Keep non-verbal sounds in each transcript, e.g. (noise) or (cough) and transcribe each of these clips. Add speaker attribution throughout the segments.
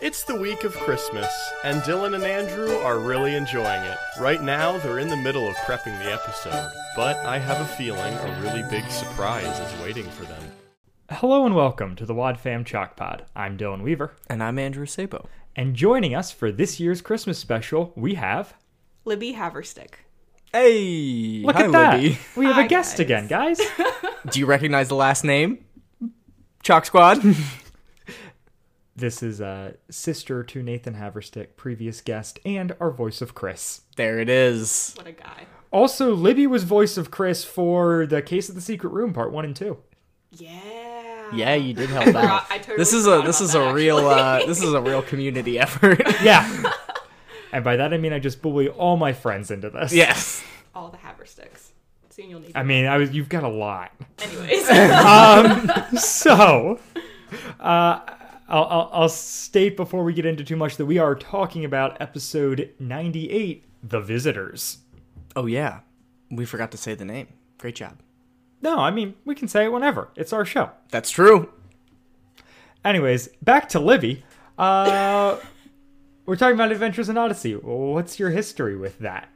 Speaker 1: It's the week of Christmas, and Dylan and Andrew are really enjoying it. Right now, they're in the middle of prepping the episode, but I have a feeling a really big surprise is waiting for them.
Speaker 2: Hello and welcome to the Wad Fam Chalk Pod. I'm Dylan Weaver,
Speaker 3: And I'm Andrew Sabo.
Speaker 2: and joining us for this year's Christmas special, we have
Speaker 4: Libby Haverstick.
Speaker 3: Hey,
Speaker 2: look
Speaker 3: hi,
Speaker 2: at that.
Speaker 3: Libby. (laughs)
Speaker 2: We have
Speaker 4: Hi,
Speaker 2: a guest
Speaker 4: guys.
Speaker 2: again,
Speaker 4: (laughs)
Speaker 2: guys.
Speaker 3: Do you recognize the last name? Chalk Squad. (laughs)
Speaker 2: this is uh, sister to Nathan Haverstick, previous guest, and our voice of Chris.
Speaker 3: there it is.
Speaker 4: What a guy.
Speaker 2: Also, Libby was voice of Chris for the Case of the Secret Room, Part One and Two.
Speaker 4: Yeah.
Speaker 3: Yeah, you did help out.
Speaker 4: forgot- I totally
Speaker 3: this is a
Speaker 4: forgot
Speaker 3: this
Speaker 4: about
Speaker 3: is
Speaker 4: that,
Speaker 3: a real uh, this is a
Speaker 4: (laughs)
Speaker 3: real community effort. (laughs)
Speaker 2: Yeah. and by that I mean I just bully all my friends into this.
Speaker 3: yes.
Speaker 4: All the Haversticks. Soon you'll need
Speaker 2: I
Speaker 4: them.
Speaker 2: mean, I was, you've got a lot.
Speaker 4: Anyways.
Speaker 2: so uh, I'll, I'll, I'll state before we get into too much that we are talking about episode 98 the visitors
Speaker 3: Oh yeah, we forgot to say the name. Great job.
Speaker 2: no i mean we can say it whenever it's our show
Speaker 3: That's true.
Speaker 2: anyways back to livy uh, (laughs) we're talking about adventures in odyssey what's your history with that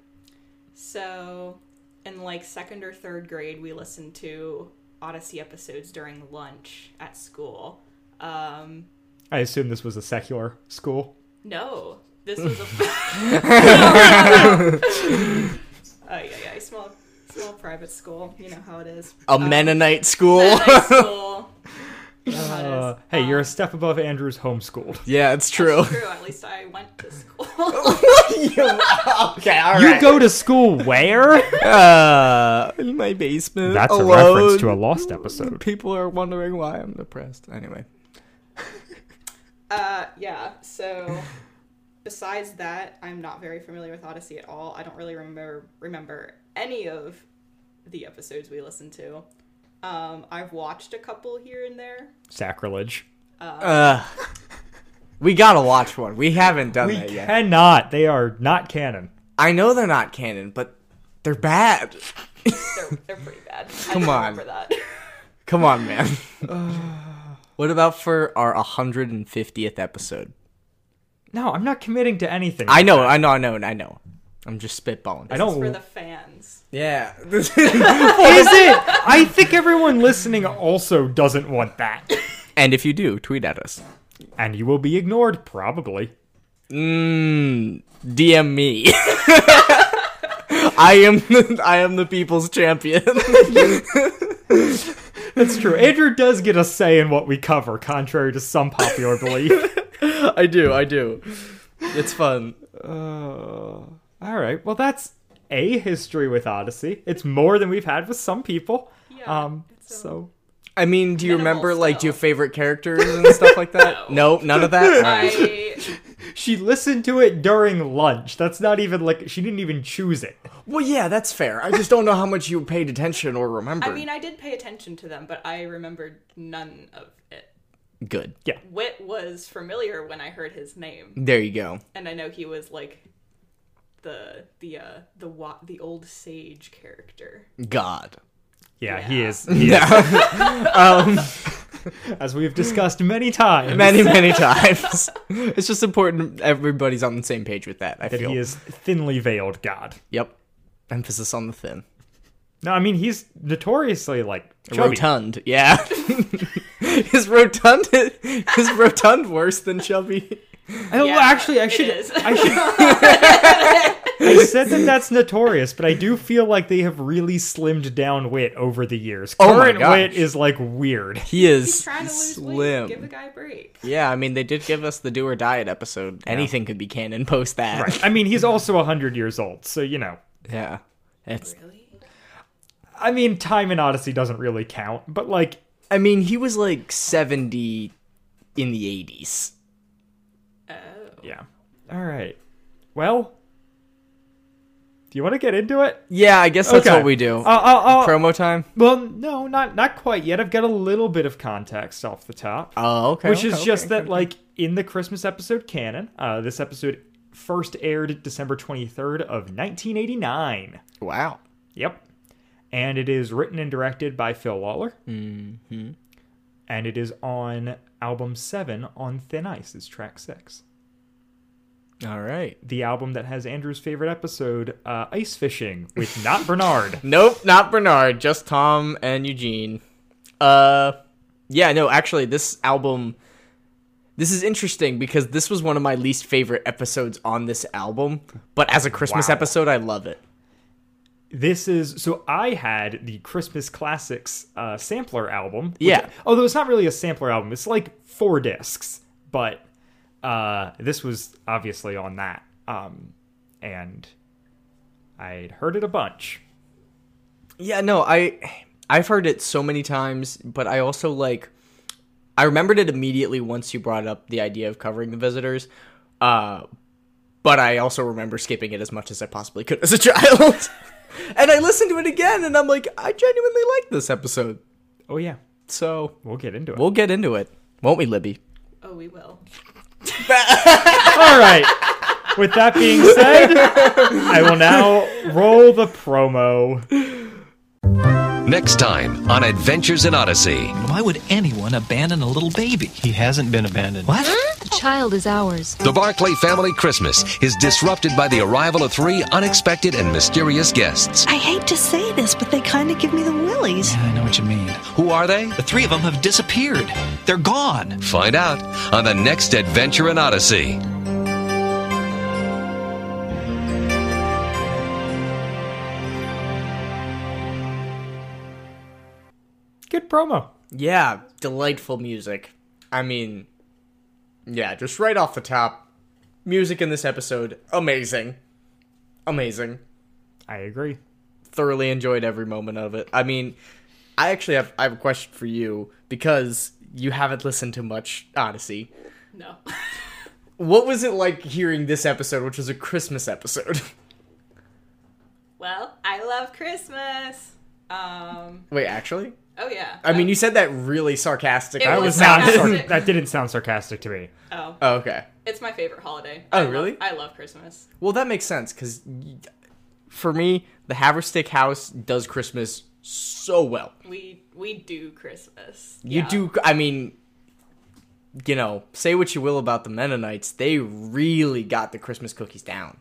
Speaker 4: so, in like second or third grade, we listened to Odyssey episodes during lunch at school. Um,
Speaker 2: i assume this was a secular school
Speaker 4: no, this was a. (laughs) Ay, ay, ay, small, small private school. You know how it is.
Speaker 3: A Mennonite school.
Speaker 4: Nice school. You know how it is.
Speaker 2: uh, hey you're a step above andrew's homeschooled
Speaker 3: (laughs) yeah, it's true. (laughs)
Speaker 4: True, at least I went to school.
Speaker 3: okay, all
Speaker 2: you go to school
Speaker 3: (laughs)
Speaker 2: where
Speaker 3: uh, in my basement.
Speaker 2: that's a
Speaker 3: alone.
Speaker 2: reference to a lost episode
Speaker 3: People are wondering why I'm depressed. Anyway.
Speaker 4: Uh, yeah.
Speaker 3: (laughs)
Speaker 4: So, besides that, I'm not very familiar with Odyssey at all. I don't really remember remember any of the episodes we listened to. Um, I've watched a couple here and there.
Speaker 2: sacrilege
Speaker 3: Uh, we gotta watch one. We haven't done
Speaker 2: we
Speaker 3: that yet.
Speaker 2: cannot they are not canon
Speaker 3: I know they're not canon, but they're bad. (laughs)
Speaker 4: They're, they're pretty bad.
Speaker 3: Come
Speaker 4: I don't
Speaker 3: on.
Speaker 4: remember
Speaker 3: (laughs)
Speaker 4: that.
Speaker 3: Come on, man. what about for our 150th episode?
Speaker 2: No, I'm not committing to anything.
Speaker 3: I know, I know, I know, I know. I'm just spitballing.
Speaker 2: I
Speaker 4: It's
Speaker 2: don't.
Speaker 4: for
Speaker 2: Is
Speaker 4: the fans.
Speaker 3: yeah. (laughs)
Speaker 2: it? I think everyone listening also doesn't want that.
Speaker 3: and if you do, tweet at us.
Speaker 2: And you will be ignored, probably.
Speaker 3: Mmm. DM me. I am the, I am the people's champion. (laughs)
Speaker 2: That's true. Andrew does get a say in what we cover, contrary to some popular (laughs) belief.
Speaker 3: I do, I do. It's fun.
Speaker 2: all right. Well, that's a history with Odyssey. It's more than we've had with some people.
Speaker 4: Yeah,
Speaker 2: um.
Speaker 4: it's, um,
Speaker 2: So.
Speaker 3: I mean, do you
Speaker 4: Minimal
Speaker 3: remember like
Speaker 4: still.
Speaker 3: your favorite characters and stuff like that? no. none of that. Alright.
Speaker 4: I
Speaker 2: She listened to it during lunch. That's not even like she didn't even choose it.
Speaker 3: Well, yeah, that's fair. I just don't know how much you paid attention or remembered.
Speaker 4: I mean I did pay attention to them, but I remembered none of it.
Speaker 3: good.
Speaker 4: Wit was familiar when I heard his name.
Speaker 3: There you go.
Speaker 4: and I know he was like the the uh the wa- the old sage character.
Speaker 3: God.
Speaker 2: Yeah,
Speaker 4: Yeah.
Speaker 2: he is. He
Speaker 4: (laughs)
Speaker 2: is.
Speaker 3: (laughs)
Speaker 2: As we've discussed many times.
Speaker 3: Um, Many, many times. (laughs) it's just important everybody's on the same page with that, I
Speaker 2: that
Speaker 3: feel.
Speaker 2: he is thinly veiled god.
Speaker 3: Yep. Emphasis on the thin.
Speaker 2: No, I mean he's notoriously like chubby.
Speaker 3: Rotund, yeah. (laughs) his rotund his rotund worse than chubby.
Speaker 2: I don't
Speaker 4: Yeah,
Speaker 2: well, Oh, actually. I
Speaker 4: it
Speaker 2: should.
Speaker 4: is.
Speaker 2: I should. I said that that's notorious, but I do feel like they have really slimmed down wit over the years.
Speaker 3: Oh my
Speaker 2: Current
Speaker 3: gosh.
Speaker 2: wit is like weird.
Speaker 3: He is
Speaker 4: He's trying to lose
Speaker 3: slim.
Speaker 4: weight. Give the guy a break.
Speaker 3: yeah, I mean they did give us the do or diet episode. Anything could be canon post that.
Speaker 2: Right. I mean, he's also hundred years old, so you know.
Speaker 3: Yeah. It's
Speaker 4: Really?
Speaker 2: I mean, time in Odyssey doesn't really count, but like,
Speaker 3: I mean, he was like 70 in the 80s.
Speaker 4: Oh.
Speaker 2: yeah. All right. Well, do you want to get into it?
Speaker 3: Yeah, I guess that's
Speaker 2: Okay.
Speaker 3: what we do.
Speaker 2: I'll, I'll, I'll-
Speaker 3: Promo time?
Speaker 2: Well, no, not not quite yet. I've got a little bit of context off the top,
Speaker 3: Oh, okay.
Speaker 2: which
Speaker 3: okay,
Speaker 2: is
Speaker 3: okay,
Speaker 2: just
Speaker 3: okay.
Speaker 2: that, like in the Christmas episode canon, uh, this episode first aired December twenty third of nineteen eighty nine.
Speaker 3: Wow.
Speaker 2: Yep, and it is written and directed by Phil Lawler. Mm-hmm. and it is on album seven on Thin Ice. It's track six,
Speaker 3: All right.
Speaker 2: the album that has Andrew's favorite episode, uh, Ice Fishing, with not Bernard.
Speaker 3: Nope, not Bernard, just Tom and Eugene. Uh yeah, no, actually this album this is interesting because this was one of my least favorite episodes on this album, but as a Christmas
Speaker 2: Wow.
Speaker 3: episode I love it.
Speaker 2: this is so I had the Christmas Classics uh, sampler album. which-
Speaker 3: Yeah.
Speaker 2: although it's not really a sampler album, it's like four discs, but uh, this was obviously on that, um, and I'd heard it a bunch.
Speaker 3: Yeah, no, I I've heard it so many times, but I also like I remembered it immediately once you brought up the idea of covering the visitors. Uh but I also remember skipping it as much as I possibly could as a (laughs) child. and I listened to it again and I'm like, I genuinely like this episode.
Speaker 2: Oh yeah,
Speaker 3: So
Speaker 2: we'll get into it.
Speaker 3: we'll get into it, won't we, Libby?
Speaker 4: Oh, we will.
Speaker 2: All right. With that being said, I will now roll the promo.
Speaker 5: Next time on Adventures in Odyssey.
Speaker 6: Why would anyone abandon a little baby?
Speaker 7: He hasn't been abandoned.
Speaker 6: What?
Speaker 8: The child is ours.
Speaker 5: The Barclay family Christmas is disrupted by the arrival of three unexpected and mysterious guests.
Speaker 9: I hate to say this, but they kind of give me the willies.
Speaker 6: I know what you mean.
Speaker 5: Who are they?
Speaker 6: The three of them have disappeared. They're gone.
Speaker 5: Find out on the next Adventure in Odyssey.
Speaker 2: Good promo.
Speaker 3: Yeah, delightful music. I mean, yeah, just right off the top, music in this episode, amazing. Amazing.
Speaker 2: I agree.
Speaker 3: Thoroughly enjoyed every moment of it. I mean, I actually have I have a question for you because you haven't listened to much Odyssey.
Speaker 4: No. (laughs)
Speaker 3: What was it like hearing this episode, which was a Christmas episode? (laughs)
Speaker 4: well, I love Christmas. Um.
Speaker 3: Wait, actually?
Speaker 4: Oh yeah.
Speaker 3: I mean, you said that really sarcastic.
Speaker 4: It
Speaker 3: I
Speaker 4: was
Speaker 3: was
Speaker 2: Not
Speaker 3: not.
Speaker 4: sarcastic.
Speaker 2: sar- that didn't sound sarcastic to me.
Speaker 4: Oh,
Speaker 3: (laughs) Oh, okay.
Speaker 4: it's my favorite holiday.
Speaker 3: Oh,
Speaker 4: I love-
Speaker 3: really?
Speaker 4: I love Christmas.
Speaker 3: Well, that makes sense because for me, the Haverstick House does Christmas so well.
Speaker 4: We we do Christmas.
Speaker 3: You
Speaker 4: Yeah.
Speaker 3: do, I mean, you know, say what you will about the Mennonites, they really got the Christmas cookies down.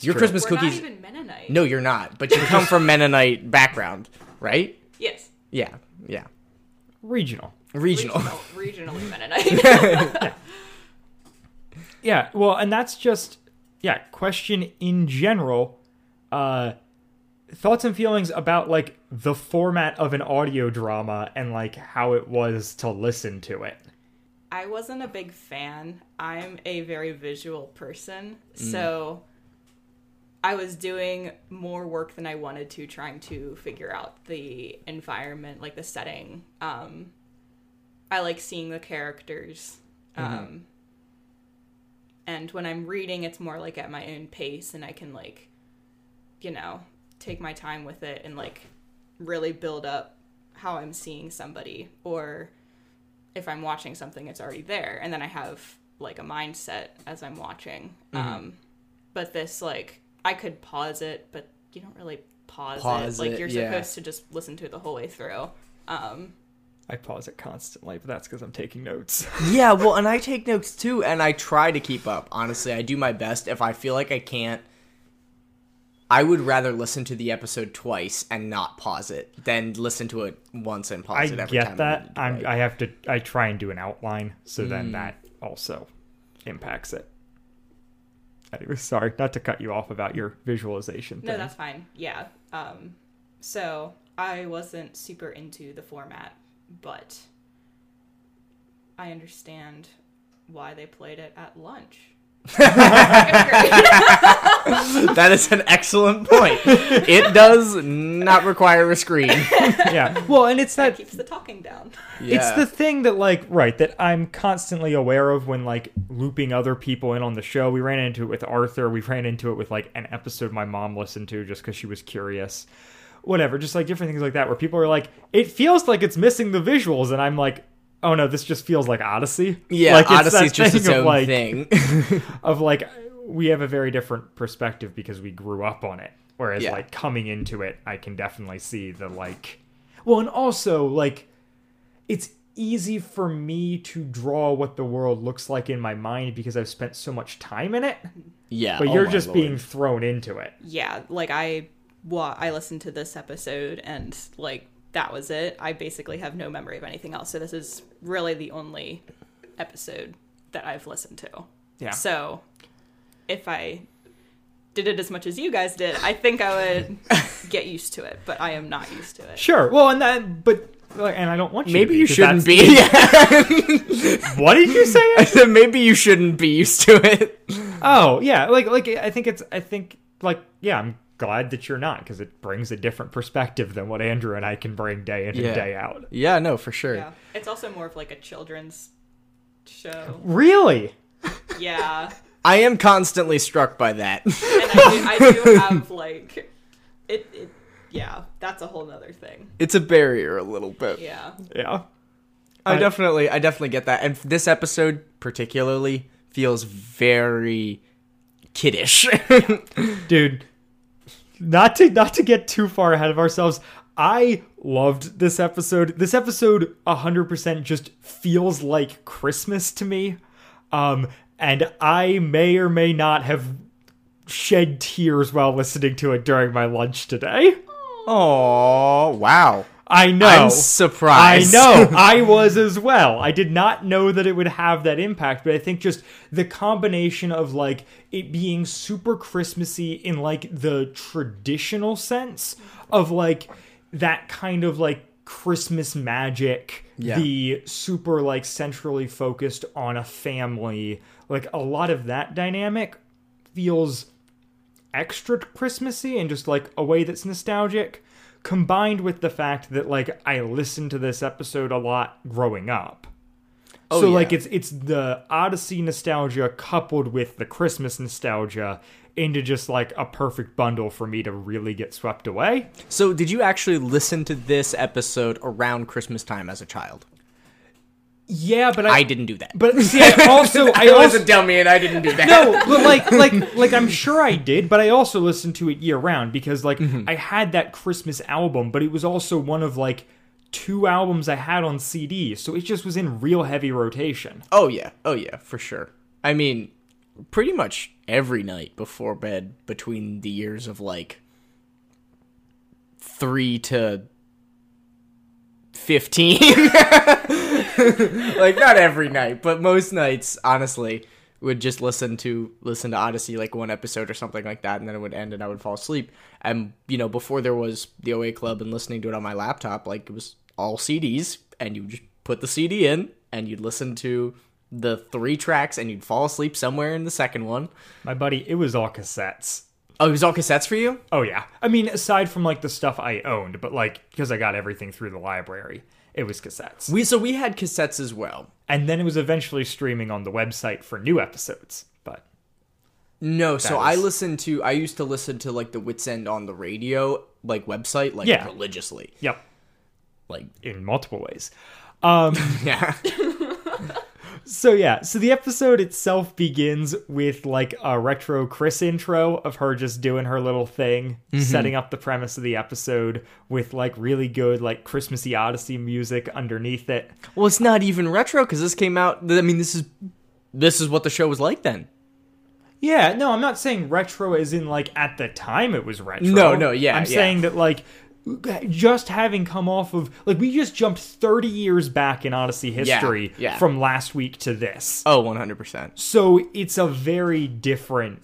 Speaker 3: Your
Speaker 2: true.
Speaker 3: Christmas
Speaker 4: We're
Speaker 3: cookies.
Speaker 4: not even Mennonite.
Speaker 3: no, you're not, but you come from Mennonite background, right?
Speaker 4: Yes.
Speaker 3: Yeah, yeah.
Speaker 2: Regional.
Speaker 3: Regional.
Speaker 4: Regional,
Speaker 3: (laughs)
Speaker 4: regionally Mennonite.
Speaker 2: Yeah, well, and that's just yeah, question in general, uh thoughts and feelings about like the format of an audio drama and like how it was to listen to it.
Speaker 4: I wasn't a big fan. I'm a very visual person,
Speaker 3: Mm.
Speaker 4: so I was doing more work than I wanted to trying to figure out the environment, like the setting. Um, I like seeing the characters.
Speaker 3: Mm-hmm.
Speaker 4: Um, and when I'm reading, it's more like at my own pace, and I can like, you know, take my time with it and like really build up how I'm seeing somebody or if I'm watching something, it's already there, and then I have like a mindset as I'm watching.
Speaker 3: Mm-hmm.
Speaker 4: Um, but this like I could pause it, but you don't really pause,
Speaker 3: Pause
Speaker 4: it. Like
Speaker 3: it,
Speaker 4: you're
Speaker 3: yeah.
Speaker 4: supposed to just listen to it the whole way through. Um,
Speaker 2: I pause it constantly, but that's because I'm taking (laughs) notes.
Speaker 3: (laughs) Yeah, well, and I take notes too, and I try to keep up. Honestly, I do my best. If I feel like I can't, I would rather listen to the episode twice and not pause it than listen to it once and pause
Speaker 2: I
Speaker 3: it every
Speaker 2: get
Speaker 3: time.
Speaker 2: that.
Speaker 3: I
Speaker 2: I'm, I have to. Hmm. I try and do an outline, so then that also impacts it. Anyway, sorry, not to cut you off about your visualization.
Speaker 4: no,
Speaker 2: thing.
Speaker 4: that's (laughs) fine. Yeah. Um, so I wasn't super into the format, but I understand why they played it at lunch.
Speaker 3: that is an excellent point. it does not require a
Speaker 2: (laughs)
Speaker 3: screen.
Speaker 2: yeah. Well, and it's that
Speaker 4: Keeps the talking down.
Speaker 3: Yeah.
Speaker 2: It's the thing that like right that I'm constantly aware of when like looping other people in on the show. We ran into it with Arthur. We ran into it with like an episode my mom listened to just because she was curious. Whatever, just like different things like that where people are like, it feels like it's missing the visuals, and I'm like, oh no, this just feels like Odyssey.
Speaker 3: yeah,
Speaker 2: like, it's
Speaker 3: Odyssey's
Speaker 2: that
Speaker 3: just its
Speaker 2: thing of,
Speaker 3: own
Speaker 2: like,
Speaker 3: thing.
Speaker 2: Of like, we have a very different perspective because we grew up on it. Whereas
Speaker 3: Yeah.
Speaker 2: like coming into it, I can definitely see the like. Well, and also like, it's easy for me to draw what the world looks like in my mind because I've spent so much time in it.
Speaker 3: (laughs) Yeah.
Speaker 2: But
Speaker 3: oh
Speaker 2: you're
Speaker 3: my
Speaker 2: just
Speaker 3: lord.
Speaker 2: being thrown into it.
Speaker 4: yeah, like I wa I listened to this episode and like that was it. I basically have no memory of anything else. So this is really the only episode that I've listened to.
Speaker 2: Yeah.
Speaker 4: So if I did it as much as you guys did, I think I
Speaker 3: (laughs)
Speaker 4: would get used to it, but I am not used to it.
Speaker 2: Sure. Well, and that, but like, and I don't want you. to
Speaker 3: Maybe
Speaker 2: be,
Speaker 3: you
Speaker 2: 'cause
Speaker 3: shouldn't
Speaker 2: that's-
Speaker 3: be.
Speaker 2: (laughs)
Speaker 3: Yeah.
Speaker 2: What did you say?
Speaker 3: (laughs) I said maybe you shouldn't be used to it.
Speaker 2: oh yeah. Like like I think it's I think like yeah. I'm glad that you're not because it brings a different perspective than what Andrew and I can bring day in
Speaker 3: Yeah.
Speaker 2: and day out.
Speaker 3: Yeah, no, for sure.
Speaker 4: Yeah. It's also more of like a children's
Speaker 3: (laughs)
Speaker 4: show.
Speaker 2: Really.
Speaker 4: Yeah.
Speaker 3: I am constantly struck by that. (laughs)
Speaker 4: And I do, I do have like it, it yeah, that's a whole nother thing.
Speaker 3: it's a barrier a little bit.
Speaker 4: Yeah.
Speaker 2: Yeah.
Speaker 3: I
Speaker 2: I-
Speaker 3: definitely, I definitely get that. And this episode particularly feels very kiddish. (laughs)
Speaker 2: dude not to not to get too far ahead of ourselves i loved this episode this episode 100% just feels like christmas to me um and i may or may not have shed tears while listening to it during my lunch today
Speaker 3: Oh wow!
Speaker 2: Oh, i know
Speaker 3: I'm surprised.
Speaker 2: I know. I was as well. I did not know that it would have that impact, but I think just the combination of like it being super Christmassy in like the traditional sense of like that kind of like Christmas magic,
Speaker 3: Yeah.
Speaker 2: the super like centrally focused on a family, like a lot of that dynamic feels extra Christmassy and just like a way that's nostalgic, combined with the fact that like I listened to this episode a lot growing up. so like
Speaker 3: yeah.
Speaker 2: it's it's the Odyssey nostalgia coupled with the Christmas nostalgia into just like a perfect bundle for me to really get swept away.
Speaker 3: So, did you actually listen to this episode around Christmas time as a child?
Speaker 2: Yeah, but I,
Speaker 3: I didn't do that.
Speaker 2: But see, (laughs) I also I also
Speaker 3: tell me, and (laughs) I didn't do that.
Speaker 2: no, but like, like, like, I'm sure I did, but I also listened to it year round because, like, I had that Christmas album, but it was also one of like two albums I had on CD, so it just was in real heavy rotation.
Speaker 3: Oh yeah, oh yeah, for sure. I mean, pretty much every night before bed between the years of like three to fifteen. (laughs) like not every night, but most nights, honestly, would just listen to listen to Odyssey like one episode or something like that, and then it would end, and I would fall asleep. And you know, before there was the OA Club and listening to it on my laptop, like it was all CDs, and you just put the CD in, and you'd listen to the three tracks, and you'd fall asleep somewhere in the second one.
Speaker 2: My buddy, it was all cassettes.
Speaker 3: Oh, it was all cassettes for you?
Speaker 2: Oh yeah, I mean, aside from like the stuff I owned, but like because I got everything through the library, it was cassettes,
Speaker 3: We so we had cassettes as well.
Speaker 2: and then it was eventually streaming on the website for new episodes. But
Speaker 3: No, so I
Speaker 2: is-
Speaker 3: listened to I used to listen to like the Wits End on the radio like website like
Speaker 2: Yeah.
Speaker 3: religiously.
Speaker 2: yep,
Speaker 3: Like
Speaker 2: in multiple ways.
Speaker 3: yeah.
Speaker 2: So yeah, so the episode itself begins with like a retro Chris intro of her just doing her little thing, setting up the premise of the episode with like really good like Christmassy Odyssey music underneath it.
Speaker 3: Well, it's not even retro because this came out. I mean, this is this is what the show was like then.
Speaker 2: Yeah, no, I'm not saying retro as in like at the time it was retro.
Speaker 3: No, no, yeah,
Speaker 2: I'm
Speaker 3: yeah.
Speaker 2: saying that like just having come off of like we just jumped 30 years back in Odyssey history
Speaker 3: yeah.
Speaker 2: from last week to this.
Speaker 3: Oh, one hundred percent.
Speaker 2: So it's a very different.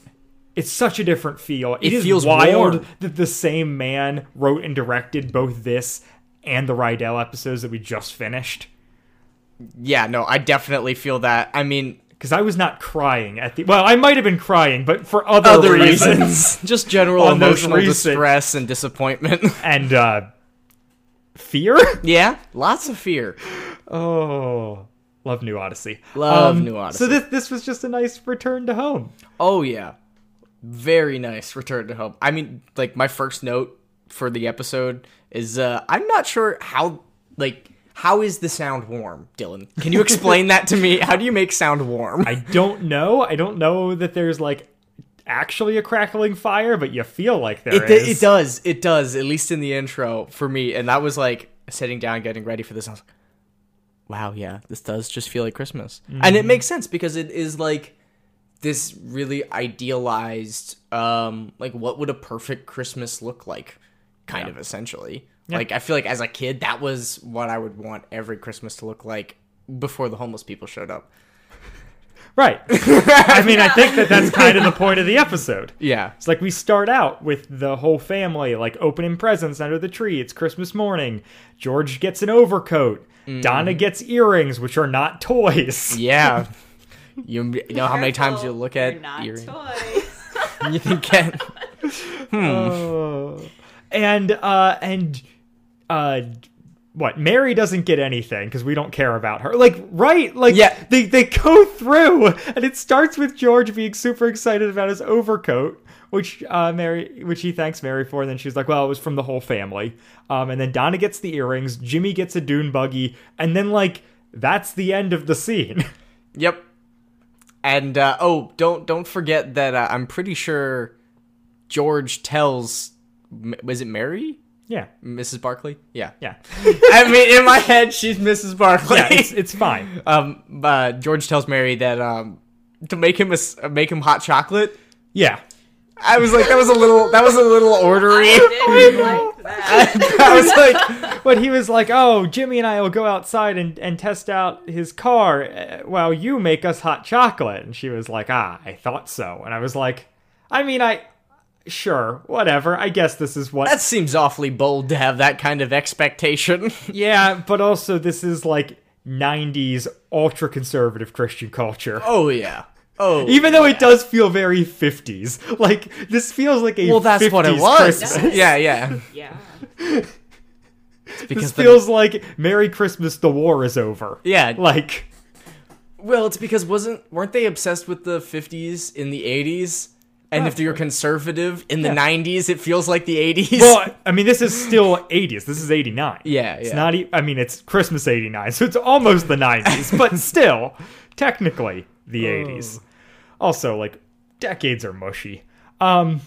Speaker 2: It's such a different feel.
Speaker 3: It
Speaker 2: it is
Speaker 3: feels
Speaker 2: wild
Speaker 3: warm.
Speaker 2: that the same man wrote and directed both this and the Rydell episodes that we just finished.
Speaker 3: Yeah, no, I definitely feel that. I mean,
Speaker 2: Because I was not crying at the. Well, I might have been crying, but for other,
Speaker 3: other
Speaker 2: reasons.
Speaker 3: reasons, just general
Speaker 2: On those
Speaker 3: emotional
Speaker 2: recent-
Speaker 3: distress and disappointment.
Speaker 2: (laughs)
Speaker 3: (laughs)
Speaker 2: and uh, fear.
Speaker 3: yeah, lots of fear.
Speaker 2: oh, love New Odyssey.
Speaker 3: Love New Odyssey.
Speaker 2: Um, So this this was just a nice return to home.
Speaker 3: Oh yeah, very nice return to home. I mean, like my first note for the episode is uh I'm not sure how like how is the sound warm, Dylan? Can you explain that
Speaker 2: (laughs)
Speaker 3: to me? How do you make sound warm?
Speaker 2: I don't know. I don't know that there's like actually a crackling fire, but you feel like there is.
Speaker 3: It, d- it does. It does. At least in the intro for me. And that was like sitting down, getting ready for this. I was like, wow, yeah, this does just feel like Christmas. And
Speaker 2: Mm-hmm.
Speaker 3: it makes sense because it is like this really idealized, um, like what would a perfect Christmas look like, kind of essentially. Like I feel like as a kid, that was what I would want every Christmas to look like before the homeless people showed up.
Speaker 2: Right. I mean, I think that that's kind of the point of the episode.
Speaker 3: Yeah.
Speaker 2: It's like we start out with the whole family, like opening presents under the tree. It's Christmas morning. George gets an overcoat. Donna gets earrings, which are not toys.
Speaker 3: Yeah. (laughs) You know how many times you
Speaker 4: Careful,
Speaker 3: look
Speaker 4: they're
Speaker 3: at
Speaker 4: not
Speaker 3: earring-
Speaker 4: toys.
Speaker 3: (laughs) you can get
Speaker 2: And, uh, and, uh, what? Mary doesn't get anything because we don't care about her. Like, right? Like,
Speaker 3: Yeah.
Speaker 2: they, they go through, and it starts with George being super excited about his overcoat. Which uh, Mary, which he thanks Mary for, and then she's like, "Well, it was from the whole family." Um, and then Donna gets the earrings, Jimmy gets a dune buggy, and then like that's the end of the scene. (laughs)
Speaker 3: Yep. And uh, oh, don't don't forget that uh, I'm pretty sure George tells M- was it Mary,
Speaker 2: yeah,
Speaker 3: Mrs. Barclay? Yeah.
Speaker 2: yeah,
Speaker 3: (laughs) I mean, in my head, she's Mrs. Barclay.
Speaker 2: yeah.
Speaker 3: (laughs)
Speaker 2: It's it's fine.
Speaker 3: um, uh, George tells Mary that um, to make him a s- uh, make him hot chocolate.
Speaker 2: Yeah,
Speaker 3: I was like, that was a little that was a little (laughs) ordery.
Speaker 4: Didn't like
Speaker 3: (laughs)
Speaker 4: that.
Speaker 3: I was like,
Speaker 2: but he was like, "Oh, Jimmy and I will go outside and and test out his car uh, while you make us hot chocolate." And she was like, "Ah, I thought so." And I was like, "I mean, I." Sure, whatever. I guess this is what
Speaker 3: that seems awfully bold to have that kind of expectation.
Speaker 2: (laughs) Yeah, but also this is like 90s ultra conservative Christian culture.
Speaker 3: oh yeah. Oh. (laughs)
Speaker 2: Even though it does feel very 50s. Like this feels like a
Speaker 3: well, that's what it
Speaker 2: 50s
Speaker 3: was.
Speaker 2: Christmas.
Speaker 3: Yeah, yeah.
Speaker 4: yeah.
Speaker 2: This
Speaker 3: Because the-
Speaker 2: feels like Merry Christmas the war is over.
Speaker 3: Yeah.
Speaker 2: Like
Speaker 3: Well, it's because wasn't weren't they obsessed with the 50s in the 80s? And if you're conservative in the
Speaker 2: Yeah.
Speaker 3: 90s, it feels like the 80s.
Speaker 2: well, I mean, this is still 80s. This is 89.
Speaker 3: Yeah,
Speaker 2: It's
Speaker 3: yeah.
Speaker 2: not. E- I mean, it's Christmas 89, so it's almost the 90s,
Speaker 3: (laughs)
Speaker 2: but still, technically, the 80s. Also, like, decades are mushy. Um,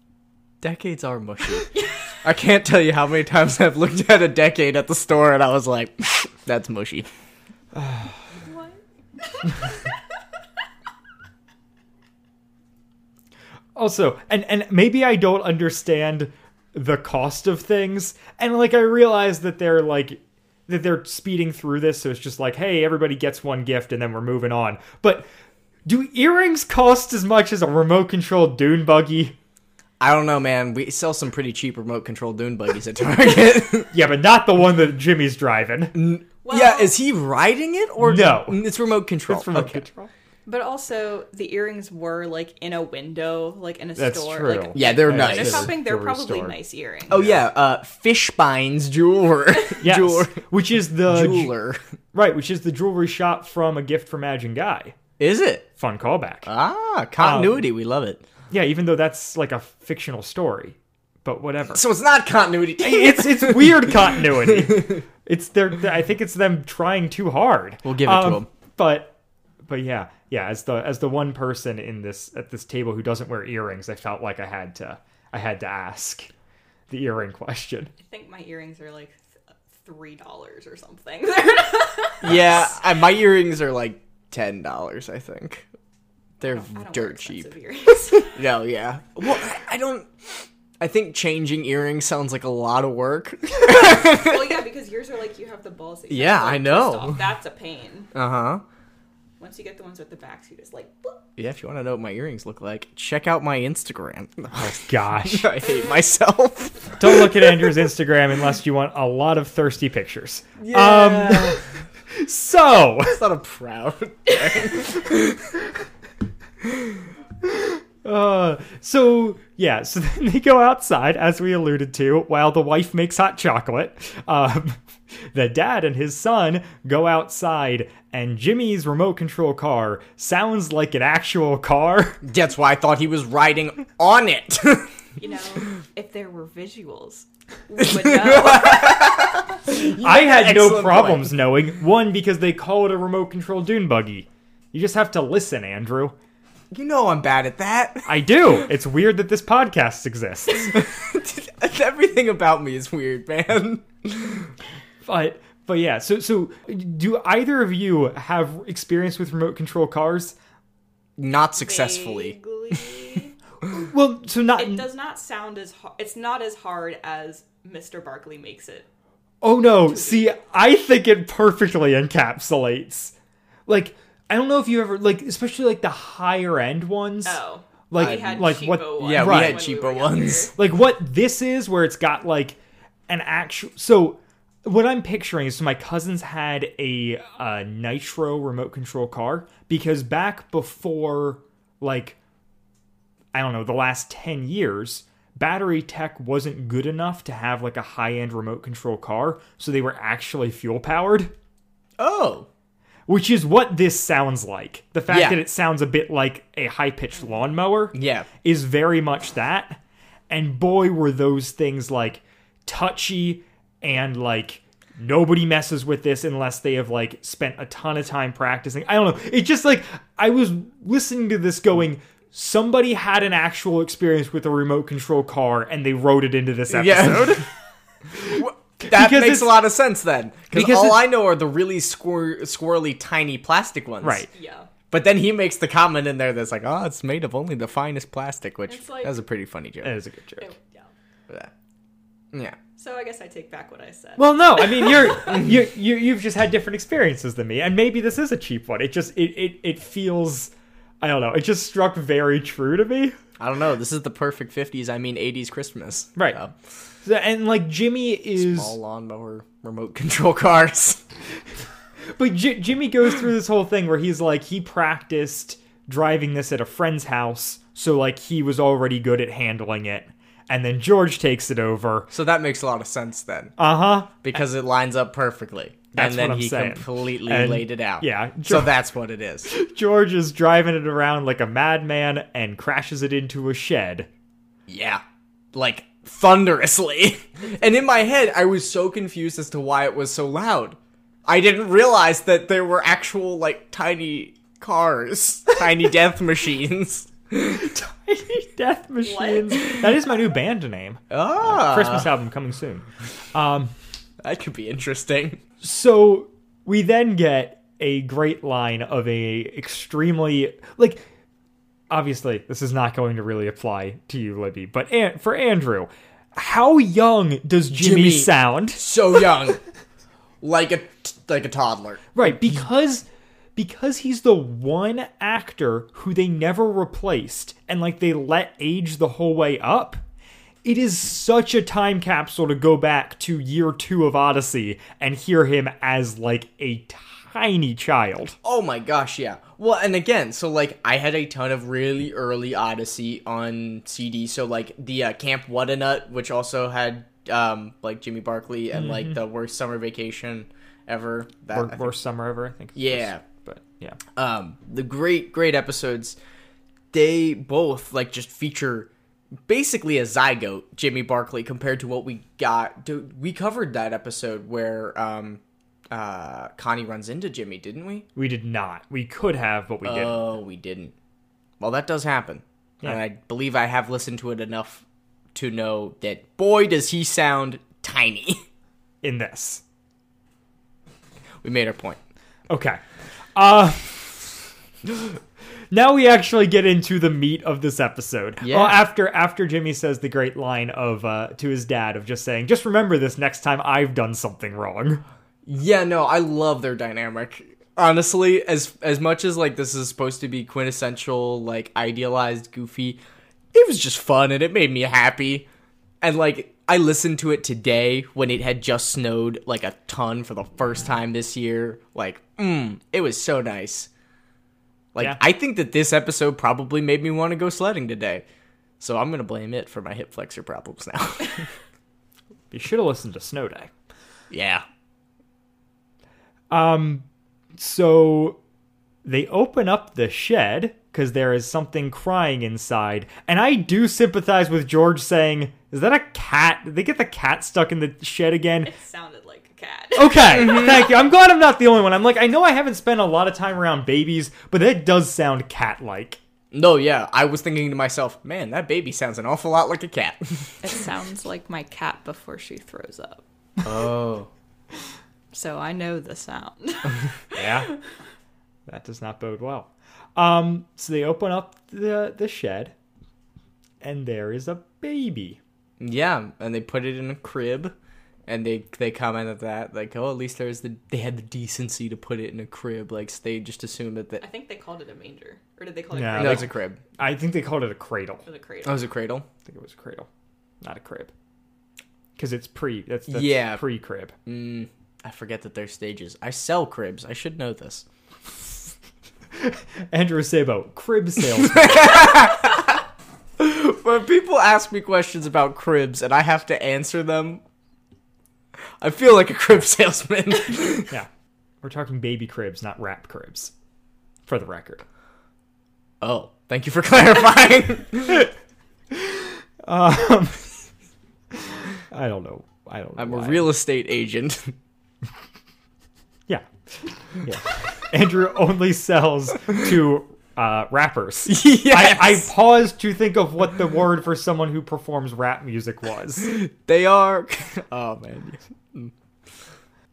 Speaker 3: (laughs) decades are mushy. (laughs) I can't tell you how many times I've looked at a decade at the store and I was like, (laughs) that's mushy.
Speaker 2: also and and maybe i don't understand the cost of things and like i realize that they're like that they're speeding through this so it's just like hey everybody gets one gift and then we're moving on but do earrings cost as much as a remote controlled dune buggy
Speaker 3: I don't know, man. We sell some pretty cheap remote control dune buggies at Target. (laughs)
Speaker 2: yeah but not the one that jimmy's driving
Speaker 3: yeah, is he riding it or
Speaker 2: No.
Speaker 3: It's remote control.
Speaker 2: it's remote
Speaker 3: Oh, okay.
Speaker 2: control
Speaker 4: But also, the earrings were like in a window, like in a
Speaker 2: That's
Speaker 4: store.
Speaker 2: true.
Speaker 4: Like,
Speaker 3: Yeah, they're
Speaker 4: They're
Speaker 3: nice.
Speaker 2: Yes.
Speaker 4: shopping. They're
Speaker 2: Jewelry
Speaker 4: probably
Speaker 2: store.
Speaker 4: nice earrings.
Speaker 3: Oh yeah, uh, Fishbines jeweler. (laughs)
Speaker 2: yes
Speaker 3: Jeweler.
Speaker 2: which is the
Speaker 3: jeweler.
Speaker 2: right which is the jewelry shop from a gift from Imagine guy
Speaker 3: Is it?
Speaker 2: fun callback
Speaker 3: Ah, continuity. we love it.
Speaker 2: yeah even though that's like a fictional story but whatever
Speaker 3: So it's not (laughs) continuity. Dang it.
Speaker 2: (laughs) it's it's weird
Speaker 3: (laughs)
Speaker 2: continuity. It's their I think it's them trying too hard. Um,
Speaker 3: We'll give it to 'em.
Speaker 2: But but yeah, yeah. As the as the one person in this at this table who doesn't wear earrings, I felt like I had to I had to ask the earring question.
Speaker 4: I think my earrings are like th- three dollars or something. (laughs)
Speaker 3: yeah, I, my earrings are like ten dollars. I think they're
Speaker 4: I don't wear
Speaker 3: dirt
Speaker 4: expensive
Speaker 3: cheap.
Speaker 4: (laughs) earrings.
Speaker 3: No, yeah. Well, I, I don't. I think changing earrings sounds like a lot of work. (laughs)
Speaker 4: well, yeah, because yours are like you have the balls. That you
Speaker 3: Yeah,
Speaker 4: have to, like,
Speaker 3: I know.
Speaker 4: twist off. That's a pain.
Speaker 3: Uh huh.
Speaker 4: Once you get the ones with the backs, you just like. Boop.
Speaker 3: Yeah, if you want to know what my earrings look like, check out my Instagram. (laughs)
Speaker 2: Gosh,
Speaker 3: I hate myself. (laughs)
Speaker 2: don't look at Andrew's Instagram unless you want a lot of thirsty pictures. Um, (laughs) so
Speaker 3: It's not a proud.
Speaker 2: Uh, so yeah, so (laughs) then they go outside, as we alluded to, while the wife makes hot chocolate. Um, (laughs) the dad and his son go outside, and Jimmy's remote control car sounds like an actual car.
Speaker 3: That's why I thought he was riding on it. (laughs)
Speaker 4: You know, (laughs) if there were visuals, (laughs) we would know.
Speaker 2: I had no
Speaker 3: Excellent
Speaker 2: problems knowing one because they call it a remote control dune buggy. You just have to listen, Andrew.
Speaker 3: you know I'm bad at that. (laughs)
Speaker 2: I do. It's weird that this podcast exists.
Speaker 3: Everything about me is weird, man.
Speaker 2: But But yeah, so so do either of you have experience with remote control cars?
Speaker 3: Not successfully.
Speaker 4: Vaguely.
Speaker 2: Well, so not
Speaker 4: it does not sound as hard. It's not as hard as Mr. Barkley makes it.
Speaker 2: Oh no, see, I think it perfectly encapsulates. Like, I don't know if you ever like especially like the higher end ones.
Speaker 4: Oh,
Speaker 2: Like-
Speaker 4: we had
Speaker 2: like
Speaker 4: cheapo
Speaker 2: what-
Speaker 4: Ones
Speaker 3: Yeah, we
Speaker 4: when
Speaker 3: had
Speaker 4: were
Speaker 3: cheaper
Speaker 4: younger.
Speaker 3: ones.
Speaker 2: Like what this is where it's got like an actual so what I'm picturing is so my cousins had a uh, nitro remote control car because back before like I don't know, the last 10 years, battery tech wasn't good enough to have like a high-end remote control car, so they were actually fuel powered.
Speaker 3: Oh,
Speaker 2: which is what this sounds like. The fact
Speaker 3: Yeah.
Speaker 2: that it sounds a bit like a high pitched lawnmower
Speaker 3: Yeah.
Speaker 2: is very much that. And boy, were those things like touchy and like nobody messes with this unless they have like spent a ton of time practicing. I don't know. It's just like I was listening to this going. Somebody had an actual experience with a remote control car and they wrote it into this episode.
Speaker 3: yeah.
Speaker 2: (laughs)
Speaker 3: that
Speaker 2: Because
Speaker 3: makes
Speaker 2: it's-
Speaker 3: a lot of sense then. Because
Speaker 2: Because
Speaker 3: all
Speaker 2: it's-
Speaker 3: I know are the really squir- squirrely, tiny plastic ones.
Speaker 2: Right.
Speaker 4: Yeah,
Speaker 3: But then he makes the comment in there that's like, oh, it's made of only the finest plastic, which
Speaker 4: It's like-
Speaker 3: that was a pretty funny joke.
Speaker 2: That is a good joke.
Speaker 4: It- yeah.
Speaker 3: Yeah. yeah.
Speaker 4: So I guess I take back what I said.
Speaker 2: Well, no, I mean you're you you you've just had different experiences than me, and maybe this is a cheap one. It just it it it feels, I don't know. It just struck very true to me.
Speaker 3: I don't know. This is the perfect 50s, I mean 80s Christmas.
Speaker 2: Right.
Speaker 3: So,
Speaker 2: So- And like Jimmy is,
Speaker 3: all lawnmower remote control cars. (laughs)
Speaker 2: but J- Jimmy goes through this whole thing where he's like he practiced driving this at a friend's house, so like he was already good at handling it, and then George takes it over.
Speaker 3: So that makes a lot of sense then.
Speaker 2: Uh huh.
Speaker 3: because it lines up perfectly.
Speaker 2: That's
Speaker 3: and then
Speaker 2: what I'm
Speaker 3: he
Speaker 2: saying.
Speaker 3: completely
Speaker 2: And-
Speaker 3: laid it out.
Speaker 2: yeah,
Speaker 3: So
Speaker 2: George-
Speaker 3: that's what it is.
Speaker 2: George is driving it around like a madman and crashes it into a shed.
Speaker 3: Yeah. Like thunderously. (laughs) and in my head, I was so confused as to why it was so loud. I didn't realize that there were actual like tiny cars, (laughs) tiny death machines.
Speaker 2: Tiny (laughs) Death Machines. That is my new band name.
Speaker 3: Ah,
Speaker 2: Christmas album coming soon.
Speaker 3: that could be interesting.
Speaker 2: So we then get a great line of a extremely like obviously this is not going to really apply to you Libby, but an- for Andrew, how young does Jimmy,
Speaker 3: Jimmy.
Speaker 2: sound?
Speaker 3: So young. like a like a toddler.
Speaker 2: Right, because because he's the one actor who they never replaced and like they let age the whole way up. It is such a time capsule to go back to year 2 of Odyssey and hear him as like a tiny child.
Speaker 3: Oh my gosh, yeah. Well, and again, so like I had a ton of really early Odyssey on CD. So like the uh, Camp What a Nut, which also had um like Jimmy Barkley and like the worst summer vacation ever. That, I
Speaker 2: Or,
Speaker 3: think-
Speaker 2: worst summer ever, I think.
Speaker 3: yeah,
Speaker 2: But yeah.
Speaker 3: um, the great great episodes. They both like just feature basically a zygote Jimmy Barkley compared to what we got. Dude, we covered that episode where um, uh, Connie runs into Jimmy, didn't we?
Speaker 2: We did not. We could have, but we didn't.
Speaker 3: Oh, we didn't. Well, that does happen. And
Speaker 2: Yeah.
Speaker 3: I believe I have listened to it enough to know that boy does he sound tiny. (laughs)
Speaker 2: In this.
Speaker 3: we made our point.
Speaker 2: Okay. Uh (laughs) Now we actually get into the meat of this episode.
Speaker 3: Yeah.
Speaker 2: Well, after after Jimmy says the great line of uh, to his dad of just saying, "Just remember this next time I've done something wrong."
Speaker 3: Yeah, no, I love their dynamic. Honestly, as as much as like this is supposed to be quintessential like idealized goofy, it was just fun and it made me happy. And like I listened to it today when it had just snowed like a ton for the first time this year. Like, mm, it was so nice. Like
Speaker 2: Yeah.
Speaker 3: I think that this episode probably made me want to go sledding today. So I'm going to blame it for my hip flexor problems now. (laughs)
Speaker 2: You should have listened to Snow Day.
Speaker 3: yeah.
Speaker 2: So they open up the shed because there is something crying inside, and I do sympathize with George saying, "Is that a cat? Did they get the cat stuck in the shed again?"
Speaker 4: it sounded like a cat.
Speaker 2: Okay, thank you. I'm glad I'm not the only one. I'm like, I know I haven't spent a lot of time around babies, but that does sound cat like.
Speaker 3: No, yeah, I was thinking to myself, man, that baby sounds an awful lot like a cat. (laughs)
Speaker 4: (laughs) It sounds like my cat before she throws up.
Speaker 3: Oh.
Speaker 4: (laughs) so I know the sound.
Speaker 2: yeah that does not bode well um so they open up the the shed and there is a baby
Speaker 3: Yeah, and they put it in a crib, and they they commented that like, oh, at least there's the they had the decency to put it in a crib. Like so they just assumed that the,
Speaker 4: (laughs) I think they called it a manger, or did they call it?
Speaker 2: No.
Speaker 4: A
Speaker 3: no,
Speaker 4: cradle?
Speaker 3: it's a crib.
Speaker 2: i think they called it a cradle
Speaker 4: It was
Speaker 3: Oh,
Speaker 4: a
Speaker 3: it
Speaker 4: cradle.
Speaker 3: was a cradle.
Speaker 2: i think it was a cradle not a crib because it's pre that's, that's
Speaker 3: Yeah.
Speaker 2: pre crib
Speaker 3: I forget that there's stages. I sell cribs. I should know this.
Speaker 2: andrew sabo crib salesman
Speaker 3: When people ask me questions about cribs and I have to answer them, I feel like a crib (laughs) salesman.
Speaker 2: Yeah. We're talking baby cribs, not wrap cribs. For the record.
Speaker 3: oh, thank you for (laughs) clarifying.
Speaker 2: I don't know. I don't know.
Speaker 3: I'm
Speaker 2: why.
Speaker 3: a real estate agent. (laughs)
Speaker 2: Yeah. Yeah. Andrew only sells to uh,
Speaker 3: (laughs)
Speaker 2: rappers.
Speaker 3: Yes.
Speaker 2: I, I paused to think of what the word for someone who performs rap music was.
Speaker 3: they are. (laughs) oh man.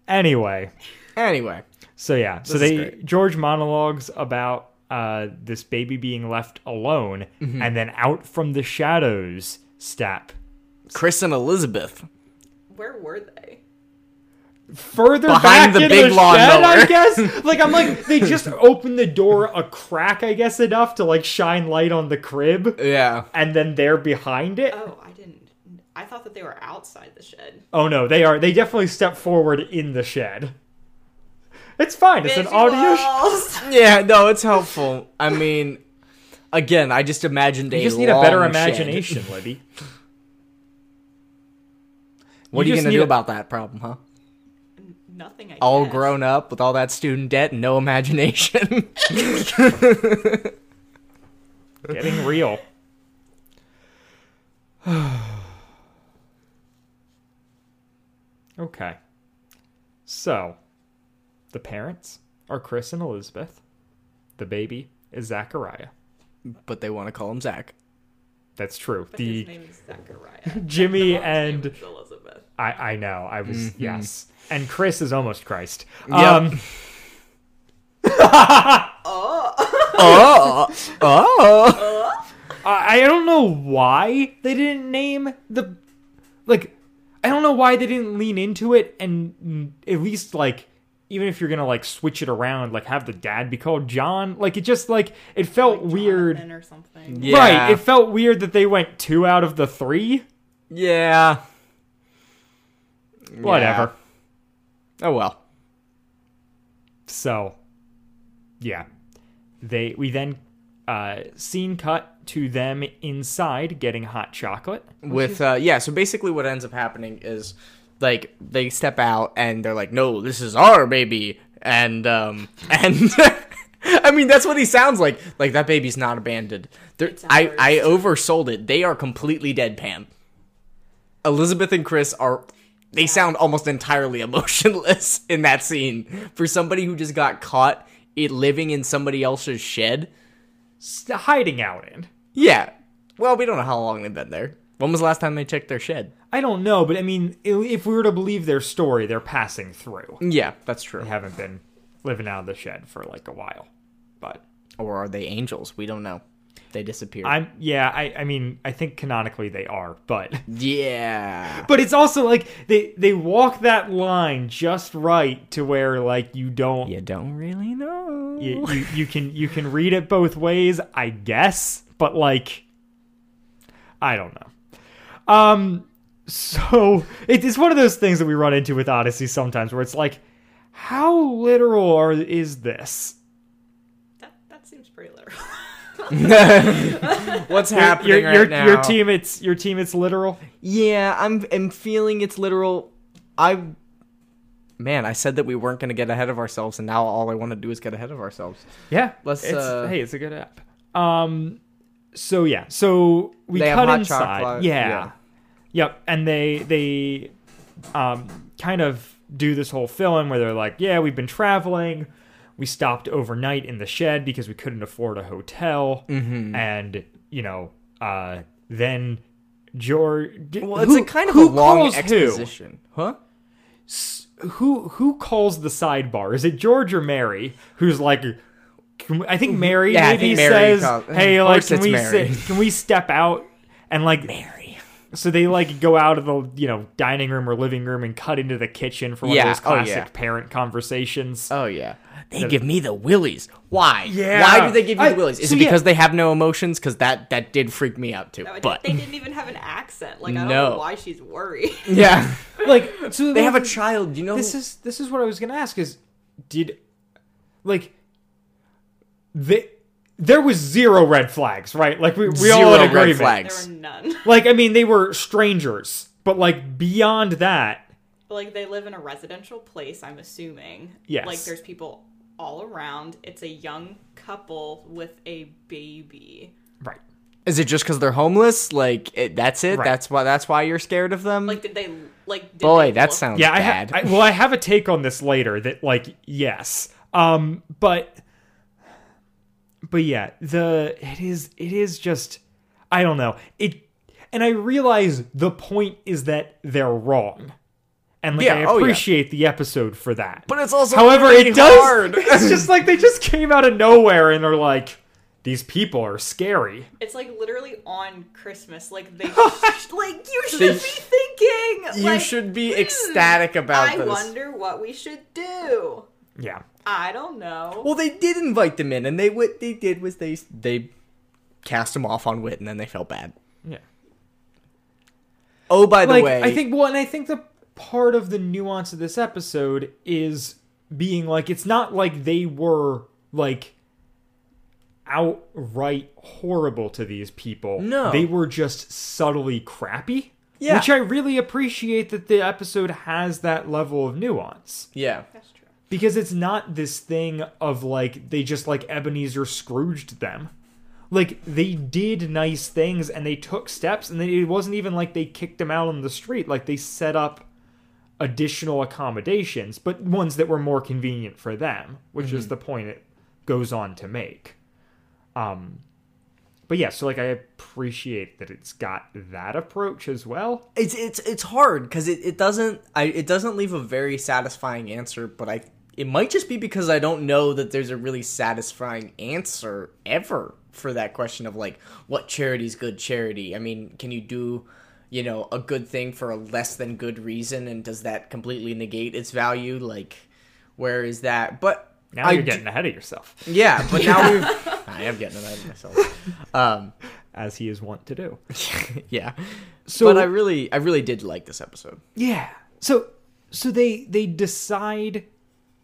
Speaker 2: Anyway,
Speaker 3: Anyway,
Speaker 2: so yeah, so
Speaker 3: This is
Speaker 2: they
Speaker 3: great.
Speaker 2: George monologues about uh, this baby being left alone,
Speaker 3: Mm-hmm.
Speaker 2: and then out from the shadows step
Speaker 3: Chris and Elizabeth.
Speaker 4: Where were they?
Speaker 2: further
Speaker 3: Behind
Speaker 2: back
Speaker 3: the
Speaker 2: in
Speaker 3: big
Speaker 2: the shed,
Speaker 3: lawnmower.
Speaker 2: I
Speaker 3: (laughs)
Speaker 2: guess. Like I'm like they just opened the door a crack, I guess, enough to like shine light on the crib,
Speaker 3: Yeah.
Speaker 2: and then they're behind it.
Speaker 4: Oh, I didn't. I thought that they were outside the shed.
Speaker 2: Oh no, they are. They definitely step forward in the shed. It's fine. It's an audio. Sh-
Speaker 4: Visuals!
Speaker 3: Yeah, no, it's helpful. I mean, again, I just imagined a
Speaker 2: you just need a better
Speaker 3: long shed.
Speaker 2: imagination,
Speaker 4: (laughs)
Speaker 2: Libby.
Speaker 3: What
Speaker 2: You
Speaker 3: are you
Speaker 2: just
Speaker 3: gonna
Speaker 2: need
Speaker 3: do
Speaker 2: a-
Speaker 3: about that problem, huh?
Speaker 4: (laughs) Nothing. I
Speaker 3: All
Speaker 4: guess.
Speaker 3: grown up with all that student debt, and no imagination. (laughs)
Speaker 2: Getting real. (sighs) okay. So, the parents are Chris and Elizabeth. The baby is Zachariah.
Speaker 3: but they want to call him Zach.
Speaker 2: That's true.
Speaker 4: But
Speaker 2: the
Speaker 4: his name is Zachariah.
Speaker 2: Jimmy
Speaker 4: His name
Speaker 2: and
Speaker 4: is Elizabeth.
Speaker 2: I, I know. I was yes. And Chris is almost Christ. Um,
Speaker 3: oh, oh!
Speaker 2: uh. I, I don't know why they didn't name the like I don't know why they didn't lean into it and mm, at least like even if you're gonna like switch it around, like have the dad be called John. Like it just like it felt weird.
Speaker 4: Jonathan or something.
Speaker 3: Yeah,
Speaker 2: Right. It felt weird that they went two out of the three.
Speaker 3: yeah.
Speaker 2: Whatever.
Speaker 3: Oh well.
Speaker 2: So, yeah, they we then uh, scene cut to them inside getting hot chocolate.
Speaker 3: With uh, yeah, so basically, what ends up happening is like they step out and they're like, "No, this is our baby," and um, (laughs) and I mean that's what he sounds like. Like that baby's not abandoned. They're- I I oversold it. They are completely deadpan. Elizabeth and Chris are. They sound almost entirely (laughs) emotionless in that scene for somebody who just got caught it living in somebody else's shed.
Speaker 2: S- hiding out in.
Speaker 3: Yeah. Well, we don't know how long they've been there. When was the last time they checked their shed?
Speaker 2: I don't know, but I mean, i- if we were to believe their story, they're passing through.
Speaker 3: Yeah, that's true.
Speaker 2: They haven't been living out of the shed for like a while, but
Speaker 3: or are they angels? We don't know. They disappeared.
Speaker 2: I'm yeah. I I mean, I think canonically they are, but (laughs)
Speaker 3: yeah.
Speaker 2: but it's also like they they walk that line just right to where like you don't
Speaker 3: You don't really know.
Speaker 2: you, you, you can you can read it both ways, I guess, but like I don't know. Um so (laughs) it is one of those things that we run into with Odyssey sometimes where it's like how literal are, is this?
Speaker 4: That, that seems pretty literal. (laughs)
Speaker 3: What's
Speaker 2: Your-
Speaker 3: happening
Speaker 2: your, your,
Speaker 3: right now?
Speaker 2: your team it's your team it's literal.
Speaker 3: Yeah, I'm. I'm feeling it's literal. I. Man, I said that we weren't going to get ahead of ourselves, and now all I want to do is get ahead of ourselves.
Speaker 2: Yeah.
Speaker 3: Let's,
Speaker 2: it's,
Speaker 3: uh,
Speaker 2: hey, it's a good app. Um so yeah, so we
Speaker 3: They have
Speaker 2: cut
Speaker 3: hot
Speaker 2: inside.
Speaker 3: chocolate,
Speaker 2: Yeah.
Speaker 3: yeah.
Speaker 2: Yep, and they they um kind of do this whole film where they're like, "Yeah, we've been traveling. We stopped overnight in the shed because we couldn't afford a hotel."
Speaker 3: Mm-hmm.
Speaker 2: And, you know, uh then George
Speaker 3: Well, it's
Speaker 2: who-
Speaker 3: a kind of
Speaker 2: who
Speaker 3: a long
Speaker 2: calls who?
Speaker 3: exposition, huh?
Speaker 2: who who calls the sidebar? Is it George or Mary? Who's like, can we- I think Mary
Speaker 3: Mm-hmm. Yeah, I
Speaker 2: maybe
Speaker 3: think Mary
Speaker 2: says,
Speaker 3: called-
Speaker 2: "Hey,
Speaker 3: of
Speaker 2: like,
Speaker 3: course
Speaker 2: can
Speaker 3: it's
Speaker 2: we
Speaker 3: Mary.
Speaker 2: sit- can we step out and like Mary." So they like go out of the you know dining room or living room and cut into the kitchen for one
Speaker 3: Yeah,
Speaker 2: of those
Speaker 3: oh, yeah.
Speaker 2: classic parent conversations.
Speaker 3: Oh yeah. They give me the willies. Why?
Speaker 2: Yeah.
Speaker 3: Why do they give you
Speaker 2: I-
Speaker 3: the willies? Is
Speaker 2: so
Speaker 3: it
Speaker 2: yeah.
Speaker 3: because they have no emotions? Because that that did freak me out too.
Speaker 4: No, I didn't-
Speaker 3: But
Speaker 4: they didn't even have an accent. Like I don't
Speaker 3: No.
Speaker 4: know why she's worried. (laughs)
Speaker 3: (laughs) yeah,
Speaker 2: like so
Speaker 3: they have a child. You know,
Speaker 2: this is this is what I was gonna ask is did like the there was zero red flags right like we, we all
Speaker 3: Zero
Speaker 2: had
Speaker 3: red
Speaker 2: agreement
Speaker 4: there
Speaker 3: flags.
Speaker 4: were none.
Speaker 2: like I mean they were strangers but like beyond that
Speaker 4: But, like they live in a residential place, I'm assuming.
Speaker 2: Yes.
Speaker 4: Like there's people all around. It's a young couple with a baby.
Speaker 2: right
Speaker 3: is it just because they're homeless? Like it, that's it.
Speaker 2: Right.
Speaker 3: That's why. That's why you're scared of them.
Speaker 4: Like did they like did
Speaker 3: boy,
Speaker 4: they
Speaker 3: that
Speaker 4: look-
Speaker 3: sounds
Speaker 2: yeah I, ha-
Speaker 3: bad.
Speaker 2: I well I have a take on this later that like yes um but but yeah the it is it is just I don't know it and I realize the point is that they're wrong. And like
Speaker 3: Yeah,
Speaker 2: I
Speaker 3: oh, yeah.
Speaker 2: appreciate the episode for that.
Speaker 3: but it's also
Speaker 2: However,
Speaker 3: really
Speaker 2: it does.
Speaker 3: hard.
Speaker 2: (laughs) It's just like they just came out of nowhere and are like, these people are scary.
Speaker 4: It's like literally on Christmas. Like
Speaker 3: (laughs)
Speaker 4: they like you should be thinking.
Speaker 3: Oh, you
Speaker 4: like,
Speaker 3: should be
Speaker 4: "Hmm,
Speaker 3: ecstatic about
Speaker 4: I
Speaker 3: this."
Speaker 4: wonder what we should do.
Speaker 2: Yeah.
Speaker 4: I don't know.
Speaker 3: Well, they did invite them in, and they what they did was they they cast them off on wit, and then they felt bad.
Speaker 2: Yeah.
Speaker 3: Oh, by the
Speaker 2: like
Speaker 3: way,
Speaker 2: I think well, and I think the part of the nuance of this episode is being like it's not like they were like outright horrible to these people.
Speaker 3: No.
Speaker 2: They were just subtly crappy.
Speaker 3: Yeah.
Speaker 2: Which I really appreciate that the episode has that level of nuance.
Speaker 3: yeah,
Speaker 4: That's true.
Speaker 2: because it's not this thing of like they just like Ebenezer Scrooged them. Like they did nice things and they took steps, and they, it wasn't even like they kicked them out on the street. Like they set up additional accommodations, but ones that were more convenient for them, which is the point it goes on to make. Um, but yeah, so like I appreciate that it's got that approach as well.
Speaker 3: it's it's it's hard because it, it doesn't I it doesn't leave a very satisfying answer, but I it might just be because I don't know that there's a really satisfying answer ever for that question of like what charity's good charity. I mean, can you do you know a good thing for a less than good reason, and does that completely negate its value? Like, where is that? But
Speaker 2: Now
Speaker 3: I
Speaker 2: you're
Speaker 3: do-
Speaker 2: getting ahead of yourself,
Speaker 3: yeah, but
Speaker 2: (laughs)
Speaker 3: now we've I am getting ahead of myself. Um,
Speaker 2: as he is wont to do.
Speaker 3: yeah,
Speaker 2: So
Speaker 3: but I really I really did like this episode.
Speaker 2: Yeah. So so they they decide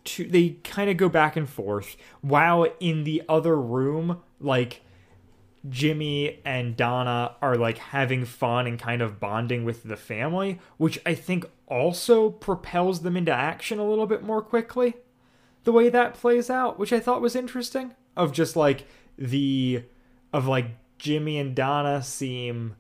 Speaker 2: to they kind of go back and forth while in the other room like Jimmy and Donna are like having fun and kind of bonding with the family, which I think also propels them into action a little bit more quickly. The way that plays out, which I thought was interesting, of just like the of like Jimmy and Donna seem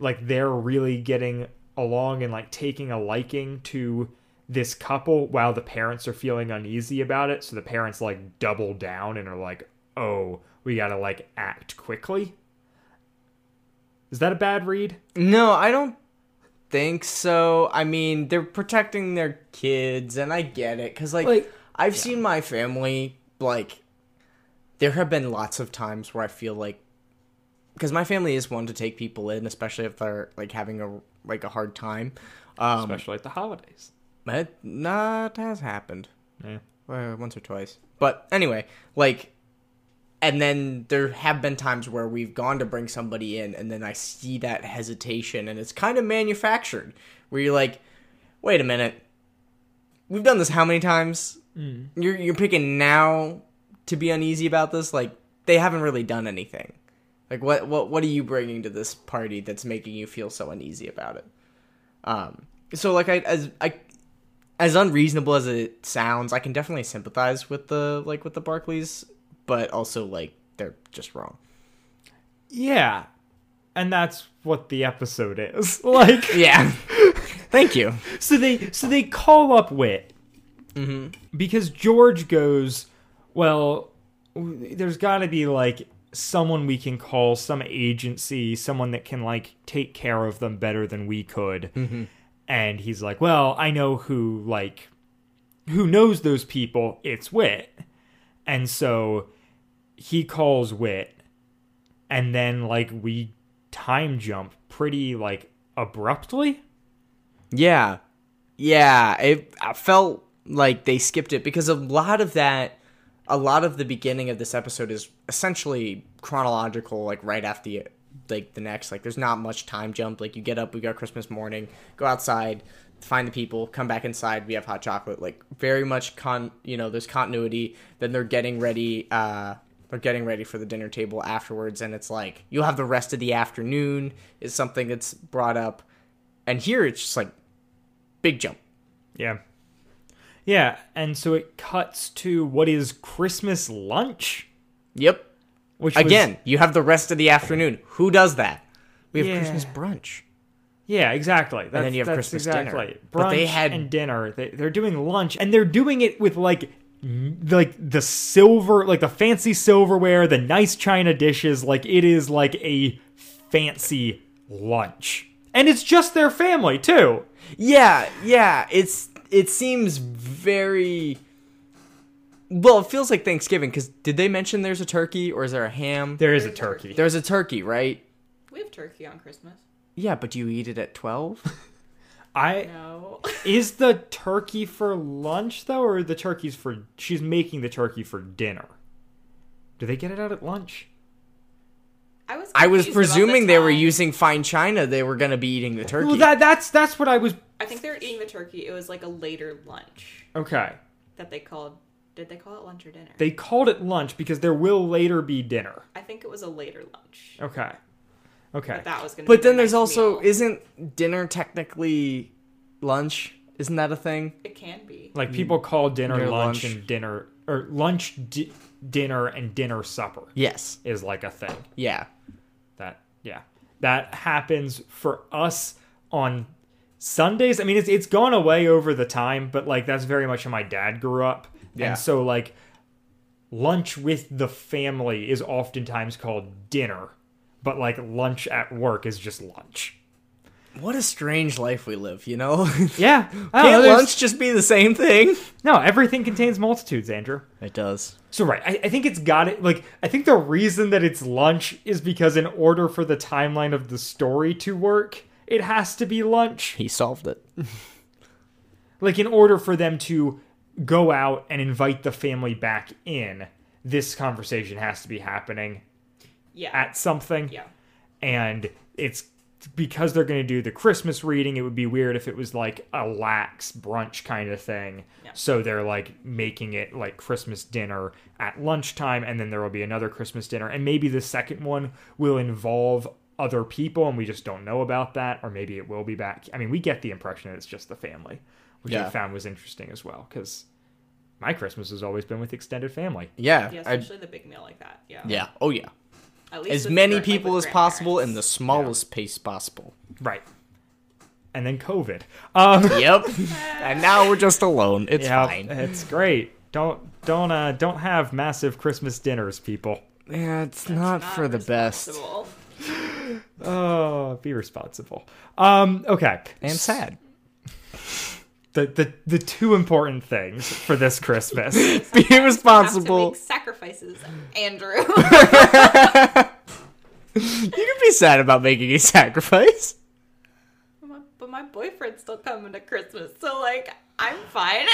Speaker 2: like they're really getting along and like taking a liking to this couple while the parents are feeling uneasy about it so the parents like double down and are like oh we gotta like act quickly is that a bad read
Speaker 3: No, I don't think so. I mean, they're protecting their kids, and I get it because, like,
Speaker 2: Like-
Speaker 3: I've seen my family. Like, there have been lots of times where I feel like, because my family is one to take people in, especially if they're like having a like a hard time. Um,
Speaker 2: especially at the holidays
Speaker 3: that not has happened
Speaker 2: yeah
Speaker 3: uh, once or twice. But anyway, like, and then there have been times where we've gone to bring somebody in, and then I see that hesitation, and it's kind of manufactured, where you're like, wait a minute, we've done this how many times? You're you're picking now to be uneasy about this. Like, they haven't really done anything. Like, what what what are you bringing to this party that's making you feel so uneasy about it? Um, so like I as I as unreasonable as it sounds, I can definitely sympathize with the like with the Barclays, but also like they're just wrong.
Speaker 2: yeah and that's what the episode is (laughs) like
Speaker 3: Yeah. (laughs) Thank you.
Speaker 2: so they so they call up Wit because George goes, well, w- there's got to be like someone we can call, some agency, someone that can like take care of them better than we could. And he's like, well, I know who like who knows those people? It's Wit. And so he calls Wit, and then like we time jump pretty like abruptly.
Speaker 3: Yeah. Yeah, it I felt like they skipped it because a lot of that a lot of the beginning of this episode is essentially chronological like right after the like the next like there's not much time jump like you get up we got Christmas morning, go outside, find the people, come back inside, we have hot chocolate like very much con you know there's continuity then they're getting ready uh they're getting ready for the dinner table afterwards and it's like you'll have the rest of the afternoon is something that's brought up and here it's just like big jump.
Speaker 2: Yeah. Yeah, and so it cuts to what is Christmas lunch,
Speaker 3: Yep.
Speaker 2: which was-
Speaker 3: Again, you have the rest of the afternoon. Who does that? We have
Speaker 2: Yeah.
Speaker 3: Christmas brunch.
Speaker 2: Yeah, exactly. That's,
Speaker 3: then you have
Speaker 2: that's
Speaker 3: Christmas dinner.
Speaker 2: exactly. Brunch
Speaker 3: But they had-
Speaker 2: and dinner. They, they're doing lunch, and they're doing it with like, n- like the silver, like the fancy silverware, the nice china dishes. Like it is like a fancy lunch, and it's just their family too.
Speaker 3: Yeah, yeah. It's it seems very well. It feels like Thanksgiving because did they mention there's a turkey or is there a ham?
Speaker 2: There is a turkey.
Speaker 3: There's a turkey, right?
Speaker 4: We have turkey on Christmas.
Speaker 3: Yeah, but do you eat it at (laughs) twelve?
Speaker 2: I
Speaker 3: (laughs)
Speaker 4: No.
Speaker 2: is the turkey for lunch though, or the turkey's for? She's making the turkey for dinner. Do they get it out at lunch?
Speaker 4: I was
Speaker 3: I was
Speaker 4: confused about
Speaker 3: presuming
Speaker 4: the
Speaker 3: they were
Speaker 4: time.
Speaker 3: using fine china. They were gonna be eating the turkey.
Speaker 2: Well, that that's that's what I was.
Speaker 4: I think they were eating the turkey. It was like a later lunch
Speaker 2: Okay.
Speaker 4: that they called. Did they call it lunch or dinner?
Speaker 2: They called it lunch because there will later be dinner.
Speaker 4: I think it was a later lunch.
Speaker 2: Okay. Okay.
Speaker 4: That was gonna.
Speaker 3: but
Speaker 4: be
Speaker 3: then
Speaker 4: their
Speaker 3: there's
Speaker 4: next
Speaker 3: also
Speaker 4: meal.
Speaker 3: isn't dinner technically lunch? Isn't that a thing?
Speaker 4: it can be.
Speaker 2: like people call dinner
Speaker 3: Dinner,
Speaker 2: lunch,
Speaker 3: lunch.
Speaker 2: and dinner or lunch di- dinner and dinner supper
Speaker 3: Yes.
Speaker 2: is like a thing.
Speaker 3: Yeah.
Speaker 2: That yeah. That happens for us on Sundays. I mean it's it's gone away over the time, but like that's very much how my dad grew up.
Speaker 3: Yeah.
Speaker 2: And so like lunch with the family is oftentimes called dinner, but like lunch at work is just lunch.
Speaker 3: What a strange life we live, you know? (laughs)
Speaker 2: (gasps) Yeah. I don't know,
Speaker 3: Can't
Speaker 2: there's-
Speaker 3: lunch just be the same thing?
Speaker 2: No, everything contains multitudes, Andrew.
Speaker 3: It does.
Speaker 2: So right, I, I think it's got it. Like I think the reason that it's lunch is because in order for the timeline of the story to work, it has to be lunch.
Speaker 3: He solved it.
Speaker 2: Like in order for them to go out and invite the family back in, this conversation has to be happening
Speaker 4: Yeah.
Speaker 2: at something.
Speaker 4: yeah.
Speaker 2: and it's because they're going to do the Christmas reading. It would be weird if it was like a lax brunch kind of thing. So they're like making it like Christmas dinner at lunchtime, and then there will be another Christmas dinner, and maybe the second one will involve other people, and we just don't know about that, or maybe it will be back. I mean, we get the impression that it's just the family, which I
Speaker 3: Yeah.
Speaker 2: found was interesting as well because. My Christmas has always been with extended family.
Speaker 3: Yeah.
Speaker 4: Yeah,
Speaker 3: I,
Speaker 4: especially the big meal like that. Yeah.
Speaker 3: yeah. Oh, yeah.
Speaker 4: At least
Speaker 3: As
Speaker 4: with
Speaker 3: many
Speaker 4: gran- like
Speaker 3: people
Speaker 4: with
Speaker 3: as possible in the
Speaker 4: grandparents.
Speaker 3: smallest pace possible.
Speaker 2: Right. And then COVID. Um
Speaker 3: Yep. (laughs) and now we're just alone. It's
Speaker 2: Yeah,
Speaker 3: fine.
Speaker 2: it's great. Don't don't uh don't have massive Christmas dinners, people.
Speaker 3: Yeah, it's not, for the best.
Speaker 4: Possible.
Speaker 2: Oh, be responsible. Um, okay.
Speaker 3: And sad.
Speaker 2: The the the two important things for this Christmas.
Speaker 3: (laughs) (laughs) Be
Speaker 4: Have to
Speaker 3: responsible.
Speaker 4: make sacrifices, Andrew. (laughs)
Speaker 3: You can be sad about making a (laughs) sacrifice.
Speaker 4: My- but my boyfriend's still coming to Christmas, so like I'm
Speaker 3: (laughs)
Speaker 4: fine.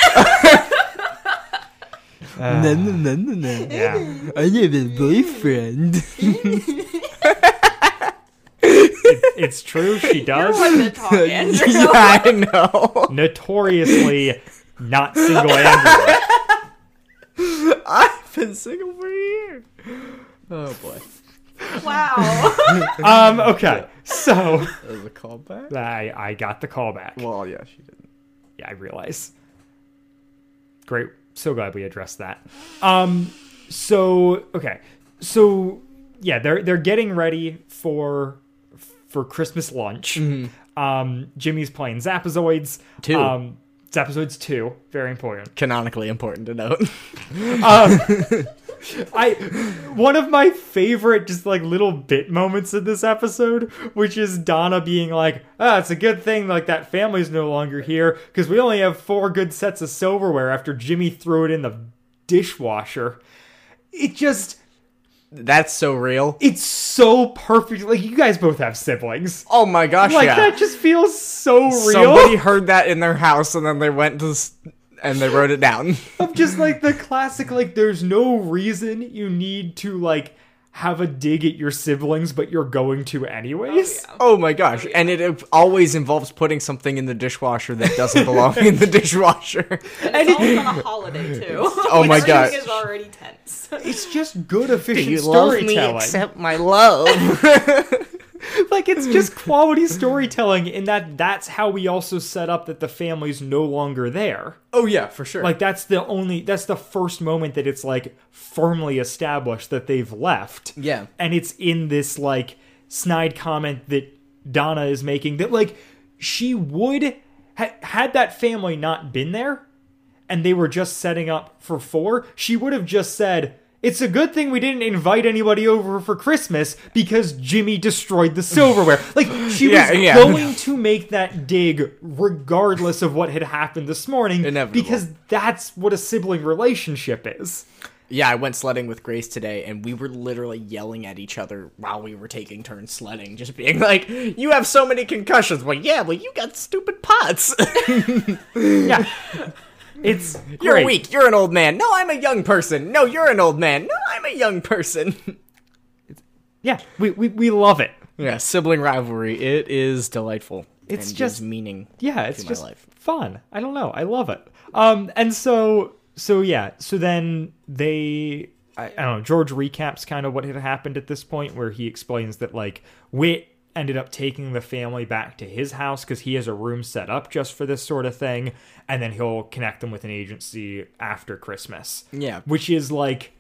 Speaker 3: No, no, no, no, no.
Speaker 2: yeah.
Speaker 3: I have a boyfriend.
Speaker 2: It's true she does.
Speaker 4: Wasn't talking, Andrew.
Speaker 3: (laughs) yeah, I know. (laughs)
Speaker 2: Notoriously not single Andrew.
Speaker 3: (laughs) I've been single for a year. Oh, boy. (laughs)
Speaker 4: Wow.
Speaker 2: Um, okay. So
Speaker 3: That was a callback?
Speaker 2: I I got the call back.
Speaker 3: Well, yeah, she did.
Speaker 2: yeah, I realize. Great. So glad we addressed that. Um so okay. So yeah, they're they're getting ready for for Christmas lunch. Um Jimmy's playing Zapazoids.
Speaker 3: Two.
Speaker 2: Um Zapazoids 2, very important.
Speaker 3: Canonically important to note.
Speaker 2: I one of my favorite just like little bit moments in this episode, which is Donna being like, "Ah, it's a good thing like that family's no longer here because we only have four good sets of silverware after Jimmy threw it in the dishwasher." It just
Speaker 3: (laughs) That's so real.
Speaker 2: it's so perfect. Like you guys both have siblings.
Speaker 3: Oh my gosh,
Speaker 2: Like
Speaker 3: yeah.
Speaker 2: that just feels so real.
Speaker 3: Somebody heard that in their house and then they went to s- and they wrote it down.
Speaker 2: (laughs)
Speaker 3: (laughs)
Speaker 2: of just like the classic like there's no reason you need to like have a dig at your siblings but you're going to anyways
Speaker 3: oh my gosh. And it uh, always involves putting something in the dishwasher that doesn't belong in the (laughs) dishwasher.
Speaker 4: And it's always on a holiday
Speaker 3: (laughs)
Speaker 4: too.
Speaker 3: Oh my
Speaker 4: Everything
Speaker 3: gosh.
Speaker 4: is already tense. (laughs)
Speaker 2: it's just good efficient storytelling
Speaker 3: my love?
Speaker 2: (laughs) like it's just quality storytelling in that that's how we also set up that the family's no longer there
Speaker 3: (laughs) oh yeah, for sure.
Speaker 2: like that's the only that's the first moment that it's like firmly established that they've left
Speaker 3: Yeah.
Speaker 2: and it's in this like snide comment that donna is making that like she would ha- had that family not been there and they were just setting up for four she would have just said it's a good thing we didn't invite anybody over for Christmas because Jimmy destroyed the silverware. Like she
Speaker 3: Yeah,
Speaker 2: was
Speaker 3: yeah.
Speaker 2: going to make that dig regardless of what had happened this morning
Speaker 3: Inevitable.
Speaker 2: because that's what a sibling relationship is.
Speaker 3: yeah, I went sledding with Grace today and we were literally yelling at each other while we were taking turns sledding, just being like, You have so many concussions. Well, yeah, well, you got stupid pots. (laughs)
Speaker 2: Yeah. (laughs) It's
Speaker 3: You're
Speaker 2: great.
Speaker 3: weak. You're an old man. No, I'm a young person. No, you're an old man. No, I'm a young person. (laughs)
Speaker 2: Yeah, we, we, we love it.
Speaker 3: yeah, sibling rivalry. It is delightful.
Speaker 2: It's
Speaker 3: and
Speaker 2: just-
Speaker 3: gives meaning.
Speaker 2: Yeah, it's
Speaker 3: my
Speaker 2: just
Speaker 3: life.
Speaker 2: fun. I don't know. I love it. Um and so so yeah, so then they I, I don't know, George recaps kind of what had happened at this point where he explains that like Wit ended up taking the family back to his house cuz he has a room set up just for this sort of thing and then he'll connect them with an agency after Christmas.
Speaker 3: Yeah.
Speaker 2: Which is like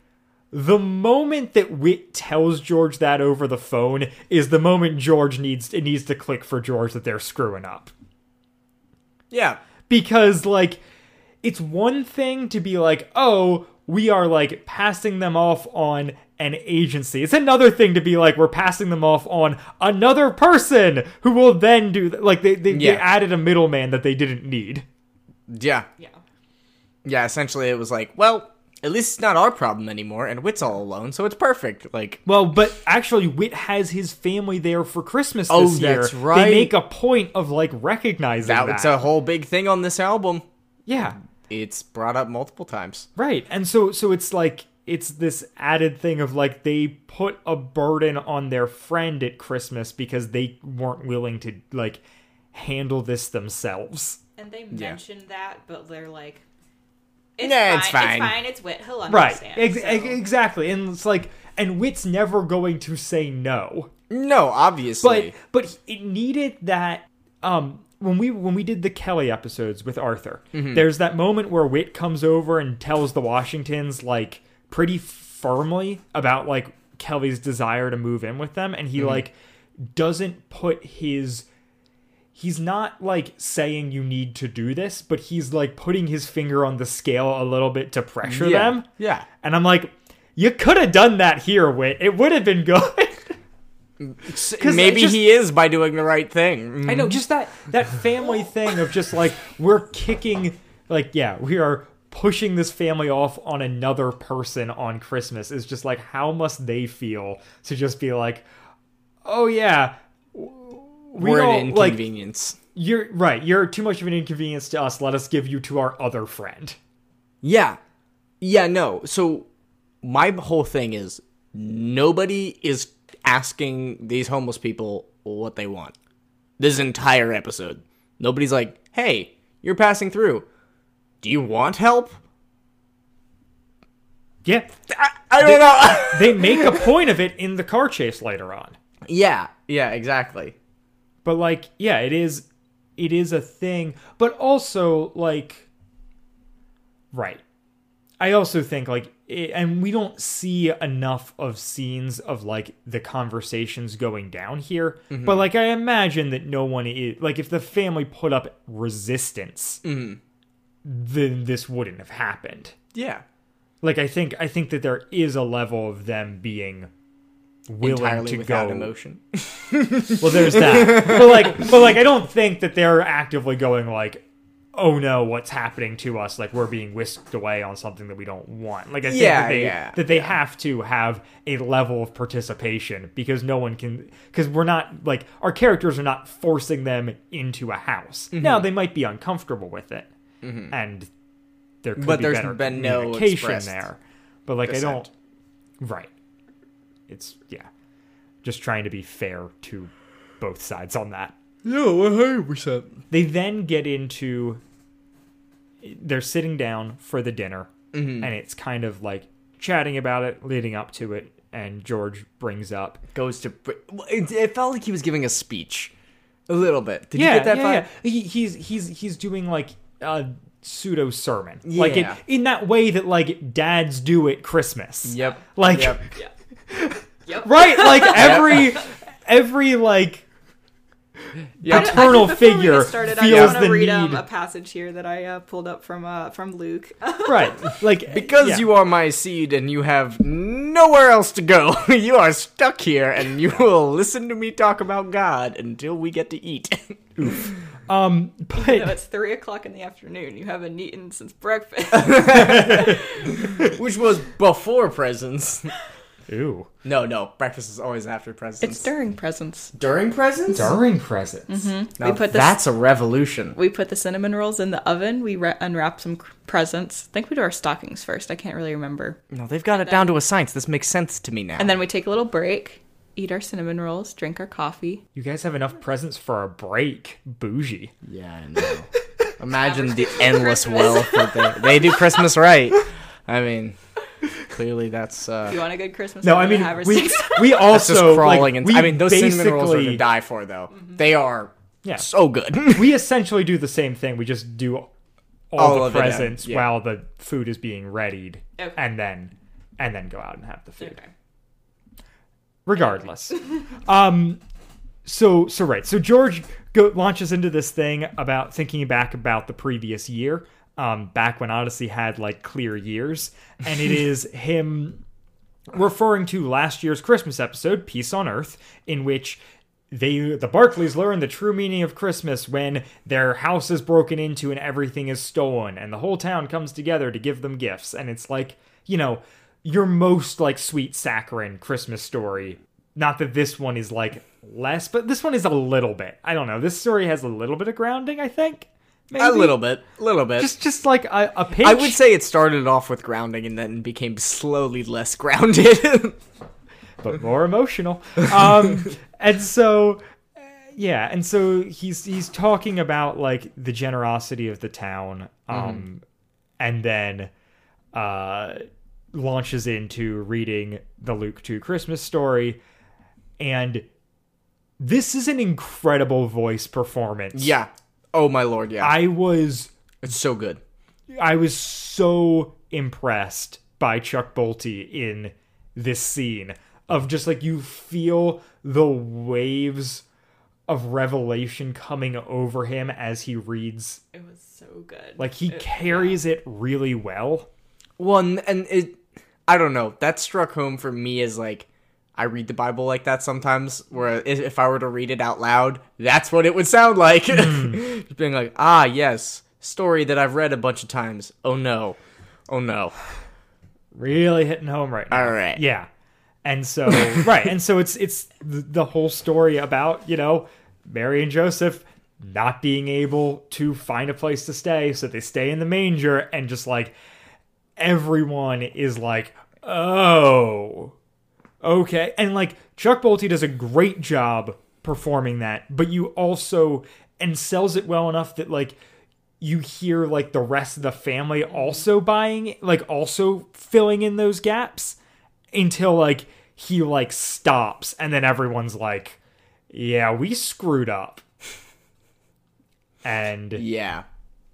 Speaker 2: the moment that Wit tells George that over the phone is the moment George needs it needs to click for George that they're screwing up
Speaker 3: Yeah.
Speaker 2: because like it's one thing to be like oh we are like passing them off on an agency it's another thing to be like we're passing them off on another person who will then do th- like they, they,
Speaker 3: Yeah.
Speaker 2: they added a middleman that they didn't need
Speaker 3: Yeah.
Speaker 4: yeah.
Speaker 3: Yeah, essentially it was like, well, at least it's not our problem anymore and Wit's all alone, so it's perfect. Like,
Speaker 2: well but actually wit has his family there for christmas
Speaker 3: Oh,
Speaker 2: this year
Speaker 3: that's right.
Speaker 2: they make a point of like recognizing that,
Speaker 3: that's a whole big thing on this album.
Speaker 2: yeah
Speaker 3: It's brought up multiple times.
Speaker 2: Right. And so so it's like it's this added thing of like they put a burden on their friend at Christmas because they weren't willing to like handle this themselves.
Speaker 4: And they mentioned that, but they're like, it's,
Speaker 3: Nah,
Speaker 4: fine,
Speaker 3: it's
Speaker 4: it's
Speaker 3: fine.
Speaker 4: fine. It's wit. He'll
Speaker 2: Right.
Speaker 4: understand.
Speaker 2: Ex-
Speaker 4: so.
Speaker 2: ex- exactly. And it's like and Wit's never going to say no.
Speaker 3: No, obviously.
Speaker 2: but but it needed that um when we when we did the Kelly episodes with Arthur,
Speaker 3: Mm-hmm.
Speaker 2: there's that moment where Wit comes over and tells the Washingtons like pretty firmly about like Kelly's desire to move in with them and
Speaker 3: Mm-hmm.
Speaker 2: he like doesn't put his he's not like saying you need to do this, but he's like putting his finger on the scale a little bit to pressure
Speaker 3: yeah.
Speaker 2: them.
Speaker 3: Yeah.
Speaker 2: And I'm like, you could have done that here, Wit. It would have been good. (laughs) I
Speaker 3: Maybe
Speaker 2: just-
Speaker 3: he is by doing the right thing. Mm-hmm.
Speaker 2: I know, just that that family thing of just like we're kicking, like yeah, we are pushing this family off on another person on Christmas is just like how must they feel to just be like, oh yeah, w- we
Speaker 3: We're
Speaker 2: all,
Speaker 3: an
Speaker 2: like
Speaker 3: inconvenience.
Speaker 2: you're right, you're too much of an inconvenience to us. Let us give you to our other friend.
Speaker 3: Yeah. Yeah, no. So my whole thing is nobody is asking these homeless people what they want. This entire episode. Nobody's like, "Hey, you're passing through. Do you want help?"
Speaker 2: Yeah,
Speaker 3: I, I don't know. (laughs)
Speaker 2: they make a point of it in the car chase later on.
Speaker 3: yeah. Yeah, exactly.
Speaker 2: but like yeah it is it is a thing but also like right i also think like it, and we don't see enough of scenes of like the conversations going down here
Speaker 3: Mm-hmm.
Speaker 2: but like i imagine that no one is like if the family put up
Speaker 3: Mm-hmm.
Speaker 2: resistance then this wouldn't have happened
Speaker 3: Yeah.
Speaker 2: Like I think I think that there is a level of them being willing
Speaker 3: entirely
Speaker 2: to
Speaker 3: without
Speaker 2: go
Speaker 3: emotion.
Speaker 2: Well, there's that. but like, but like, I don't think that they're actively going like, oh no, what's happening to us? Like we're being whisked away on something that we don't want. Like I think
Speaker 3: Yeah,
Speaker 2: that they
Speaker 3: yeah,
Speaker 2: that they have to have a level of participation because no one can because we're not like our characters are not forcing them into a house.
Speaker 3: Mm-hmm.
Speaker 2: Now they might be uncomfortable with it, and there could
Speaker 3: But
Speaker 2: be
Speaker 3: there's
Speaker 2: better
Speaker 3: been no
Speaker 2: communication
Speaker 3: expressed
Speaker 2: there. But like, I
Speaker 3: dissent.
Speaker 2: don't. Right. It's yeah. Just trying to be fair to both sides on that.
Speaker 3: No, one hundred percent.
Speaker 2: They then get into they're sitting down for the dinner and it's kind of like chatting about it leading up to it and George brings up
Speaker 3: (laughs) Goes to. br- well, It, it felt like he was giving a speech, a little bit. Did
Speaker 2: yeah,
Speaker 3: you get that
Speaker 2: yeah,
Speaker 3: vibe?
Speaker 2: yeah. He, he's he's he's doing like a pseudo sermon. Like it,
Speaker 3: Yeah.
Speaker 2: in that way that like dads do at Christmas.
Speaker 3: Yep.
Speaker 2: Like
Speaker 4: (laughs)
Speaker 3: Yep.
Speaker 4: Yep.
Speaker 2: right like every every like
Speaker 3: Yep.
Speaker 4: I- I think
Speaker 2: paternal
Speaker 4: before we get
Speaker 2: figure
Speaker 4: started, I
Speaker 2: feels
Speaker 4: want
Speaker 2: the
Speaker 4: to read
Speaker 2: need
Speaker 4: um, (laughs) a passage here that I uh, pulled up from uh, from Luke. (laughs)
Speaker 2: right like
Speaker 3: Because you are my seed and you have nowhere else to go, (laughs) you are stuck here and you will listen to me talk about God until we get to eat. (laughs)
Speaker 2: um
Speaker 4: No,
Speaker 2: but (laughs)
Speaker 4: it's three o'clock in the afternoon. You haven't eaten since breakfast.
Speaker 3: Which was before presents. (laughs)
Speaker 2: ooh
Speaker 3: No, no, breakfast is always after
Speaker 4: (laughs)
Speaker 3: presents.
Speaker 4: (laughs) it's during presents.
Speaker 3: during presents?
Speaker 2: during presents
Speaker 3: Now
Speaker 4: We put this-
Speaker 3: that's a revolution.
Speaker 4: We put the cinnamon rolls in the oven. We re- unwrap some cr- presents. I think we do our stockings first. I can't really remember.
Speaker 3: No, they've got it down to a science. This makes sense to me now.
Speaker 4: And then we take a little break, eat our cinnamon rolls, drink our coffee.
Speaker 2: you guys have enough presents for a break bougie
Speaker 3: yeah, I know.
Speaker 4: (laughs)
Speaker 3: Imagine the endless wealth that they, they do Christmas right. I mean, clearly that's uh,
Speaker 4: You want a good Christmas?
Speaker 2: no
Speaker 4: dinner?
Speaker 2: i mean
Speaker 4: have
Speaker 2: we,
Speaker 4: receipts. (laughs)
Speaker 2: we
Speaker 3: that's
Speaker 2: also
Speaker 3: just crawling.
Speaker 2: like,
Speaker 3: and
Speaker 2: we
Speaker 3: I mean, those cinnamon rolls are
Speaker 2: basically-
Speaker 3: to die for, though. They are
Speaker 2: Yeah.
Speaker 3: so good. (laughs)
Speaker 2: we essentially do the same thing we just do all,
Speaker 3: All of it,
Speaker 2: the
Speaker 3: yeah.
Speaker 2: presents
Speaker 3: Yeah.
Speaker 2: while the food is being readied
Speaker 4: Okay.
Speaker 2: and then and then go out and have the food
Speaker 4: Okay.
Speaker 2: regardless um so so right so george go, launches into this thing about thinking back about the previous year um back when odyssey had like clear years and it is him referring to last year's christmas episode peace on earth in which they the Barclays learn the true meaning of Christmas when their house is broken into and everything is stolen and the whole town comes together to give them gifts and it's like you know your most like sweet saccharine Christmas story not that this one is like less but this one is a little bit I don't know this story has a little bit of grounding I think maybe
Speaker 3: a little bit, little bit.
Speaker 2: just just like a, a pinch
Speaker 3: I would say it started off with grounding and then became slowly
Speaker 2: (laughs)
Speaker 3: less (laughs) grounded.
Speaker 2: but more emotional. Um, and so, uh, yeah, and so he's he's talking about like the generosity of the town, um, and then uh, launches into reading the Luke two Christmas story, and this is an incredible voice performance.
Speaker 3: yeah. Oh my lord. Yeah.
Speaker 2: I was
Speaker 3: it's so good.
Speaker 2: I was so impressed by Chuck Bolte in this scene of just like you feel the waves of revelation coming over him as he reads.
Speaker 4: It was so good.
Speaker 2: Like he carries it really well.
Speaker 3: Well, and, and it, I don't know. That struck home for me as like, I read the Bible like that sometimes. Where i- if I were to read it out loud, that's what it would sound like.
Speaker 2: Hmm.
Speaker 3: (laughs) Just being like, ah, yes, story that I've read a bunch of times. Oh no, oh no.
Speaker 2: Really hitting home right now.
Speaker 3: All right.
Speaker 2: Yeah. And so (laughs) right, and so it's it's the, the whole story about, you know, Mary and Joseph not being able to find a place to stay, so they stay in the manger and just like everyone is like, "Oh, okay." And like Chuck Bolte does a great job performing that, but you also and sells it well enough that like you hear like the rest of the family also buying like also filling in those gaps until like he like stops and then everyone's like yeah we screwed up and yeah,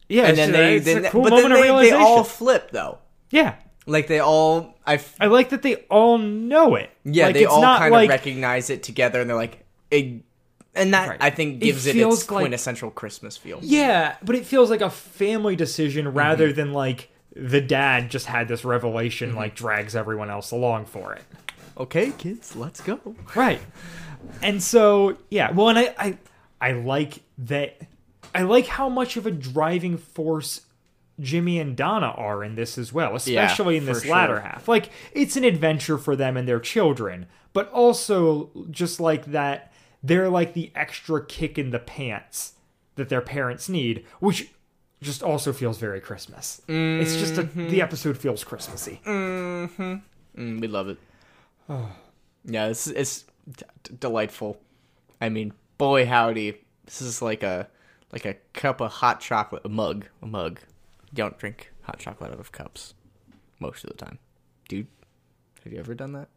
Speaker 3: Yeah.
Speaker 2: it's
Speaker 3: And then
Speaker 2: just-
Speaker 3: they,
Speaker 2: it's
Speaker 3: then,
Speaker 2: a cool
Speaker 3: but
Speaker 2: moment
Speaker 3: then
Speaker 2: of
Speaker 3: they, they
Speaker 2: realization
Speaker 3: all flip though.
Speaker 2: yeah
Speaker 3: Like they all, I f-
Speaker 2: i like that they all know it
Speaker 3: yeah,
Speaker 2: Like,
Speaker 3: they
Speaker 2: it's
Speaker 3: all
Speaker 2: not
Speaker 3: kind
Speaker 2: like
Speaker 3: of recognize it together, and they're like, it, and that
Speaker 2: Right.
Speaker 3: I think
Speaker 2: It
Speaker 3: gives it, its
Speaker 2: feels like-
Speaker 3: quintessential Christmas feel. Mm-hmm.
Speaker 2: Yeah, but it feels like a family decision rather than like the dad just had this revelation, like drags everyone else along for it.
Speaker 3: Okay, kids, let's go.
Speaker 2: Right. And so, yeah. Well, and I, I, I like that. I like how much of a driving force Jimmy and Donna are in this as well, especially in
Speaker 3: for
Speaker 2: this
Speaker 3: sure.
Speaker 2: latter half. Like, it's an adventure for them and their children, but also just like that, they're like the extra kick in the pants that their parents need, which just also feels very Christmas. It's just a,
Speaker 3: Mm-hmm.
Speaker 2: the episode feels Christmassy.
Speaker 3: Mm,
Speaker 2: (sighs)
Speaker 3: we love it. Yeah, this is it's d- d- delightful. I mean, boy howdy, this is like a like a cup of hot chocolate, a mug, a mug. You don't drink hot chocolate out of cups most of the time, dude. Have you ever done that?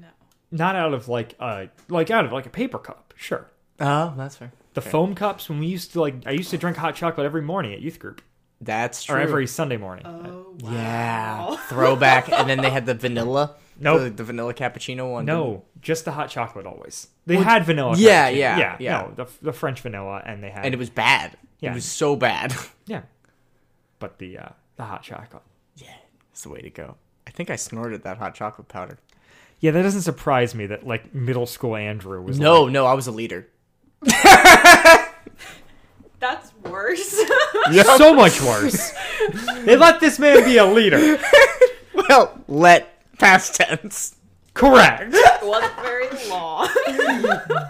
Speaker 4: No.
Speaker 2: Not out of like a like out of like a paper cup, sure.
Speaker 3: Oh, that's fair.
Speaker 2: The foam cups when we used to like I used to drink hot chocolate every morning at youth group
Speaker 3: That's true.
Speaker 2: or every Sunday morning. Uh,
Speaker 4: Oh,
Speaker 3: yeah
Speaker 4: wow.
Speaker 3: (laughs) throwback, and then they (laughs) had the vanilla.
Speaker 2: Nope.
Speaker 3: the, the vanilla cappuccino one.
Speaker 2: no, just the hot chocolate always. They had vanilla.
Speaker 3: yeah,
Speaker 2: cappuccino.
Speaker 3: yeah,
Speaker 2: yeah,
Speaker 3: yeah.
Speaker 2: No, the, the French vanilla and they had
Speaker 3: and it was bad.
Speaker 2: Yeah.
Speaker 3: It was so bad. (laughs)
Speaker 2: yeah. But the uh, the hot chocolate.
Speaker 3: It's the way to go. I think I snorted that hot chocolate powder.
Speaker 2: Yeah, that doesn't surprise me that like middle school Andrew was like,
Speaker 3: No, no, I was a leader.
Speaker 4: That's worse. (laughs)
Speaker 2: so much
Speaker 3: (laughs)
Speaker 2: worse. they let this man be a leader.
Speaker 3: (laughs) Well, let past tense.
Speaker 2: Correct.
Speaker 4: It wasn't very long.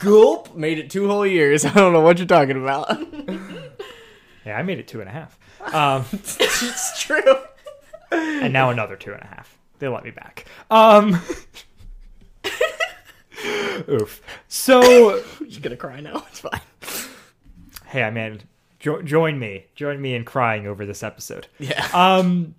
Speaker 3: Gulp made it two whole years. (laughs) I don't know what you're talking about.
Speaker 2: Yeah, I made it two and a half. Um,
Speaker 3: it's (laughs) true.
Speaker 2: and now another two and a half. They let me back. Um, (laughs) oof. So
Speaker 3: She's gonna cry now. It's fine.
Speaker 2: hey, I mean, jo- join me, join me in crying over this episode.
Speaker 3: Yeah.
Speaker 2: (laughs) Um.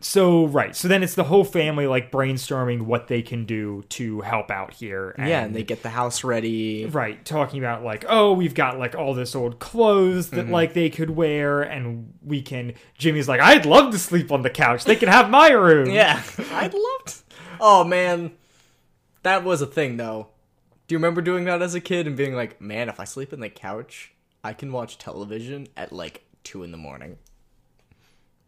Speaker 2: So right, so then it's the whole family like brainstorming what they can do to help out here. And,
Speaker 3: yeah, and they get the house ready.
Speaker 2: right talking about like oh we've got like all this old clothes that
Speaker 3: Mm-hmm.
Speaker 2: like they could wear and we can jimmy's like i'd love to sleep on the couch they can have my room
Speaker 3: (laughs) Yeah, I'd love. To... Oh man, that was a thing though. Do you remember doing that as a kid and being like, man, if I sleep on the couch, I can watch television at like two in the morning.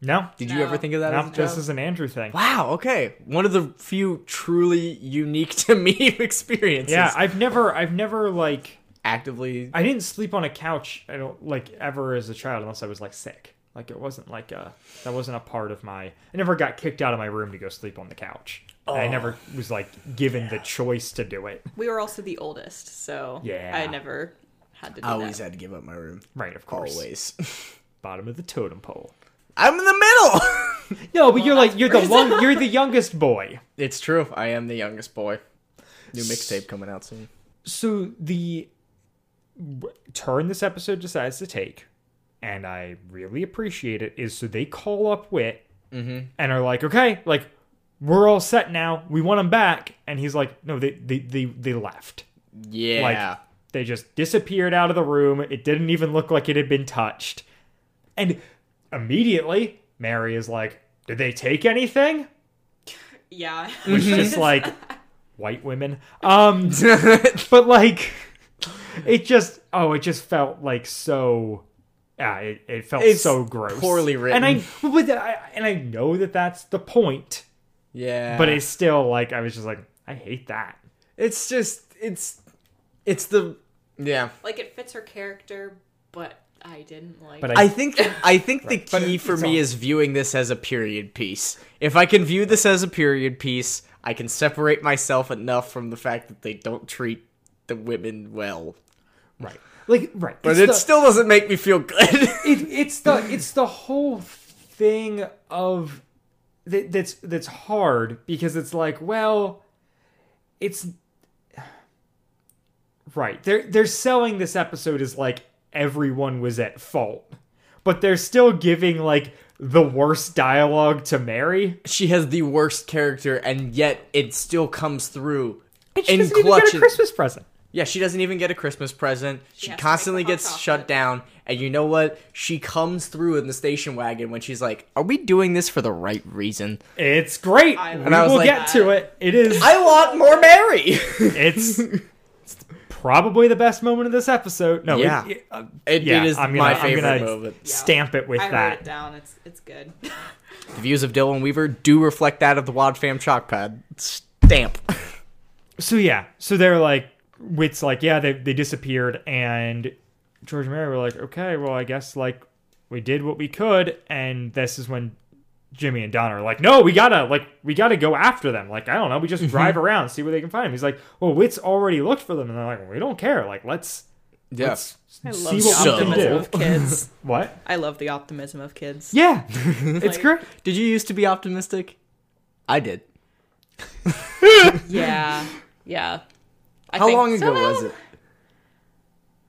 Speaker 2: no
Speaker 3: Did you ever think of that?
Speaker 2: no,
Speaker 3: as a
Speaker 2: this
Speaker 3: child?
Speaker 2: is an andrew thing
Speaker 3: Wow, okay. One of the few truly unique (laughs) to me experiences.
Speaker 2: yeah i've never i've never like
Speaker 3: actively.
Speaker 2: I didn't sleep on a couch. I don't like ever as a child unless I was like sick. Like it wasn't like a that wasn't a part of my. I never got kicked out of my room to go sleep on the couch. And I never was like given the choice to do it.
Speaker 4: (laughs) we were also the oldest, so
Speaker 2: Yeah.
Speaker 4: I never had to do
Speaker 3: I always
Speaker 4: that.
Speaker 3: had to give up my room.
Speaker 2: Right, of course.
Speaker 3: Always. (laughs)
Speaker 2: Bottom of the totem pole.
Speaker 3: I'm in the middle. (laughs)
Speaker 2: No, but you're like you're the long, you're the youngest boy.
Speaker 3: it's true. I am the youngest boy. New mixtape coming out soon.
Speaker 2: So the w- turn this episode decides to take, and I really appreciate it, is so they call up Wit and are like, okay, like we're all set now. We want him back, and he's like, no, they they they, they left.
Speaker 3: Yeah.
Speaker 2: Like they just disappeared out of the room. It didn't even look like it had been touched, and immediately Mary is like, did they take anything?
Speaker 4: Yeah. (laughs)
Speaker 2: Which
Speaker 3: Mm-hmm.
Speaker 2: just
Speaker 3: (laughs)
Speaker 2: like white women. Um. but like it just oh it just felt like so yeah it, it felt
Speaker 3: It's
Speaker 2: so gross
Speaker 3: poorly
Speaker 2: and i
Speaker 3: written.
Speaker 2: but I, and i know that that's the point
Speaker 3: yeah.
Speaker 2: but it's still like i was just like i hate that
Speaker 3: it's just it's it's the yeah.
Speaker 4: like it fits her character, but I didn't like
Speaker 2: But I-
Speaker 3: I think I think the key for me is viewing this as a period piece. If I can view this as a period piece, I can separate myself enough from the fact that they don't treat the women well.
Speaker 2: right like right
Speaker 3: But it
Speaker 2: it's the-
Speaker 3: still doesn't make me feel good. (laughs)
Speaker 2: it, it's the it's the whole thing of that, that's that's hard because it's like well it's right they're they're selling this episode as like everyone was at fault but they're still giving like the worst dialogue to mary
Speaker 3: she has the worst character, and yet it still comes through.
Speaker 2: and she
Speaker 3: in
Speaker 2: doesn't even get
Speaker 3: clutches-
Speaker 2: a christmas present
Speaker 3: Yeah, she doesn't even get a Christmas present. She,
Speaker 4: has to make
Speaker 3: constantly
Speaker 4: the hot
Speaker 3: gets
Speaker 4: chocolate.
Speaker 3: shut down. And you know what? She comes through in the station wagon when she's like, Are we doing this for the right reason?
Speaker 2: it's great
Speaker 4: I
Speaker 2: we
Speaker 4: And
Speaker 3: I was
Speaker 2: will
Speaker 3: like- (laughs)
Speaker 2: get to it it is
Speaker 3: I want more Mary! (laughs)
Speaker 2: it's, it's the probably the best moment of this episode. No, it-
Speaker 3: Yeah.
Speaker 2: it, uh,
Speaker 3: It,
Speaker 2: yeah,
Speaker 3: it is
Speaker 2: I'm gonna-
Speaker 3: my
Speaker 2: I'm
Speaker 3: favorite
Speaker 2: gonna
Speaker 3: moment.
Speaker 2: Stamp it with
Speaker 4: I wrote it
Speaker 2: that.
Speaker 4: down. It's it's good.
Speaker 3: The views of Dylan Weaver do reflect that of the Wad Fam Chalk Pad. Stamp.
Speaker 2: So yeah, so they're like, Wit's like, yeah, they they disappeared, and George and Mary were like, okay, well, I guess like we did what we could, and this is when Jimmy and Donna are like, no, we gotta like we gotta go after them. Like I don't know, we
Speaker 3: Mm-hmm.
Speaker 2: just drive around, see where they can find them. He's like, well, Wit's already looked for them, and they're like, we don't care. Like let's
Speaker 3: Yes.
Speaker 4: (laughs) I
Speaker 2: See what
Speaker 4: love the
Speaker 3: we can
Speaker 4: optimism
Speaker 2: do. (laughs)
Speaker 4: of kids.
Speaker 2: what?
Speaker 4: I love the optimism of
Speaker 3: (laughs)
Speaker 4: kids.
Speaker 2: Yeah, it's
Speaker 4: Like-
Speaker 2: great.
Speaker 3: Did you used to be optimistic? I did.
Speaker 4: Yeah. Yeah. I
Speaker 3: How
Speaker 4: think-
Speaker 3: long ago
Speaker 4: So,
Speaker 3: was it?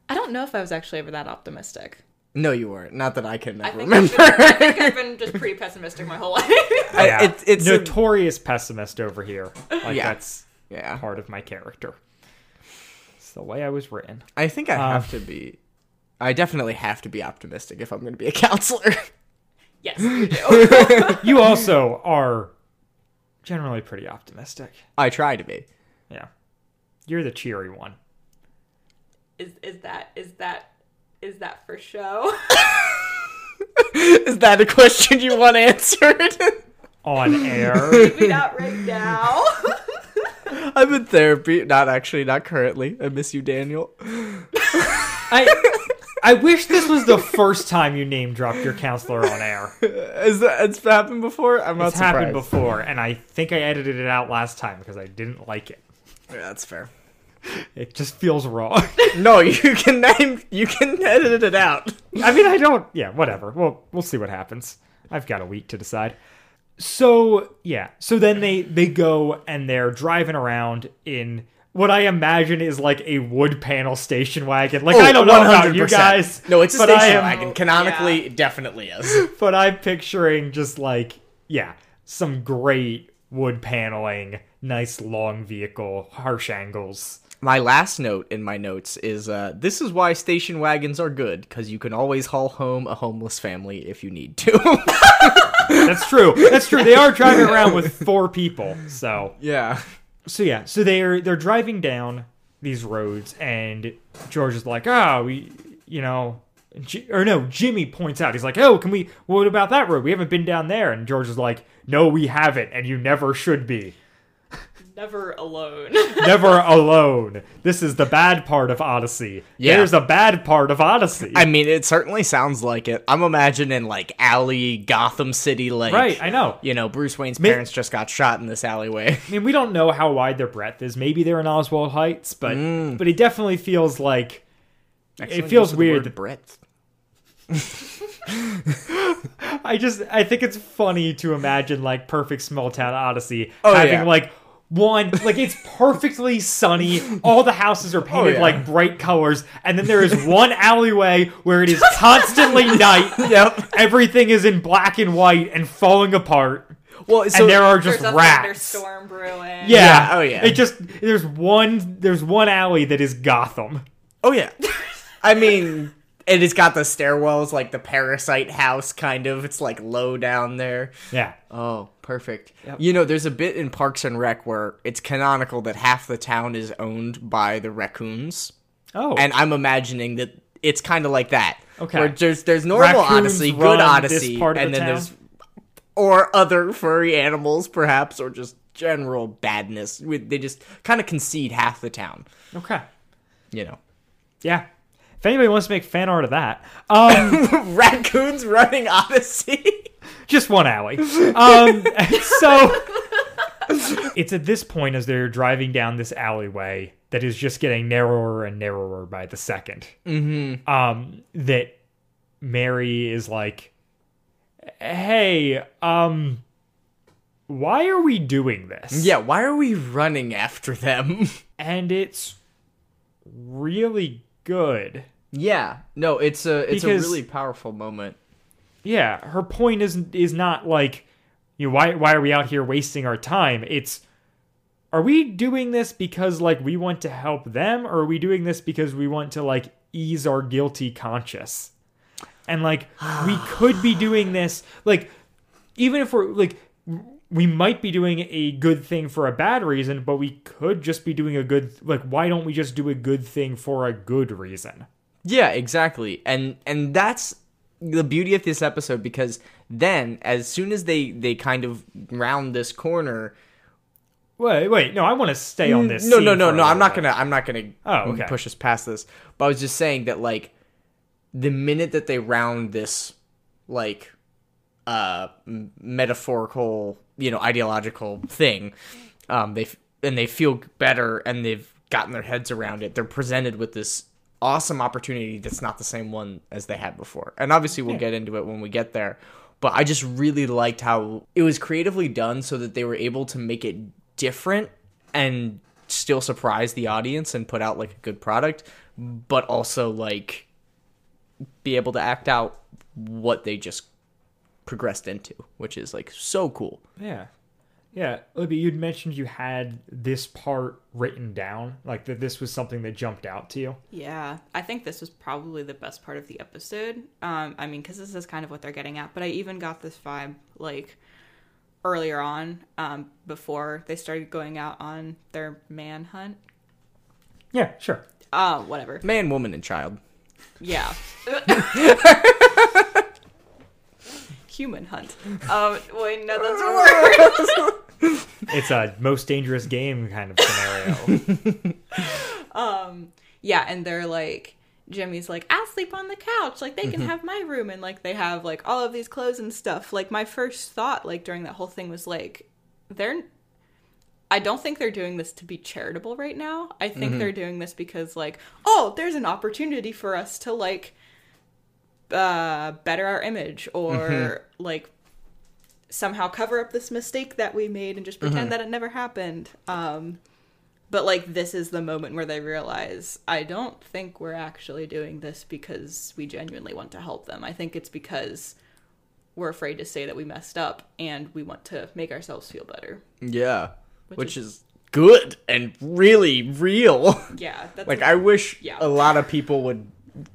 Speaker 4: I don't know if I was actually ever that optimistic. I
Speaker 3: No, you weren't. Not that I can ever
Speaker 4: think
Speaker 3: remember.
Speaker 4: I've been, I think I've been just pretty pessimistic my whole (laughs) life. oh,
Speaker 2: Yeah.
Speaker 3: It's it's a-
Speaker 2: notorious pessimist over here. Like
Speaker 3: (laughs) Yeah.
Speaker 2: that's
Speaker 3: yeah.
Speaker 2: part of my character. It's the way I was (laughs) written.
Speaker 3: I think
Speaker 2: Um,
Speaker 3: I have to be. I definitely have to be optimistic if I'm going to be a (laughs) counselor.
Speaker 4: yes, you do.
Speaker 2: You also are generally pretty optimistic.
Speaker 3: I try to be. (laughs)
Speaker 2: Yeah. You're the cheery one.
Speaker 4: Is is that is that is that for show?
Speaker 3: Is that a question you want answered? (laughs)
Speaker 2: On air.
Speaker 4: Maybe not right now. (laughs)
Speaker 3: I'm in therapy. Not actually. Not currently. I miss you, Daniel.
Speaker 2: (laughs) I I wish this was (laughs) the first time you name dropped your counselor on (laughs) air.
Speaker 3: Is that? It's happened before. I'm not
Speaker 2: It's happened
Speaker 3: surprised.
Speaker 2: before, and I think I edited it out last time because I didn't like it.
Speaker 3: Yeah, that's fair.
Speaker 2: It just feels wrong. (laughs)
Speaker 3: No, (laughs) you can name. You can edit it out.
Speaker 2: I mean, I don't. Yeah, whatever. Well, we'll see what happens. I've got a week to decide. So yeah. So then they they go and they're driving around in what I imagine is like a wood panel station wagon.
Speaker 3: Oh,
Speaker 2: Like I don't know about you
Speaker 3: 100%.
Speaker 2: guys.
Speaker 3: No, it's a
Speaker 2: but
Speaker 3: station
Speaker 2: I am-
Speaker 3: wagon. Canonically, it definitely is.
Speaker 2: But I'm picturing just like yeah, some great wood paneling, nice long vehicle, harsh angles.
Speaker 3: (laughs) My last note in my notes is uh, this is why station wagons are good because you can always haul home a homeless family if you need to. (laughs)
Speaker 2: That's true. That's true. They are driving around with four people. So
Speaker 3: yeah.
Speaker 2: so yeah, so they're they're driving down these roads, and George is like, "Ah, we, you know." J- or no, Jimmy points out. He's like, "Oh, can we? What about that road? We haven't been down there." And George is like, "No, we haven't, and you never should be.
Speaker 4: Never alone.
Speaker 3: (laughs)
Speaker 2: Never alone. This is the bad part of Odyssey.
Speaker 3: Yeah.
Speaker 2: There's a bad part of Odyssey.
Speaker 3: I mean, it certainly sounds like it. I'm imagining like alley Gotham City, like
Speaker 2: right? I know.
Speaker 3: you know, Bruce Wayne's
Speaker 2: Ma-
Speaker 3: parents just got shot in this alleyway.
Speaker 2: I mean, we don't know how wide their breadth is. Maybe they're in Oswald Heights, but
Speaker 3: Mm.
Speaker 2: but it definitely feels like it feels weird that
Speaker 3: breadth.
Speaker 2: I just I think it's funny to imagine like perfect small town Odyssey
Speaker 3: Oh,
Speaker 2: having
Speaker 3: yeah.
Speaker 2: like one like it's perfectly
Speaker 3: (laughs)
Speaker 2: sunny. All the houses are painted
Speaker 3: Oh, yeah.
Speaker 2: like bright colors, and then there is one alleyway where
Speaker 3: (laughs)
Speaker 2: it is constantly night.
Speaker 3: Yep.
Speaker 2: Everything is in black and white and falling apart,
Speaker 3: Well, so
Speaker 2: and there are just
Speaker 4: There's a
Speaker 2: rats.
Speaker 4: thunderstorm brewing.
Speaker 2: Yeah.
Speaker 3: Yeah, oh, yeah.
Speaker 2: It just there's one there's one alley that is Gotham.
Speaker 3: Oh yeah. I mean, and it's got the stairwells, like the parasite house, kind of. It's like low down there.
Speaker 2: Yeah.
Speaker 3: Oh, perfect. You know, there's a bit in Parks and Rec where it's canonical that half the town is owned by the raccoons,
Speaker 2: Oh.
Speaker 3: and I'm imagining that it's kind of like that.
Speaker 2: Okay.
Speaker 3: Where there's there's normal
Speaker 2: Raccoons
Speaker 3: Odyssey,
Speaker 2: run
Speaker 3: good
Speaker 2: this
Speaker 3: Odyssey,
Speaker 2: part of
Speaker 3: and
Speaker 2: the
Speaker 3: then
Speaker 2: town?
Speaker 3: there's or other furry animals, perhaps, or just general badness. We- They just kind of concede half the town.
Speaker 2: okay.
Speaker 3: You know,
Speaker 2: Yeah. If anybody wants to make fan art of that, um
Speaker 3: raccoons running Odyssey.
Speaker 2: just one alley. Um, (laughs) and so it's at this point as they're driving down this alleyway that is just getting narrower and narrower by the 2nd Mm-hmm. Um, that Mary is like, "Hey, um, why are we doing this?"
Speaker 3: (laughs) Yeah, why are we running after them? (laughs)
Speaker 2: and it's really good.
Speaker 3: Yeah, no, it's a it's
Speaker 2: Because-
Speaker 3: a really powerful moment.
Speaker 2: Yeah, her point is is not like you know, why why are we out here wasting our time? It's are we doing this because like we want to help them or are we doing this because we want to like ease our guilty conscience?
Speaker 3: (sighs)
Speaker 2: And like we could be doing this like even if we're like we might be doing a good thing for a bad reason, but we could just be doing a good like why don't we just do a good thing for a good reason?
Speaker 3: Yeah, exactly. And and that's the beauty of this episode because then as soon as they they kind of round this corner,
Speaker 2: Wait, wait, no, I want to stay on this.
Speaker 3: no, no,
Speaker 2: scene
Speaker 3: no,
Speaker 2: for a
Speaker 3: no.
Speaker 2: little
Speaker 3: I'm not gonna. I'm not gonna
Speaker 2: Oh, okay.
Speaker 3: push us past this. But I was just saying that like the minute that they round this like uh m- metaphorical, you know, ideological thing, um, they f- and they feel better and they've gotten their heads around it. They're presented with this awesome opportunity that's not the same one as they had before. And obviously, we'll get into it when we get there. But I just really liked how it was creatively done so that they were able to make it different and still surprise the audience and put out like a good product, but also like be able to act out what they just progressed into, which is like so cool.
Speaker 2: Yeah. Yeah. Libby, you'd mentioned you had this part written down, like that this was something that jumped out to you.
Speaker 4: Yeah, I think this was probably the best part of the episode. Um, I mean, because this is kind of what they're getting at, but I even got this vibe like earlier on, um, before they started going out on their manhunt.
Speaker 2: Yeah, sure.
Speaker 4: Uh, whatever.
Speaker 3: Man, woman, and child.
Speaker 2: (laughs)
Speaker 4: Yeah. Human hunt. Um, wait, no,
Speaker 2: (laughs)
Speaker 4: that's a word.
Speaker 2: It's a most dangerous game kind of scenario.
Speaker 4: yeah and they're like jimmy's like i'll sleep on the couch like they can have my room and like they have like all of these clothes and stuff like my first thought like during that whole thing was like they're i don't think they're doing this to be charitable right now i think they're doing this because like oh there's an opportunity for us to like uh better our image or like somehow cover up this mistake that we made and just pretend that it never happened um but like this is the moment where they realize i don't think we're actually doing this because we genuinely want to help them i think it's because we're afraid to say that we messed up and we want to make ourselves feel better
Speaker 3: Yeah. Which,
Speaker 4: is-
Speaker 3: is, good and really real. (laughs)
Speaker 4: yeah that's
Speaker 3: like I wish
Speaker 4: Yeah.
Speaker 3: a lot of people would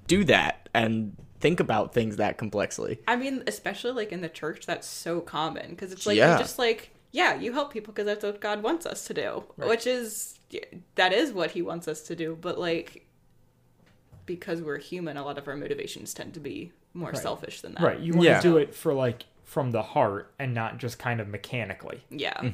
Speaker 3: do that and think about things that complexly.
Speaker 4: I mean especially like in the church that's so common because it's like
Speaker 3: Yeah.
Speaker 4: you're just like yeah you help people because that's what god wants us to do which is that is what he wants us to do but like because we're human a lot of our motivations tend to be more selfish than
Speaker 2: (laughs)
Speaker 4: that
Speaker 2: right. You want
Speaker 3: Yeah.
Speaker 2: to do it for like from the heart and not just kind of mechanically.
Speaker 4: Yeah.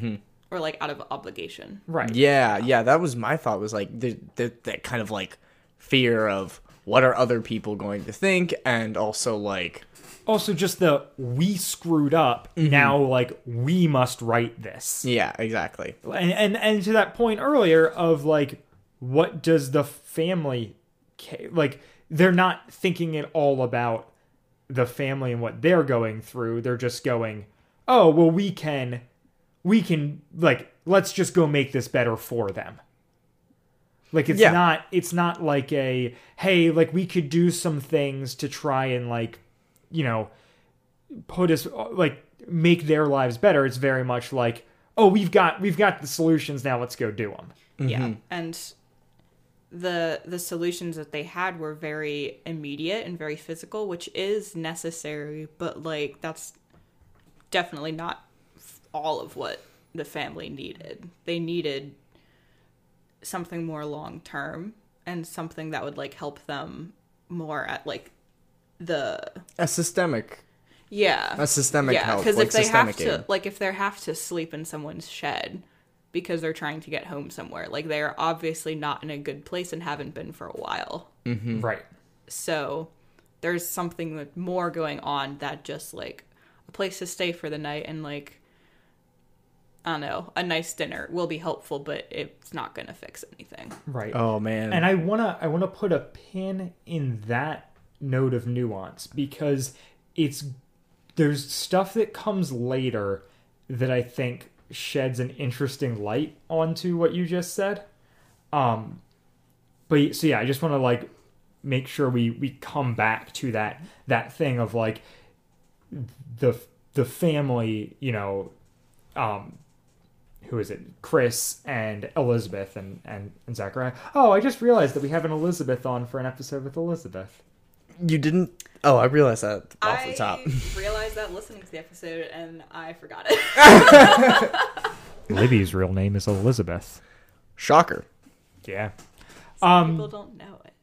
Speaker 4: Or like out of obligation.
Speaker 2: Right.
Speaker 3: Yeah, yeah, that was my thought was like the, the that kind of like fear of what are other people going to think and also like
Speaker 2: Also just the we screwed up,
Speaker 3: Mm-hmm.
Speaker 2: now like we must write this.
Speaker 3: yeah, exactly.
Speaker 2: and, and and to that point earlier of like what does the family ca- like they're not thinking at all about the family and what they're going through they're just going oh well we can we can like let's just go make this better for them like it's
Speaker 3: Yeah.
Speaker 2: not it's not like a hey like we could do some things to try and like you know put us like make their lives better it's very much like oh we've got we've got the solutions now let's go do them
Speaker 4: Yeah. And the the solutions that they had were very immediate and very physical, which is necessary, but like that's definitely not f- all of what the family needed. They needed something more long term and something that would like help them more at like the
Speaker 3: A systemic
Speaker 4: Yeah.
Speaker 3: A systemic help,
Speaker 4: Because
Speaker 3: like
Speaker 4: if they have
Speaker 3: systemic
Speaker 4: to,
Speaker 3: aid.
Speaker 4: like, if they have to sleep in someone's shed because they're trying to get home somewhere, like, they are obviously not in a good place and haven't been for a while.
Speaker 2: right
Speaker 4: So there's something that- more going on that just, like, a place to stay for the night and, like, I don't know, a nice dinner will be helpful, but it's not going to fix anything.
Speaker 2: right
Speaker 3: Oh man.
Speaker 2: and i want to i want to put a pin in that note of nuance because it's there's stuff that comes later that i think sheds an interesting light onto what you just said um but so yeah i just want to like make sure we we come back to that that thing of like the the family you know who is it? Chris and Elizabeth and, and, and Zachariah. Oh, I just realized that we have an Elizabeth on for an episode with Elizabeth.
Speaker 3: You didn't. Oh, I realized that off
Speaker 4: I
Speaker 3: the top. (laughs)
Speaker 4: realized that listening to the episode, and I forgot it.
Speaker 2: Libby's real name is Elizabeth.
Speaker 3: Shocker.
Speaker 2: Yeah.
Speaker 4: People don't know it.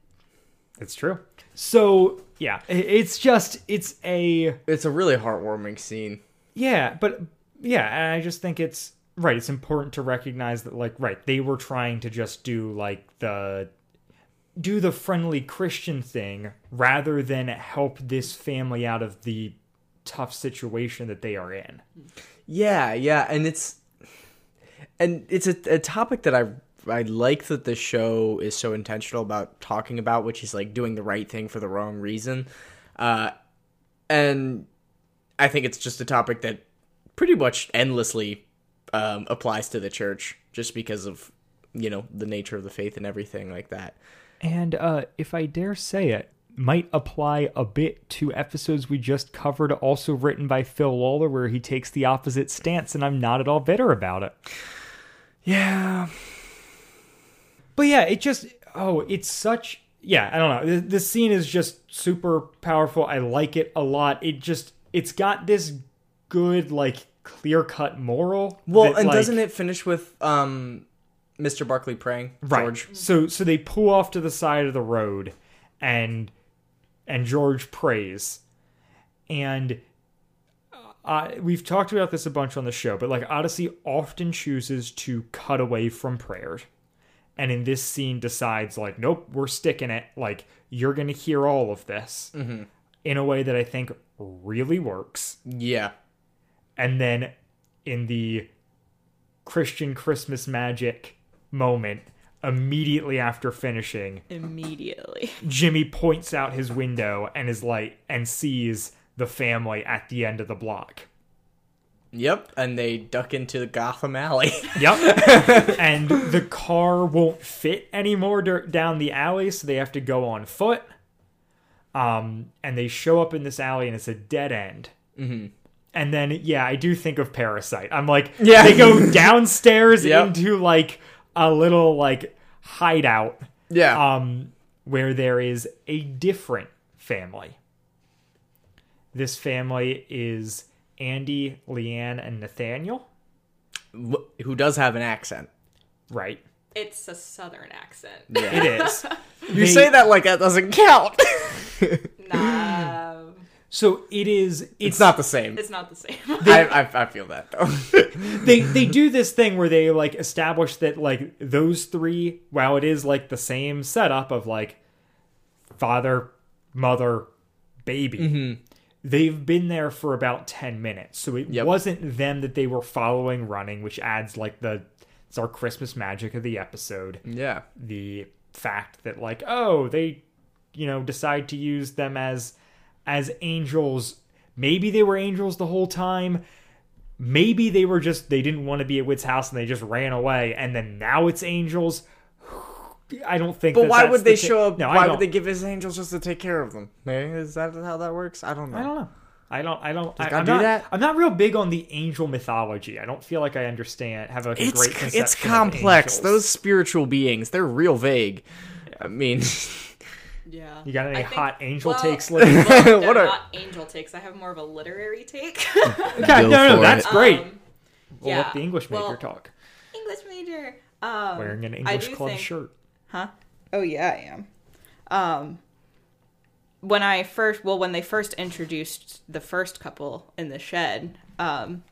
Speaker 2: It's true. So yeah, i- it's just it's a
Speaker 3: It's a really heartwarming scene.
Speaker 2: yeah, but yeah, and I just think it's right. It's important to recognize that like right, they were trying to just do like the do the friendly Christian thing rather than help this family out of the tough situation that they are in.
Speaker 3: Yeah, yeah, and it's and it's a, a topic that I I like that the show is so intentional about talking about, which is like doing the right thing for the wrong reason, uh, and I think it's just a topic that pretty much endlessly um, applies to the church, just because of you know the nature of the faith and everything like that.
Speaker 2: And uh, if I dare say it, might apply a bit to episodes we just covered, also written by Phil Lawler, where he takes the opposite stance, and I'm not at all bitter about it.
Speaker 3: Yeah,
Speaker 2: But yeah, it just oh, it's such yeah. I don't know. Th- This scene is just super powerful. I like it a lot. It just it's got this good like clear cut moral.
Speaker 3: well,
Speaker 2: that,
Speaker 3: and
Speaker 2: like-
Speaker 3: doesn't it finish with um, Mr. Barkley praying?
Speaker 2: right.
Speaker 3: George?
Speaker 2: So so they pull off to the side of the road and and George prays. And uh, we've talked about this a bunch on the show, but like Odyssey often chooses to cut away from prayer. And in this scene decides like nope, we're sticking it. Like you're going to hear all of this. In a way that I think really works.
Speaker 3: Yeah.
Speaker 2: And then in the Christian Christmas magic moment, immediately after finishing,
Speaker 4: Immediately.
Speaker 2: Jimmy points out his window and is like, and sees the family at the end of the block.
Speaker 3: Yep, and they duck into Gotham Alley. (laughs)
Speaker 2: Yep. and the car won't fit anymore dur- down the alley, so they have to go on foot. Um, and they show up in this alley, and it's a dead end. Mm-hmm. And then, yeah, I do think of Parasite. I'm like,
Speaker 3: Yeah.
Speaker 2: they
Speaker 3: (laughs)
Speaker 2: go downstairs
Speaker 3: Yep.
Speaker 2: into like a little like hideout
Speaker 3: yeah.
Speaker 2: um, where there is a different family. This family is Andy, Leanne, and Nathaniel.
Speaker 3: Wh- Who does have an accent?
Speaker 2: Right.
Speaker 4: It's a southern accent.
Speaker 2: It
Speaker 3: (laughs)
Speaker 2: is.
Speaker 3: You say that like that doesn't count. (laughs)
Speaker 4: Nah,
Speaker 2: So it is. It's,
Speaker 3: it's not the same.
Speaker 4: it's not
Speaker 2: (laughs)
Speaker 4: the same.
Speaker 3: I, I, I feel that though. (laughs)
Speaker 2: They they do this thing where they like establish that like those three. While it is like the same setup of like father, mother, baby.
Speaker 3: Mm-hmm.
Speaker 2: They've been there for about ten minutes, so it
Speaker 3: Yep.
Speaker 2: wasn't them that they were following running, which adds like the it's our Christmas magic of the episode.
Speaker 3: yeah.
Speaker 2: the fact that like oh they you know decide to use them as as angels maybe they were angels the whole time maybe they were just they didn't want to be at Wit's house and they just ran away and then now it's angels I don't think
Speaker 3: But
Speaker 2: that
Speaker 3: why
Speaker 2: that's
Speaker 3: would
Speaker 2: the
Speaker 3: they
Speaker 2: ca-
Speaker 3: show up?
Speaker 2: no, I
Speaker 3: why
Speaker 2: don't-
Speaker 3: would they give his angels just to take care of them? Maybe is that how that works? I don't know.
Speaker 2: I don't know I don't I don't I,
Speaker 3: gotta
Speaker 2: am
Speaker 3: do
Speaker 2: not,
Speaker 3: that?
Speaker 2: I'm not real big on the angel mythology I don't feel like I understand have like, a
Speaker 3: It's
Speaker 2: great
Speaker 3: c-
Speaker 2: conception
Speaker 3: it's
Speaker 2: of
Speaker 3: complex.
Speaker 2: angels.
Speaker 3: Those spiritual beings, they're real vague. I mean, (laughs)
Speaker 4: Yeah.
Speaker 2: you got any
Speaker 4: I think-
Speaker 2: hot angel
Speaker 4: well,
Speaker 2: takes Liz? (laughs)
Speaker 4: Well,
Speaker 3: What
Speaker 4: what
Speaker 3: are-
Speaker 4: are not angel takes? I have more of a literary take.
Speaker 2: okay, no
Speaker 3: for
Speaker 2: no
Speaker 3: it.
Speaker 2: that's great
Speaker 4: Um,
Speaker 2: we'll
Speaker 4: yeah,
Speaker 2: let the English major
Speaker 4: well,
Speaker 2: talk
Speaker 4: English major. Um,
Speaker 2: wearing an
Speaker 4: I
Speaker 2: English
Speaker 4: do
Speaker 2: club
Speaker 4: think-
Speaker 2: shirt.
Speaker 4: Oh yeah, I am. Um, when I first, well, when they first introduced the first couple in the shed, um,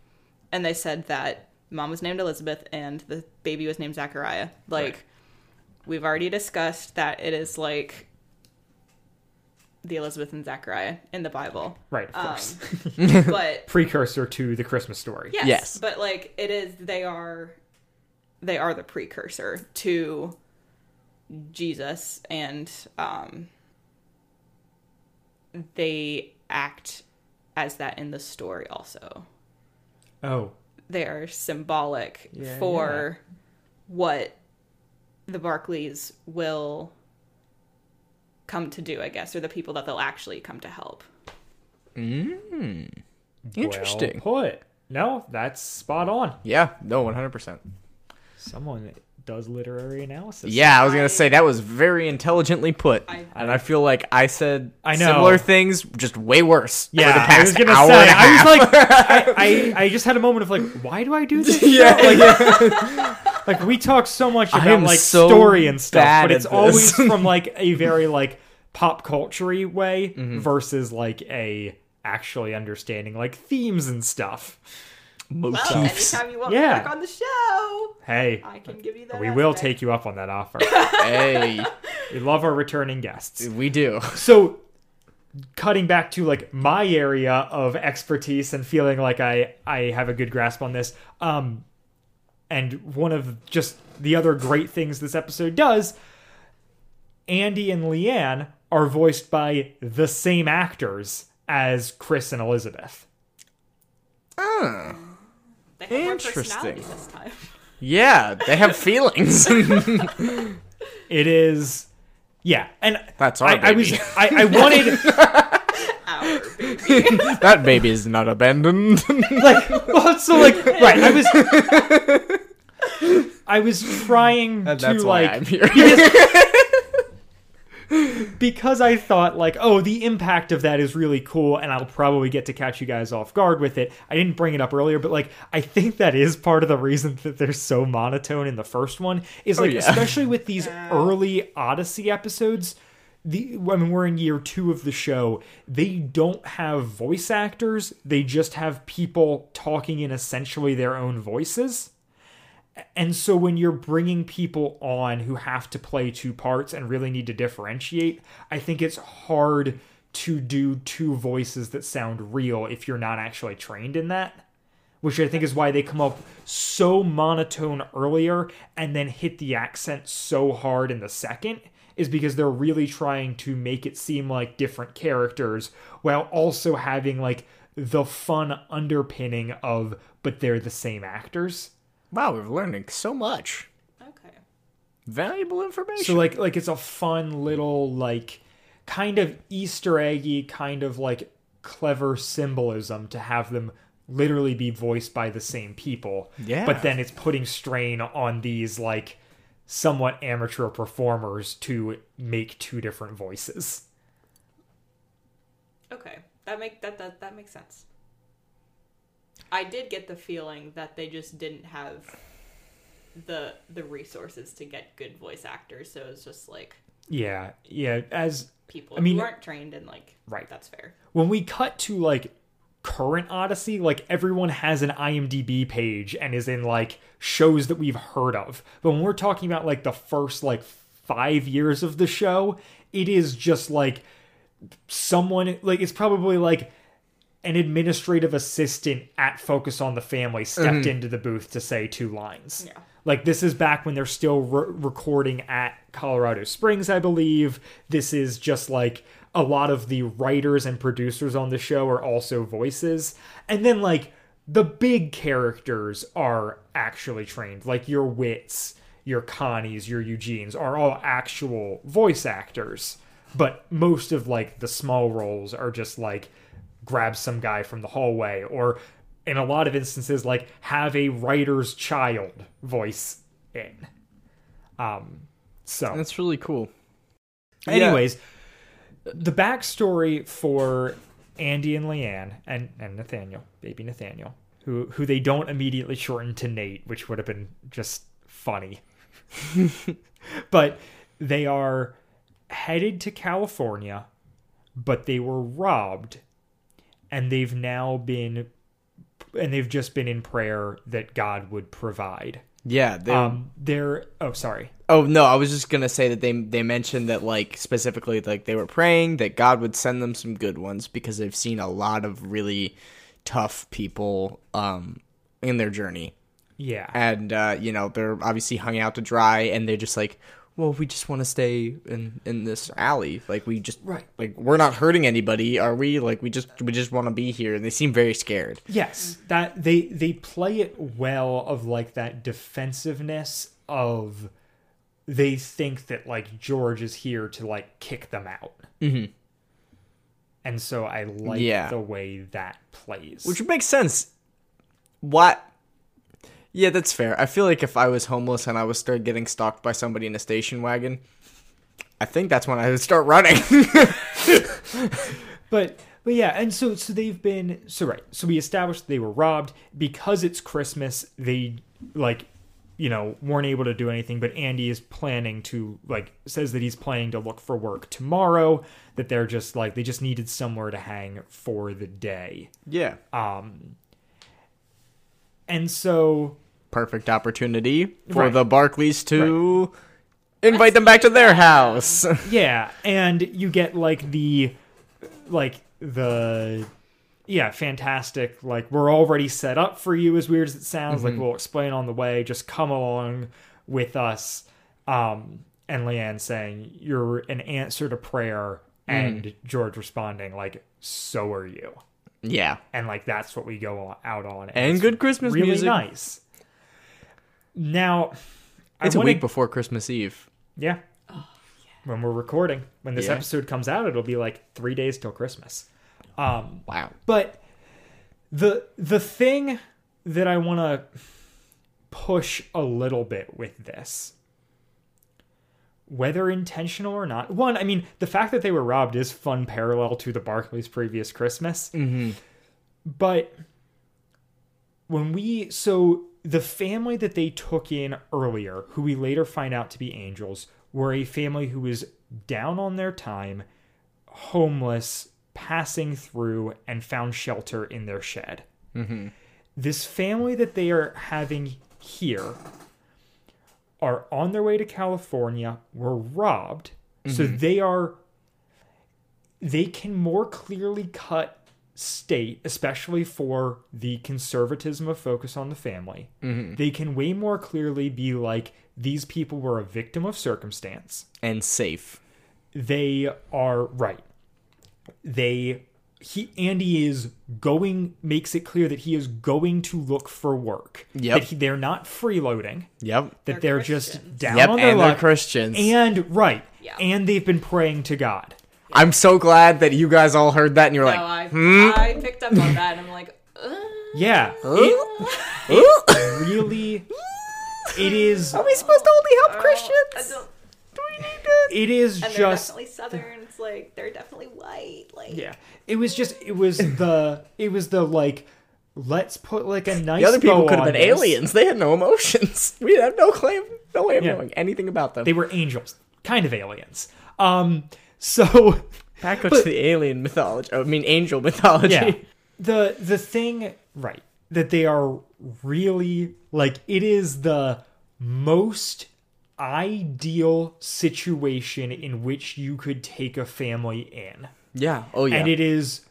Speaker 4: and they said that mom was named Elizabeth and the baby was named Zachariah. Like, we've already discussed that it is like the Elizabeth and Zachariah in the Bible,
Speaker 2: Right, of course.
Speaker 4: but
Speaker 2: Precursor to the Christmas story.
Speaker 4: Yes,
Speaker 3: Yes.
Speaker 4: But like it is they are they are the precursor to Jesus and um they act as that in the story also.
Speaker 2: Oh,
Speaker 4: They are symbolic for what the Barclays will come to do, I guess, or the people that they'll actually come to help.
Speaker 3: interesting.
Speaker 2: Well put. No, that's spot on.
Speaker 3: Yeah. No, one hundred percent.
Speaker 2: Someone that does literary analysis.
Speaker 3: Yeah, I was gonna say that was very intelligently put,
Speaker 4: I-
Speaker 3: and I feel like I said
Speaker 2: I know.
Speaker 3: similar things, just way worse.
Speaker 2: Yeah,
Speaker 3: for the past
Speaker 2: I was gonna
Speaker 3: hour
Speaker 2: say.
Speaker 3: and a
Speaker 2: I was
Speaker 3: half.
Speaker 2: like,
Speaker 3: (laughs)
Speaker 2: I, I, I just had a moment of like, why do I do this? Yeah, (laughs) like, like, we talk so much
Speaker 3: I
Speaker 2: about
Speaker 3: am
Speaker 2: like
Speaker 3: so
Speaker 2: story and stuff,
Speaker 3: bad
Speaker 2: but
Speaker 3: at
Speaker 2: it's always
Speaker 3: this.
Speaker 2: from
Speaker 3: (laughs)
Speaker 2: like a very like pop culture way
Speaker 3: Mm-hmm.
Speaker 2: versus like a actually understanding like themes and stuff.
Speaker 4: Well, Oh, anytime you want
Speaker 2: Yeah.
Speaker 4: me back on the show,
Speaker 2: Hey,
Speaker 4: I can give you that.
Speaker 2: we will
Speaker 4: aspect.
Speaker 2: take you up on that offer.
Speaker 3: hey,
Speaker 2: we love our returning guests.
Speaker 3: eh? we do.
Speaker 2: So, cutting back to like my area of expertise and feeling like I I have a good grasp on this. Um, and one of just the other great things this episode does, Andy and Leanne are voiced by the same actors as Chris and Elizabeth.
Speaker 4: They have more personality
Speaker 3: Interesting.
Speaker 4: This time.
Speaker 3: Yeah, they have feelings. (laughs)
Speaker 2: It is, yeah, and
Speaker 3: That's our
Speaker 2: I, I was
Speaker 3: baby.
Speaker 2: I, I wanted.
Speaker 4: Our baby.
Speaker 3: that baby is not abandoned. (laughs)
Speaker 2: like (laughs) well, so like right i was i was trying
Speaker 3: And
Speaker 2: to
Speaker 3: that's why
Speaker 2: like (laughs)
Speaker 3: I'm here.
Speaker 2: because i thought like oh the impact of that is really cool and i'll probably get to catch you guys off guard with it i didn't bring it up earlier but like i think that is part of the reason that they're so monotone in the first one is like
Speaker 3: yeah.
Speaker 2: especially with these early odyssey episodes the when we're in year two of the show, they don't have voice actors. They just have people talking in essentially their own voices. And so when you're bringing people on who have to play two parts and really need to differentiate, I think it's hard to do two voices that sound real if you're not actually trained in that. Which I think is why they come up so monotone earlier and then hit the accent so hard in the second, is because they're really trying to make it seem like different characters while also having like the fun underpinning of, but they're the same actors.
Speaker 3: wow, we're learning so much
Speaker 4: (laughs) Okay.
Speaker 3: valuable information.
Speaker 2: So like like it's a fun little like kind of Easter eggy kind of like clever symbolism to have them literally be voiced by the same people.
Speaker 3: Yeah.
Speaker 2: But then it's putting strain on these like somewhat amateur performers to make two different voices.
Speaker 4: Okay. That make that that that makes sense. I did get the feeling that they just didn't have the the resources to get good voice actors, so it's just like
Speaker 2: Yeah. Yeah, as
Speaker 4: people
Speaker 2: I mean-
Speaker 4: who aren't trained and like
Speaker 2: Right.
Speaker 4: That's fair.
Speaker 2: when we cut to like current Odyssey, like everyone has an IMDb page and is in like shows that we've heard of. But when we're talking about like the first like five years of the show, it is just like someone like it's probably like an administrative assistant at Focus on the Family stepped into the booth to say two lines.
Speaker 4: Yeah.
Speaker 2: Like this is back when they're still re- recording at Colorado Springs, I believe. This is just like a lot of the writers and producers on the show are also voices. And then like the big characters are actually trained, like your wits, your Connies, your Eugenes are all actual voice actors. But most of like the small roles are just like grab some guy from the hallway or in a lot of instances like have a writer's child voice in um so
Speaker 3: That's really cool.
Speaker 2: anyways the backstory for andy and leanne and and nathaniel baby nathaniel who who they don't immediately shorten to nate which would have been just funny (laughs) but they are headed to california but they were robbed and they've now been and they've just been in prayer that god would provide
Speaker 3: Yeah. They,
Speaker 2: um they're oh sorry
Speaker 3: oh no, I was just gonna say that they they mentioned that like specifically like they were praying that God would send them some good ones because they've seen a lot of really tough people um in their journey
Speaker 2: yeah
Speaker 3: and uh, you know they're obviously hung out to dry and they're just like well we just want to stay in in this alley like we just
Speaker 2: Right.
Speaker 3: like we're not hurting anybody are we like we just we just want to be here and they seem very scared
Speaker 2: Yes, that they they play it well of like that defensiveness of they think that like George is here to like kick them out. Mm-hmm. And so I like
Speaker 3: Yeah.
Speaker 2: the way that plays.
Speaker 3: which makes sense what Yeah, that's fair. I feel like if I was homeless and I was started getting stalked by somebody in a station wagon, I think that's when I would start running. (laughs)
Speaker 2: But but yeah, and so so they've been so right. So we established they were robbed because it's Christmas. They like you know weren't able to do anything. But Andy is planning to like says that he's planning to look for work tomorrow. That they're just like they just needed somewhere to hang for the day.
Speaker 3: yeah.
Speaker 2: Ah. And so
Speaker 3: Perfect opportunity for
Speaker 2: Right.
Speaker 3: the Barclays to invite them back to their house. (laughs)
Speaker 2: yeah, and you get like the like the yeah, fantastic. Like we're already set up for you as weird as it sounds.
Speaker 3: Mm-hmm.
Speaker 2: Like we'll explain on the way. Just come along with us. Um and Leanne saying you're an answer to prayer
Speaker 3: Mm.
Speaker 2: and George responding like so are you.
Speaker 3: yeah.
Speaker 2: And like that's what we go out on.
Speaker 3: And
Speaker 2: it's
Speaker 3: good Christmas
Speaker 2: really
Speaker 3: music.
Speaker 2: nice. Now
Speaker 3: It's
Speaker 2: I
Speaker 3: a
Speaker 2: wanna-
Speaker 3: week before Christmas Eve.
Speaker 2: yeah. When we're recording, when this
Speaker 3: Yeah.
Speaker 2: episode comes out, it'll be like three days till Christmas.
Speaker 3: Wow.
Speaker 2: But the the thing that I want to push a little bit with this, whether intentional or not, one, I mean, the fact that they were robbed is fun parallel to the Barclays previous Christmas. But when we so the family that they took in earlier, who we later find out to be angels, were a family who was down on their time, homeless, passing through, and found shelter in their shed. This family that they are having here are on their way to California, were robbed, so they are they can more clearly cut state, especially for the conservatism of focus on the family. They can way more clearly be like these people were a victim of circumstance.
Speaker 3: And safe.
Speaker 2: They are right. They he Andy is going makes it clear that he is going to look for work.
Speaker 3: Yep.
Speaker 2: That he, they're not freeloading.
Speaker 3: Yep.
Speaker 2: That they're,
Speaker 4: They're
Speaker 2: just
Speaker 4: Christians.
Speaker 2: down
Speaker 3: Yep,
Speaker 2: on their
Speaker 3: and they're
Speaker 2: luck.
Speaker 3: Christians.
Speaker 2: And right.
Speaker 4: Yeah.
Speaker 2: And they've been praying to God.
Speaker 3: I'm so glad that you guys all heard that and you're
Speaker 4: no, I,
Speaker 3: like,
Speaker 2: Hmm?
Speaker 4: I picked up on that and
Speaker 2: (laughs)
Speaker 4: I'm like, uh,
Speaker 2: Yeah. It-
Speaker 3: "Ooh, ooh."
Speaker 2: really it
Speaker 4: (laughs)
Speaker 2: is
Speaker 3: Are we supposed to only help
Speaker 4: I
Speaker 3: Christians?
Speaker 4: don't.
Speaker 2: it is
Speaker 4: And they're
Speaker 2: just
Speaker 4: definitely southern. It's like they're definitely white. Like
Speaker 2: yeah it was just it was the it was the like let's put like a nice
Speaker 3: The other people
Speaker 2: bow
Speaker 3: could have
Speaker 2: on
Speaker 3: been
Speaker 2: this.
Speaker 3: aliens. They had no emotions. (laughs) We have no claim, no way of
Speaker 2: Yeah.
Speaker 3: knowing anything about them.
Speaker 2: they were angels kind of aliens um so
Speaker 3: back to the alien mythology. I mean, angel
Speaker 2: (laughs)
Speaker 3: mythology.
Speaker 2: yeah the the thing right that they are really like it is the most ideal situation in which you could take a family in
Speaker 3: Yeah. Oh yeah.
Speaker 2: and it is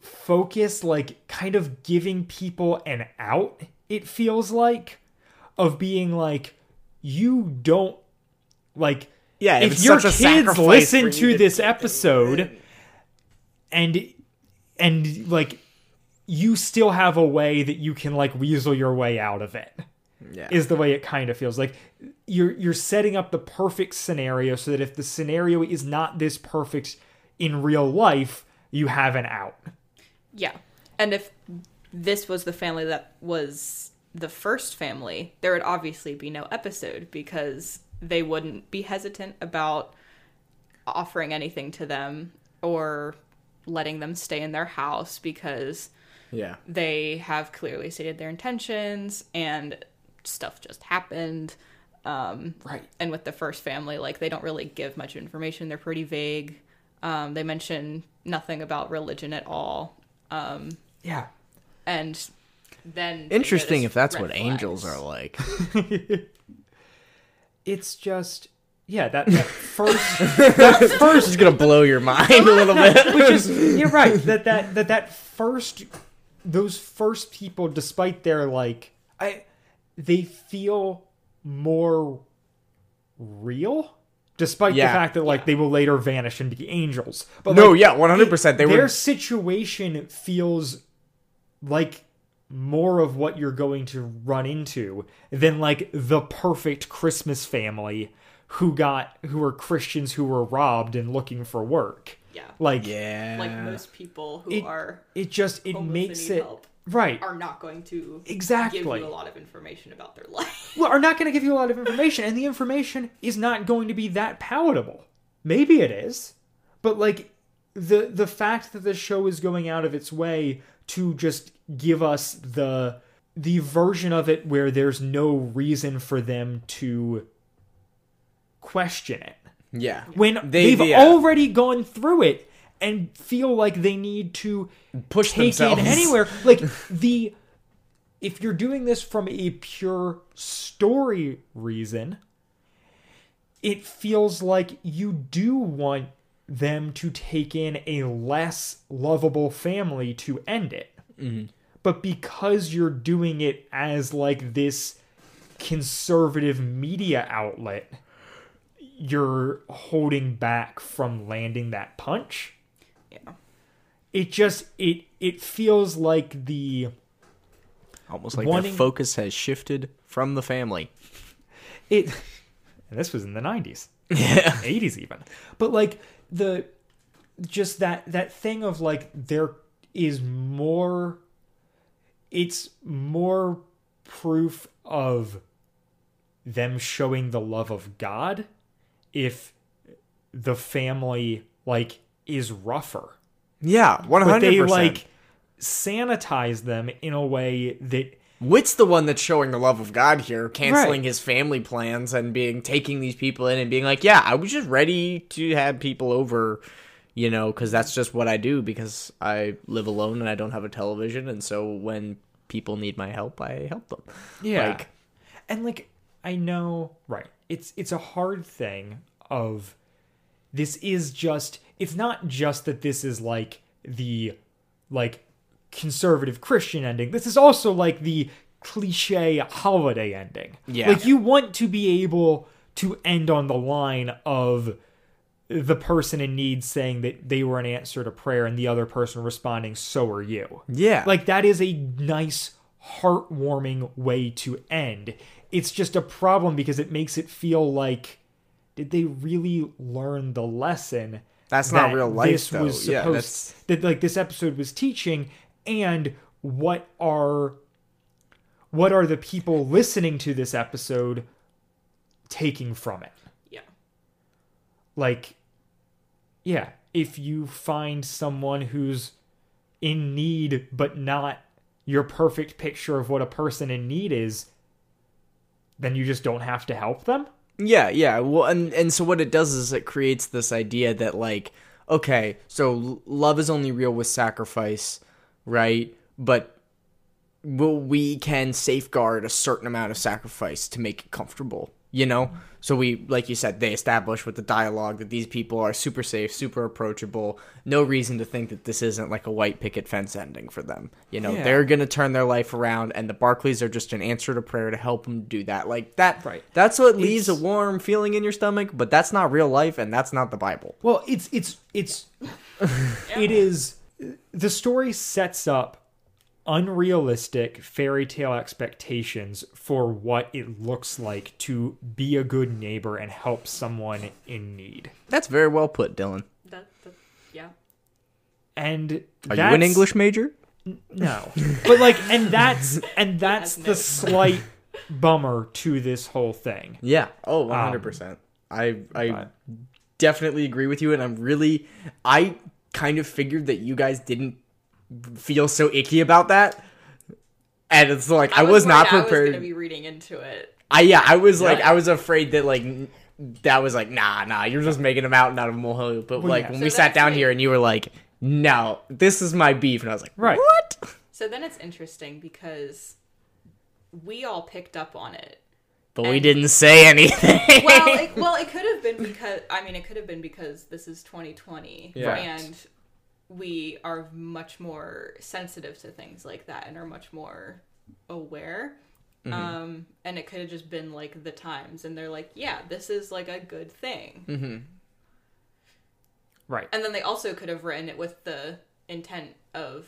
Speaker 2: focused like kind of giving people an out it feels like of being like you don't like
Speaker 3: yeah.
Speaker 2: if
Speaker 3: it's
Speaker 2: your
Speaker 3: such a
Speaker 2: kids
Speaker 3: sacrifice for
Speaker 2: listen
Speaker 3: you
Speaker 2: to this episode and and like you still have a way that you can like weasel your way out of it
Speaker 3: Yeah.
Speaker 2: is the way it kind of feels like you're you're setting up the perfect scenario so that if the scenario is not this perfect in real life you have an out
Speaker 4: Yeah. And if this was the family that was the first family, there would obviously be no episode because they wouldn't be hesitant about offering anything to them or letting them stay in their house because
Speaker 3: yeah.
Speaker 4: they have clearly stated their intentions and stuff just happened. Um,
Speaker 2: Right.
Speaker 4: And with the first family, like they don't really give much information. They're pretty vague. Um, they mention nothing about religion at all
Speaker 2: yeah
Speaker 4: and then they
Speaker 3: Interesting
Speaker 4: notice
Speaker 3: if that's
Speaker 4: red
Speaker 3: what
Speaker 4: flags.
Speaker 3: angels are (laughs) like.
Speaker 2: it's just yeah that, (laughs) that first that
Speaker 3: First, it's gonna blow your mind a little (laughs) bit.
Speaker 2: which is you're
Speaker 3: (laughs)
Speaker 2: right that that that that first those first people despite their like i they feel more real despite
Speaker 3: Yeah.
Speaker 2: the fact that like they will later vanish and be angels but
Speaker 3: No,
Speaker 2: like,
Speaker 3: yeah, 100%. They
Speaker 2: their
Speaker 3: were-
Speaker 2: situation feels like more of what you're going to run into than like the perfect christmas family who got who were christians who were robbed and looking for work
Speaker 4: Yeah.
Speaker 2: like
Speaker 3: Yeah.
Speaker 4: like most people who
Speaker 2: It-
Speaker 4: are
Speaker 2: it just it
Speaker 4: homeless and
Speaker 2: makes
Speaker 4: need
Speaker 2: it
Speaker 4: help.
Speaker 2: Right.
Speaker 4: are not going to give
Speaker 2: Exactly.
Speaker 4: you a lot of information about their (laughs) life.
Speaker 2: well, are not going to give you a lot of information, and the information is not going to be that palatable. Maybe it is, but like the the fact that the show is going out of its way to just give us the the version of it where there's no reason for them to question it
Speaker 3: Yeah.
Speaker 2: when
Speaker 3: They-
Speaker 2: they, have
Speaker 3: yeah.
Speaker 2: already gone through it and feel like they need to
Speaker 3: Push
Speaker 2: take
Speaker 3: themselves.
Speaker 2: it anywhere. Like the if you're doing this from a pure story reason, it feels like you do want them to take in a less lovable family to end it. But because you're doing it as like this conservative media outlet, you're holding back from landing that punch
Speaker 4: Yeah.
Speaker 2: it just it it feels like the
Speaker 3: Almost like
Speaker 2: Wanting-
Speaker 3: their focus has shifted from the family.
Speaker 2: it and (laughs) this was in the 90s (laughs)
Speaker 3: Yeah.
Speaker 2: 80s even but like the just that that thing of like there is more it's more proof of them showing the love of god if the family like is rougher
Speaker 3: Yeah. One
Speaker 2: but
Speaker 3: hundred
Speaker 2: they
Speaker 3: percent.
Speaker 2: like sanitize them in a way that
Speaker 3: Witt's the one that's showing the love of God here, canceling
Speaker 2: Right.
Speaker 3: his family plans and being taking these people in and being like, "Yeah, I was just ready to have people over, you know, because that's just what I do because I live alone and I don't have a television, and so when people need my help, I help them."
Speaker 2: Like, and like I know, right? It's it's a hard thing of this is just it's not just that this is like the like conservative Christian ending. This is also like the cliche holiday ending.
Speaker 3: Yeah.
Speaker 2: Like you want to be able to end on the line of the person in need saying that they were an answer to prayer and the other person responding so are you
Speaker 3: Yeah.
Speaker 2: like that is a nice heartwarming way to end it's just a problem because it makes it feel like did they really learn the lesson
Speaker 3: That's not
Speaker 2: that
Speaker 3: real life,
Speaker 2: this
Speaker 3: though.
Speaker 2: was
Speaker 3: Yeah,
Speaker 2: supposed
Speaker 3: that's-
Speaker 2: that like this episode was teaching and what are what are the people listening to this episode taking from it
Speaker 4: Yeah.
Speaker 2: like yeah if you find someone who's in need but not your perfect picture of what a person in need is then you just don't have to help them
Speaker 3: Yeah, yeah. Well, and and so what it does is it creates this idea that like, okay, so l- love is only real with sacrifice, right? But well, we can safeguard a certain amount of sacrifice to make it comfortable, you know. So we, like you said, they establish with the dialogue that these people are super safe, super approachable. No reason to think that this isn't like a white picket fence ending for them. You know, they're gonna turn their life around, and the Barclays are just an answer to prayer to help them do that. Like that,
Speaker 2: Right.
Speaker 3: That's what leaves a
Speaker 2: It's-
Speaker 3: warm feeling in your stomach, but that's not real life, and that's not the Bible.
Speaker 2: well it's it's it's it is the story sets up unrealistic fairy tale expectations for what it looks like to be a good neighbor and help someone in need
Speaker 3: That's very well put, Dylan.
Speaker 4: That, that yeah.
Speaker 2: and
Speaker 3: Are you an
Speaker 2: that's-
Speaker 3: English major?
Speaker 4: (laughs)
Speaker 2: No. But like and that's and that's
Speaker 4: As
Speaker 2: the
Speaker 4: noted.
Speaker 2: slight bummer to this whole thing.
Speaker 3: Yeah. Oh, 100%. I I
Speaker 2: Um, but-
Speaker 3: definitely agree with you and I'm really I kind of figured that you guys didn't feel so icky about that. And it's like I, was, not
Speaker 4: worried I was
Speaker 3: prepared. I,
Speaker 4: gonna be reading into it.
Speaker 3: yeah, I was like I was afraid that like n- that was like nah, nah, you're just making a mountain out of a molehill. But like
Speaker 2: yeah.
Speaker 3: when
Speaker 4: So
Speaker 3: we sat
Speaker 4: that's
Speaker 3: down
Speaker 4: me.
Speaker 3: here and you were like, "No, this is my beef." And I was like,
Speaker 2: Right.
Speaker 3: What?
Speaker 4: So then it's interesting because we all picked up on it.
Speaker 3: But we didn't say anything.
Speaker 4: Well, it, well, it could have been because I mean, it could have been because this is 2020,
Speaker 3: Yeah.
Speaker 4: and we are much more sensitive to things like that, and are much more aware. Um, and it could have just been like the times, and they're like, "Yeah, this is like a good thing,"
Speaker 2: Right.
Speaker 4: and then they also could have written it with the intent of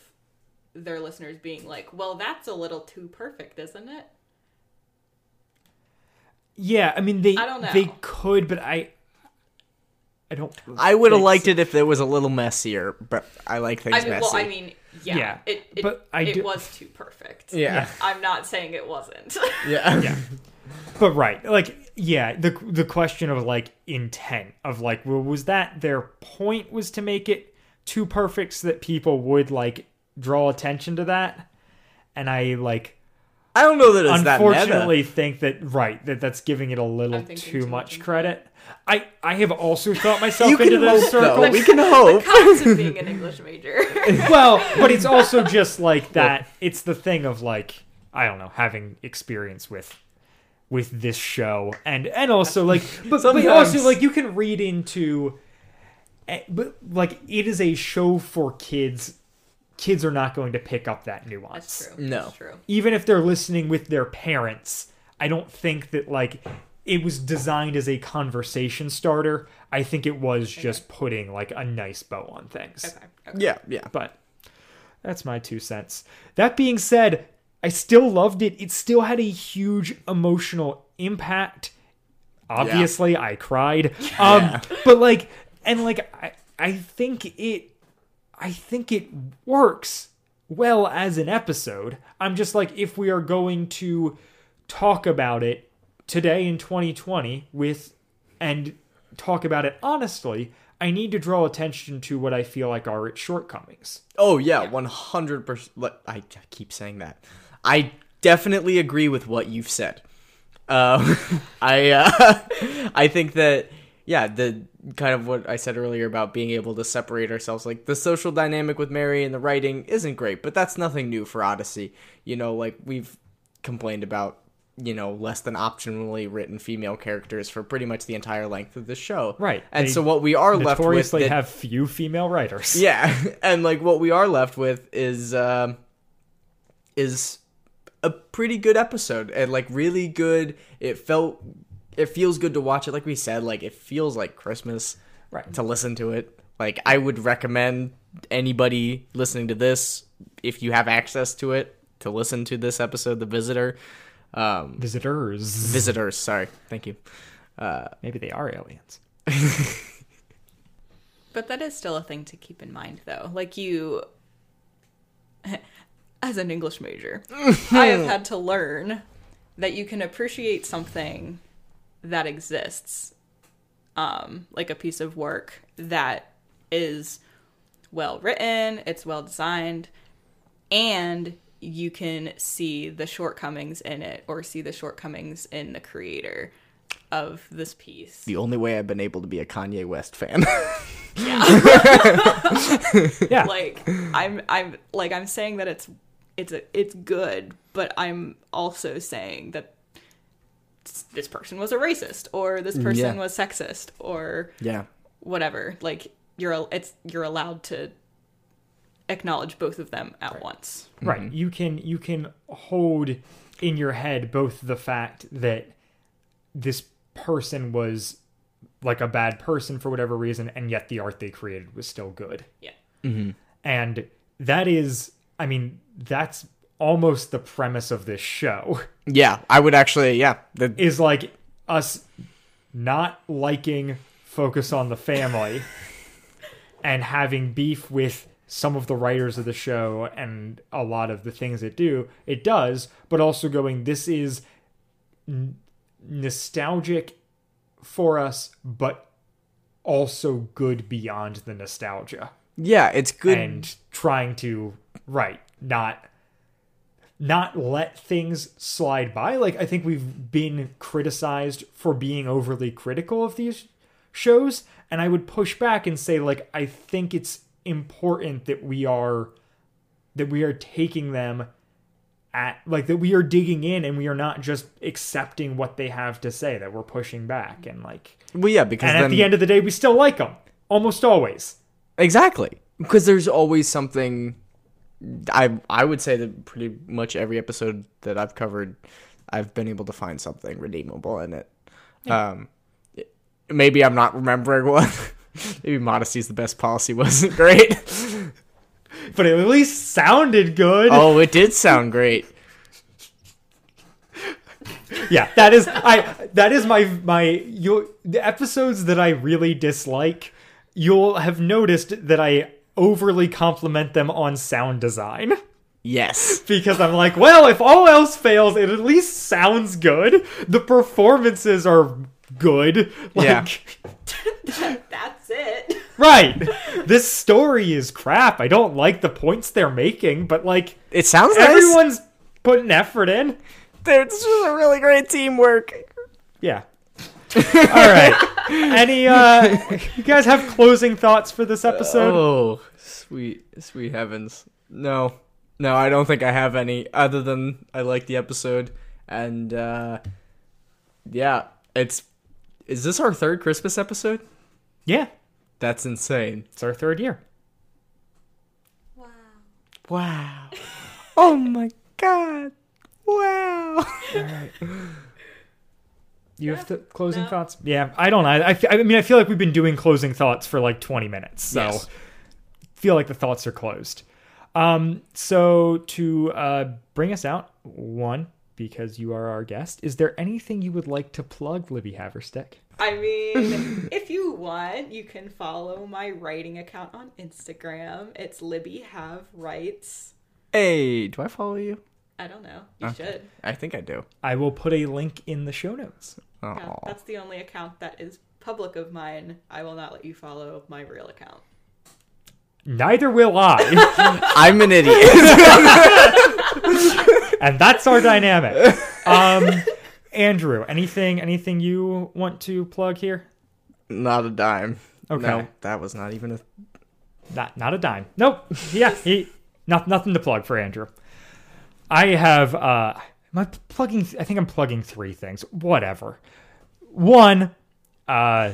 Speaker 4: their listeners being like, "Well, that's a little too perfect, isn't it?"
Speaker 2: Yeah, I mean they
Speaker 4: I don't know.
Speaker 2: they could, but I I don't.
Speaker 3: I would have
Speaker 2: think
Speaker 3: liked
Speaker 2: so.
Speaker 3: it if it was a little messier, but I like things
Speaker 4: I mean,
Speaker 3: messy.
Speaker 4: well, I mean, yeah,
Speaker 2: Yeah,
Speaker 4: It, it,
Speaker 2: but I
Speaker 4: it
Speaker 2: do-
Speaker 4: was too perfect.
Speaker 3: yeah,
Speaker 4: I'm not saying
Speaker 3: (laughs)
Speaker 4: it wasn't.
Speaker 3: yeah,
Speaker 2: But right, like yeah, the the question of like intent of like well, was that their point was to make it too perfect so that people would like draw attention to that, and I like
Speaker 3: I don't know that it's that meta.
Speaker 2: unfortunately think that right that that's giving it a little
Speaker 4: I'm thinking
Speaker 2: too
Speaker 4: too
Speaker 2: much
Speaker 4: much.
Speaker 2: credit. I I have also
Speaker 3: (laughs)
Speaker 2: thought myself
Speaker 3: You
Speaker 2: into
Speaker 3: can
Speaker 2: those
Speaker 3: hope, though. (laughs)
Speaker 2: circles.
Speaker 3: We can hope.
Speaker 4: Comes of being an English major.
Speaker 2: well, but it's also
Speaker 3: (laughs)
Speaker 2: just like that. It's the thing of like I don't know having experience with with this show and and also like
Speaker 3: (laughs)
Speaker 2: but, but
Speaker 3: Sometimes.
Speaker 2: also like you can read into eh, but like it is a show for kids kids are not going to pick up that nuance
Speaker 4: That's true.
Speaker 3: No.
Speaker 4: That's true.
Speaker 2: even if they're listening with their parents, I don't think that like it was designed as a conversation starter. I think it was just putting like a nice bow on things.
Speaker 4: Okay. okay.
Speaker 3: Yeah, yeah.
Speaker 2: But that's my two cents. That being said, I still loved it. It still had a huge emotional impact. Obviously, I cried. Um but like and like I I think it I think it works well as an episode. I'm just like if we are going to talk about it today in 2020 with and talk about it honestly, I need to draw attention to what I feel like are its shortcomings.
Speaker 3: Oh yeah, one hundred percent. I keep saying that. I definitely agree with what you've said. Uh, (laughs) I uh, (laughs) I think that yeah, the kind of what I said earlier about being able to separate ourselves, like the social dynamic with Mary and the writing isn't great, but that's nothing new for Odyssey. You know, like we've complained about you know less than optimally written female characters for pretty much the entire length of the show
Speaker 2: Right.
Speaker 3: and
Speaker 2: They
Speaker 3: so what we are left with
Speaker 2: Notoriously
Speaker 3: that-
Speaker 2: have few female writers.
Speaker 3: (laughs) yeah, and like what we are left with is um is a pretty good episode and like really good. It felt it feels good to watch it. Like we said, like it feels like Christmas.
Speaker 2: Right.
Speaker 3: To listen to it, like I would recommend anybody listening to this if you have access to it to listen to this episode, The Visitor. Um,
Speaker 2: Visitors.
Speaker 3: visitors, sorry, thank you. Uh,
Speaker 2: Maybe they are
Speaker 3: (laughs)
Speaker 2: aliens.
Speaker 4: But that is still a thing to keep in mind, though. Like you, (laughs) as an English major, I have had to learn that you can appreciate something that exists, um, like a piece of work that is well written, it's well designed, and you can see the shortcomings in it or see the shortcomings in the creator of this piece.
Speaker 3: The only way I've been able to be a Kanye West fan. (laughs)
Speaker 2: Yeah.
Speaker 4: like i'm i'm like i'm saying that it's it's a, it's good but i'm also saying that s- this person was a racist or this
Speaker 3: Yeah.
Speaker 4: person was sexist or
Speaker 3: yeah.
Speaker 4: whatever like you're al- it's you're allowed to acknowledge both of them at once
Speaker 2: Right. You can you can hold in your head both the fact that this person was like a bad person for whatever reason and yet the art they created was still good.
Speaker 4: yeah
Speaker 2: And that is I mean that's almost the premise of this show.
Speaker 3: Yeah, I would actually, yeah. The,
Speaker 2: is like us not liking focus on the family and having beef with some of the writers of the show and a lot of the things it do it does but also going this is n- nostalgic for us but also good beyond the nostalgia
Speaker 3: yeah, it's good.
Speaker 2: and trying to right not not let things slide by like i think we've been criticized for being overly critical of these shows and i would push back and say like i think it's important that we are that we are taking them at like that we are digging in and we are not just accepting what they have to say that we're pushing back and like
Speaker 3: Well, yeah, because
Speaker 2: and
Speaker 3: then
Speaker 2: at the end of the day we still like them almost always
Speaker 3: exactly because there's always something. I I would say that pretty much every episode that I've covered, I've been able to find something redeemable in it. Um, maybe I'm not remembering (laughs) one. maybe modesty's the best policy wasn't (laughs) great.
Speaker 2: but it at least sounded good
Speaker 3: oh, it did sound great.
Speaker 2: yeah, that is I that is my my you the episodes that I really dislike. You'll have noticed that I overly compliment them on sound design
Speaker 3: Yes.
Speaker 2: because I'm like, well, if all else fails, it at least sounds good. The performances are good. Like,
Speaker 3: Yeah.
Speaker 4: That's it.
Speaker 2: Right. This story is crap. I don't like the points they're making, but like
Speaker 3: It sounds nice.
Speaker 2: everyone's putting effort in.
Speaker 3: It's just a really great teamwork.
Speaker 2: Yeah. All right. Any uh you guys have closing thoughts for this episode?
Speaker 3: Oh, sweet, sweet heavens. No, no, I don't think I have any other than I like the episode. And, uh, yeah, it's. Is this our third Christmas episode?
Speaker 2: Yeah.
Speaker 3: That's insane.
Speaker 2: It's our third year. (laughs)
Speaker 3: Wow. oh my god. Wow.
Speaker 2: You have the closing thoughts? Yeah, I don't know. I, fe- I mean, I feel like we've been doing closing thoughts for like 20 minutes, so
Speaker 3: Yes.
Speaker 2: feel like the thoughts are closed. Um, so to uh, bring us out, one because you are our guest, is there anything you would like to plug, Libby Haverstick?
Speaker 4: I mean, if you want, you can follow my writing account on Instagram. It's Libby Have Rights.
Speaker 3: Hey, do I follow you?
Speaker 4: I don't know. You should.
Speaker 3: I think I do.
Speaker 2: I will put a link in the show notes.
Speaker 4: Yeah, that's the only account that is public of mine. I will not let you follow my real account.
Speaker 2: Neither will I,
Speaker 3: (laughs)
Speaker 2: (laughs)
Speaker 3: I'm an idiot.
Speaker 2: and that's our dynamic. Um, Andrew, anything anything you want to plug here?
Speaker 3: (laughs) not a dime.
Speaker 2: Okay.
Speaker 3: No, that was not even a.
Speaker 2: Not not a dime. Nope. Yeah, he not nothing to plug for Andrew. I have uh am I plugging I think I'm plugging three things. Whatever. One, uh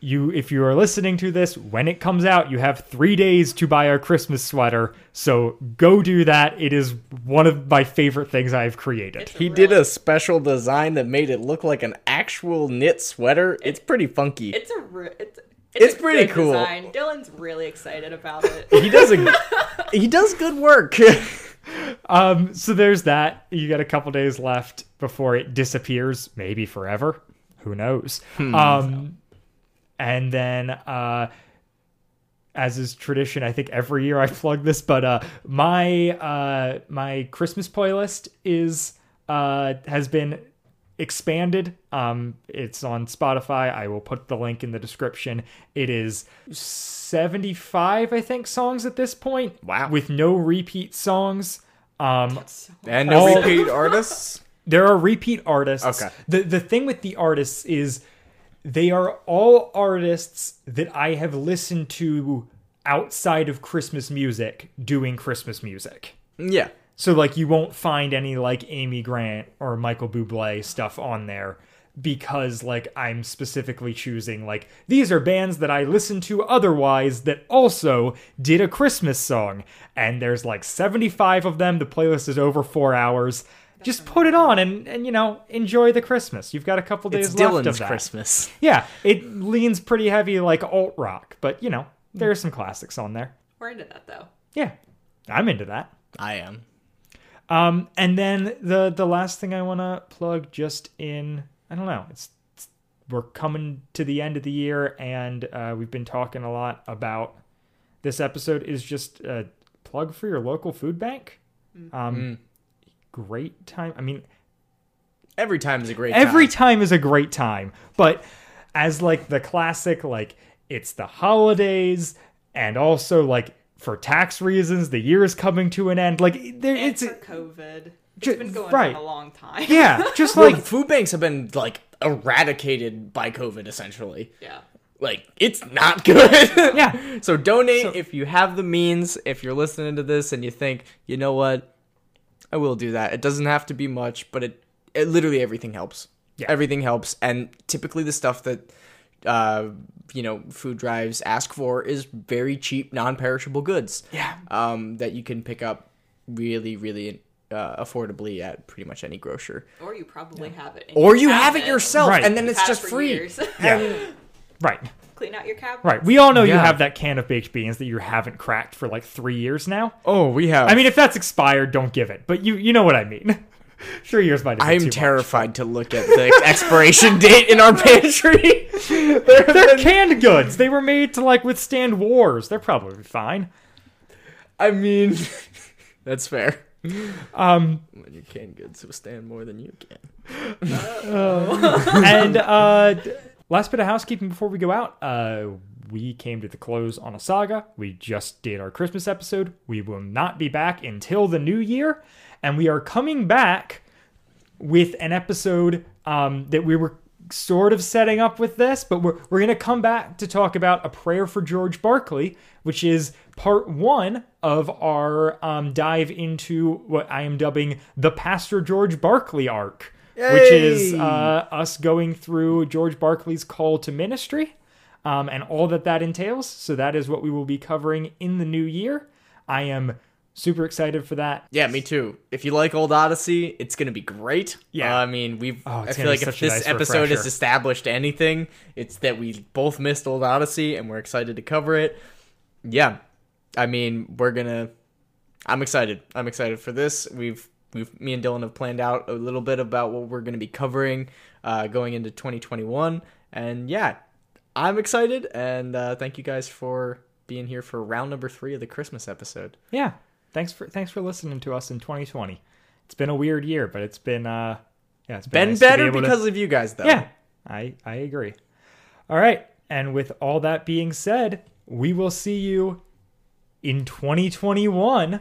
Speaker 2: you if you are listening to this when it comes out, you have 3 days to buy our Christmas sweater. So go do that. It is one of my favorite things I have created.
Speaker 4: It's
Speaker 3: He
Speaker 4: real-
Speaker 3: did a special design that made it look like an actual knit sweater. It's pretty funky.
Speaker 4: It's a re- it's it's,
Speaker 3: It's
Speaker 4: a
Speaker 3: pretty
Speaker 4: good
Speaker 3: cool.
Speaker 4: Design. Dylan's really
Speaker 3: (laughs)
Speaker 4: excited about it.
Speaker 3: he does a, he does good work.
Speaker 2: Um, so there's that. You got a couple days left before it disappears, maybe forever. Who knows? Um, and then, uh, as is tradition, I think every year I (laughs) plug this, but uh, my uh, my Christmas playlist is uh, has been expanded. Um, it's on Spotify. I will put the link in the description. It is 75, I think, songs at this point.
Speaker 3: Wow.
Speaker 2: With no repeat songs. Um,
Speaker 3: and
Speaker 2: no Oh. repeat
Speaker 3: artists.
Speaker 2: there are repeat artists.
Speaker 3: Okay.
Speaker 2: The the thing with the artists is they are all artists that I have listened to outside of Christmas music doing Christmas music.
Speaker 3: (laughs) Yeah.
Speaker 2: So like you won't find any like Amy Grant or Michael Bublé stuff on there because like I'm specifically choosing like these are bands that I listen to otherwise that also did a Christmas song and there's like 75 of them the playlist is over 4 hours just put it on and and you know enjoy the Christmas you've got a couple days
Speaker 3: It's
Speaker 2: left of
Speaker 3: Dylan's
Speaker 2: that
Speaker 3: Christmas.
Speaker 2: yeah it leans pretty heavy like alt rock but you know there are some classics on there
Speaker 4: We're into that though.
Speaker 2: yeah I'm into that
Speaker 3: I am.
Speaker 2: um, and then the the last thing I want to plug, just in, I don't know, it's, it's we're coming to the end of the year, and uh, we've been talking a lot about this episode. Is just a plug for your local food bank. Um, Great time. I mean,
Speaker 3: Every time is a great
Speaker 2: every
Speaker 3: time.
Speaker 2: time is a great time but as like the classic like it's the holidays and also like for tax reasons the year is coming to an end like there
Speaker 4: And
Speaker 2: it's
Speaker 4: for COVID.
Speaker 2: Ju-
Speaker 4: It's been going
Speaker 2: right.
Speaker 4: on a long time.
Speaker 2: yeah just
Speaker 3: Well,
Speaker 2: like
Speaker 3: food banks have been like eradicated by COVID essentially.
Speaker 4: (laughs) yeah.
Speaker 3: Like it's not good. (laughs)
Speaker 2: yeah
Speaker 3: So donate if you have the means. If you're listening to this and you think, you know what, I will do that. It doesn't have to be much, but it, it literally everything helps.
Speaker 2: Yeah.
Speaker 3: Everything helps, and typically the stuff that, uh, you know, food drives ask for is very cheap, non-perishable goods.
Speaker 2: Yeah.
Speaker 3: Um, that you can pick up really, really uh, affordably at pretty much any grocer,
Speaker 4: Or you probably have it. and
Speaker 3: or you have it yourself,
Speaker 2: Right.
Speaker 3: and then
Speaker 4: You've
Speaker 3: it's
Speaker 4: had it
Speaker 3: just
Speaker 4: for
Speaker 3: free.
Speaker 4: years. (laughs)
Speaker 2: right
Speaker 4: Clean out your cabinet.
Speaker 2: Right. We all know you
Speaker 3: Yeah.
Speaker 2: have that can of baked beans that you haven't cracked for like three years now.
Speaker 3: Oh, we have.
Speaker 2: I mean, (laughs) if that's expired, don't give it. But you, you know what I mean. Three years might. have been too
Speaker 3: I'm
Speaker 2: much.
Speaker 3: terrified to look at the (laughs) expiration date in
Speaker 2: (laughs)
Speaker 3: our pantry.
Speaker 2: They're canned goods. They were made to like withstand wars. They're probably
Speaker 3: (laughs)
Speaker 2: fine.
Speaker 3: I mean, (laughs) that's fair.
Speaker 2: Um,
Speaker 3: When your canned goods withstand more than you can.
Speaker 2: and uh, d- last bit of housekeeping before we go out. Uh, we came to the close on a saga. We just did our Christmas episode. We will not be back until the new year, and we are coming back with an episode um, that we were sort of setting up with this, but we're we're gonna come back to talk about a prayer for George Barkley, which is part one of our um, dive into what I am dubbing the Pastor George Barkley arc, which is
Speaker 3: Yay!
Speaker 2: uh, us going through George Barkley's call to ministry um, and all that that entails. So that is what we will be covering in the new year. I am super excited for that.
Speaker 3: Yeah, me too. If you like Old Odyssey, it's gonna be great.
Speaker 2: Yeah.
Speaker 3: Uh, I mean, we've.
Speaker 2: Oh, it's
Speaker 3: I feel
Speaker 2: gonna be
Speaker 3: like if
Speaker 2: such a
Speaker 3: this
Speaker 2: nice
Speaker 3: episode has
Speaker 2: refresher.
Speaker 3: established anything, it's that we both missed Old Odyssey and we're excited to cover it. Yeah, I mean, we're gonna. I'm excited. I'm excited for this. We've we've me and Dylan have planned out a little bit about what we're gonna be covering, uh, going into 2021, and yeah, I'm excited. And uh, thank you guys for being here for round number three of the Christmas episode.
Speaker 2: yeah thanks for thanks for listening to us in 2020 it's been a weird year but it's been uh yeah it's been,
Speaker 3: Been
Speaker 2: nice to be
Speaker 3: better
Speaker 2: able to-
Speaker 3: because of you guys, though.
Speaker 2: yeah i i agree all right and with all that being said we will see you in 2021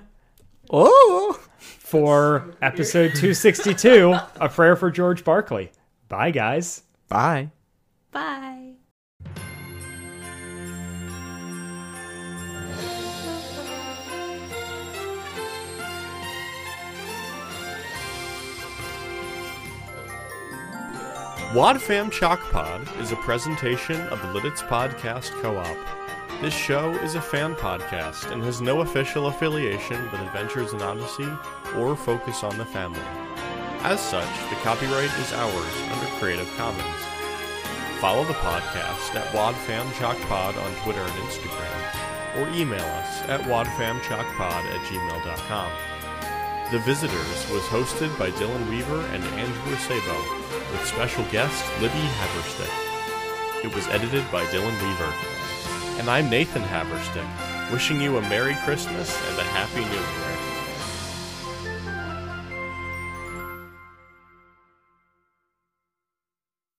Speaker 3: Oh.
Speaker 2: for episode 262 a prayer for george barkley bye guys
Speaker 3: Bye.
Speaker 9: Bye.
Speaker 1: Wadfam Chalk Pod is a presentation of the Lidditz Podcast Co-op. This show is a fan podcast and has no official affiliation with Adventures in Odyssey or Focus on the Family. As such, the copyright is ours under Creative Commons. Follow the podcast at Wadfam Chalk Pod on Twitter and Instagram, or email us at wadfamchalkpod at gmail.com. The Visitors was hosted by Dylan Weaver and Andrew Sabo, with special guest Libby Haverstick. It was edited by Dylan Weaver. And I'm Nathan Haverstick, wishing you a Merry Christmas and a Happy New Year.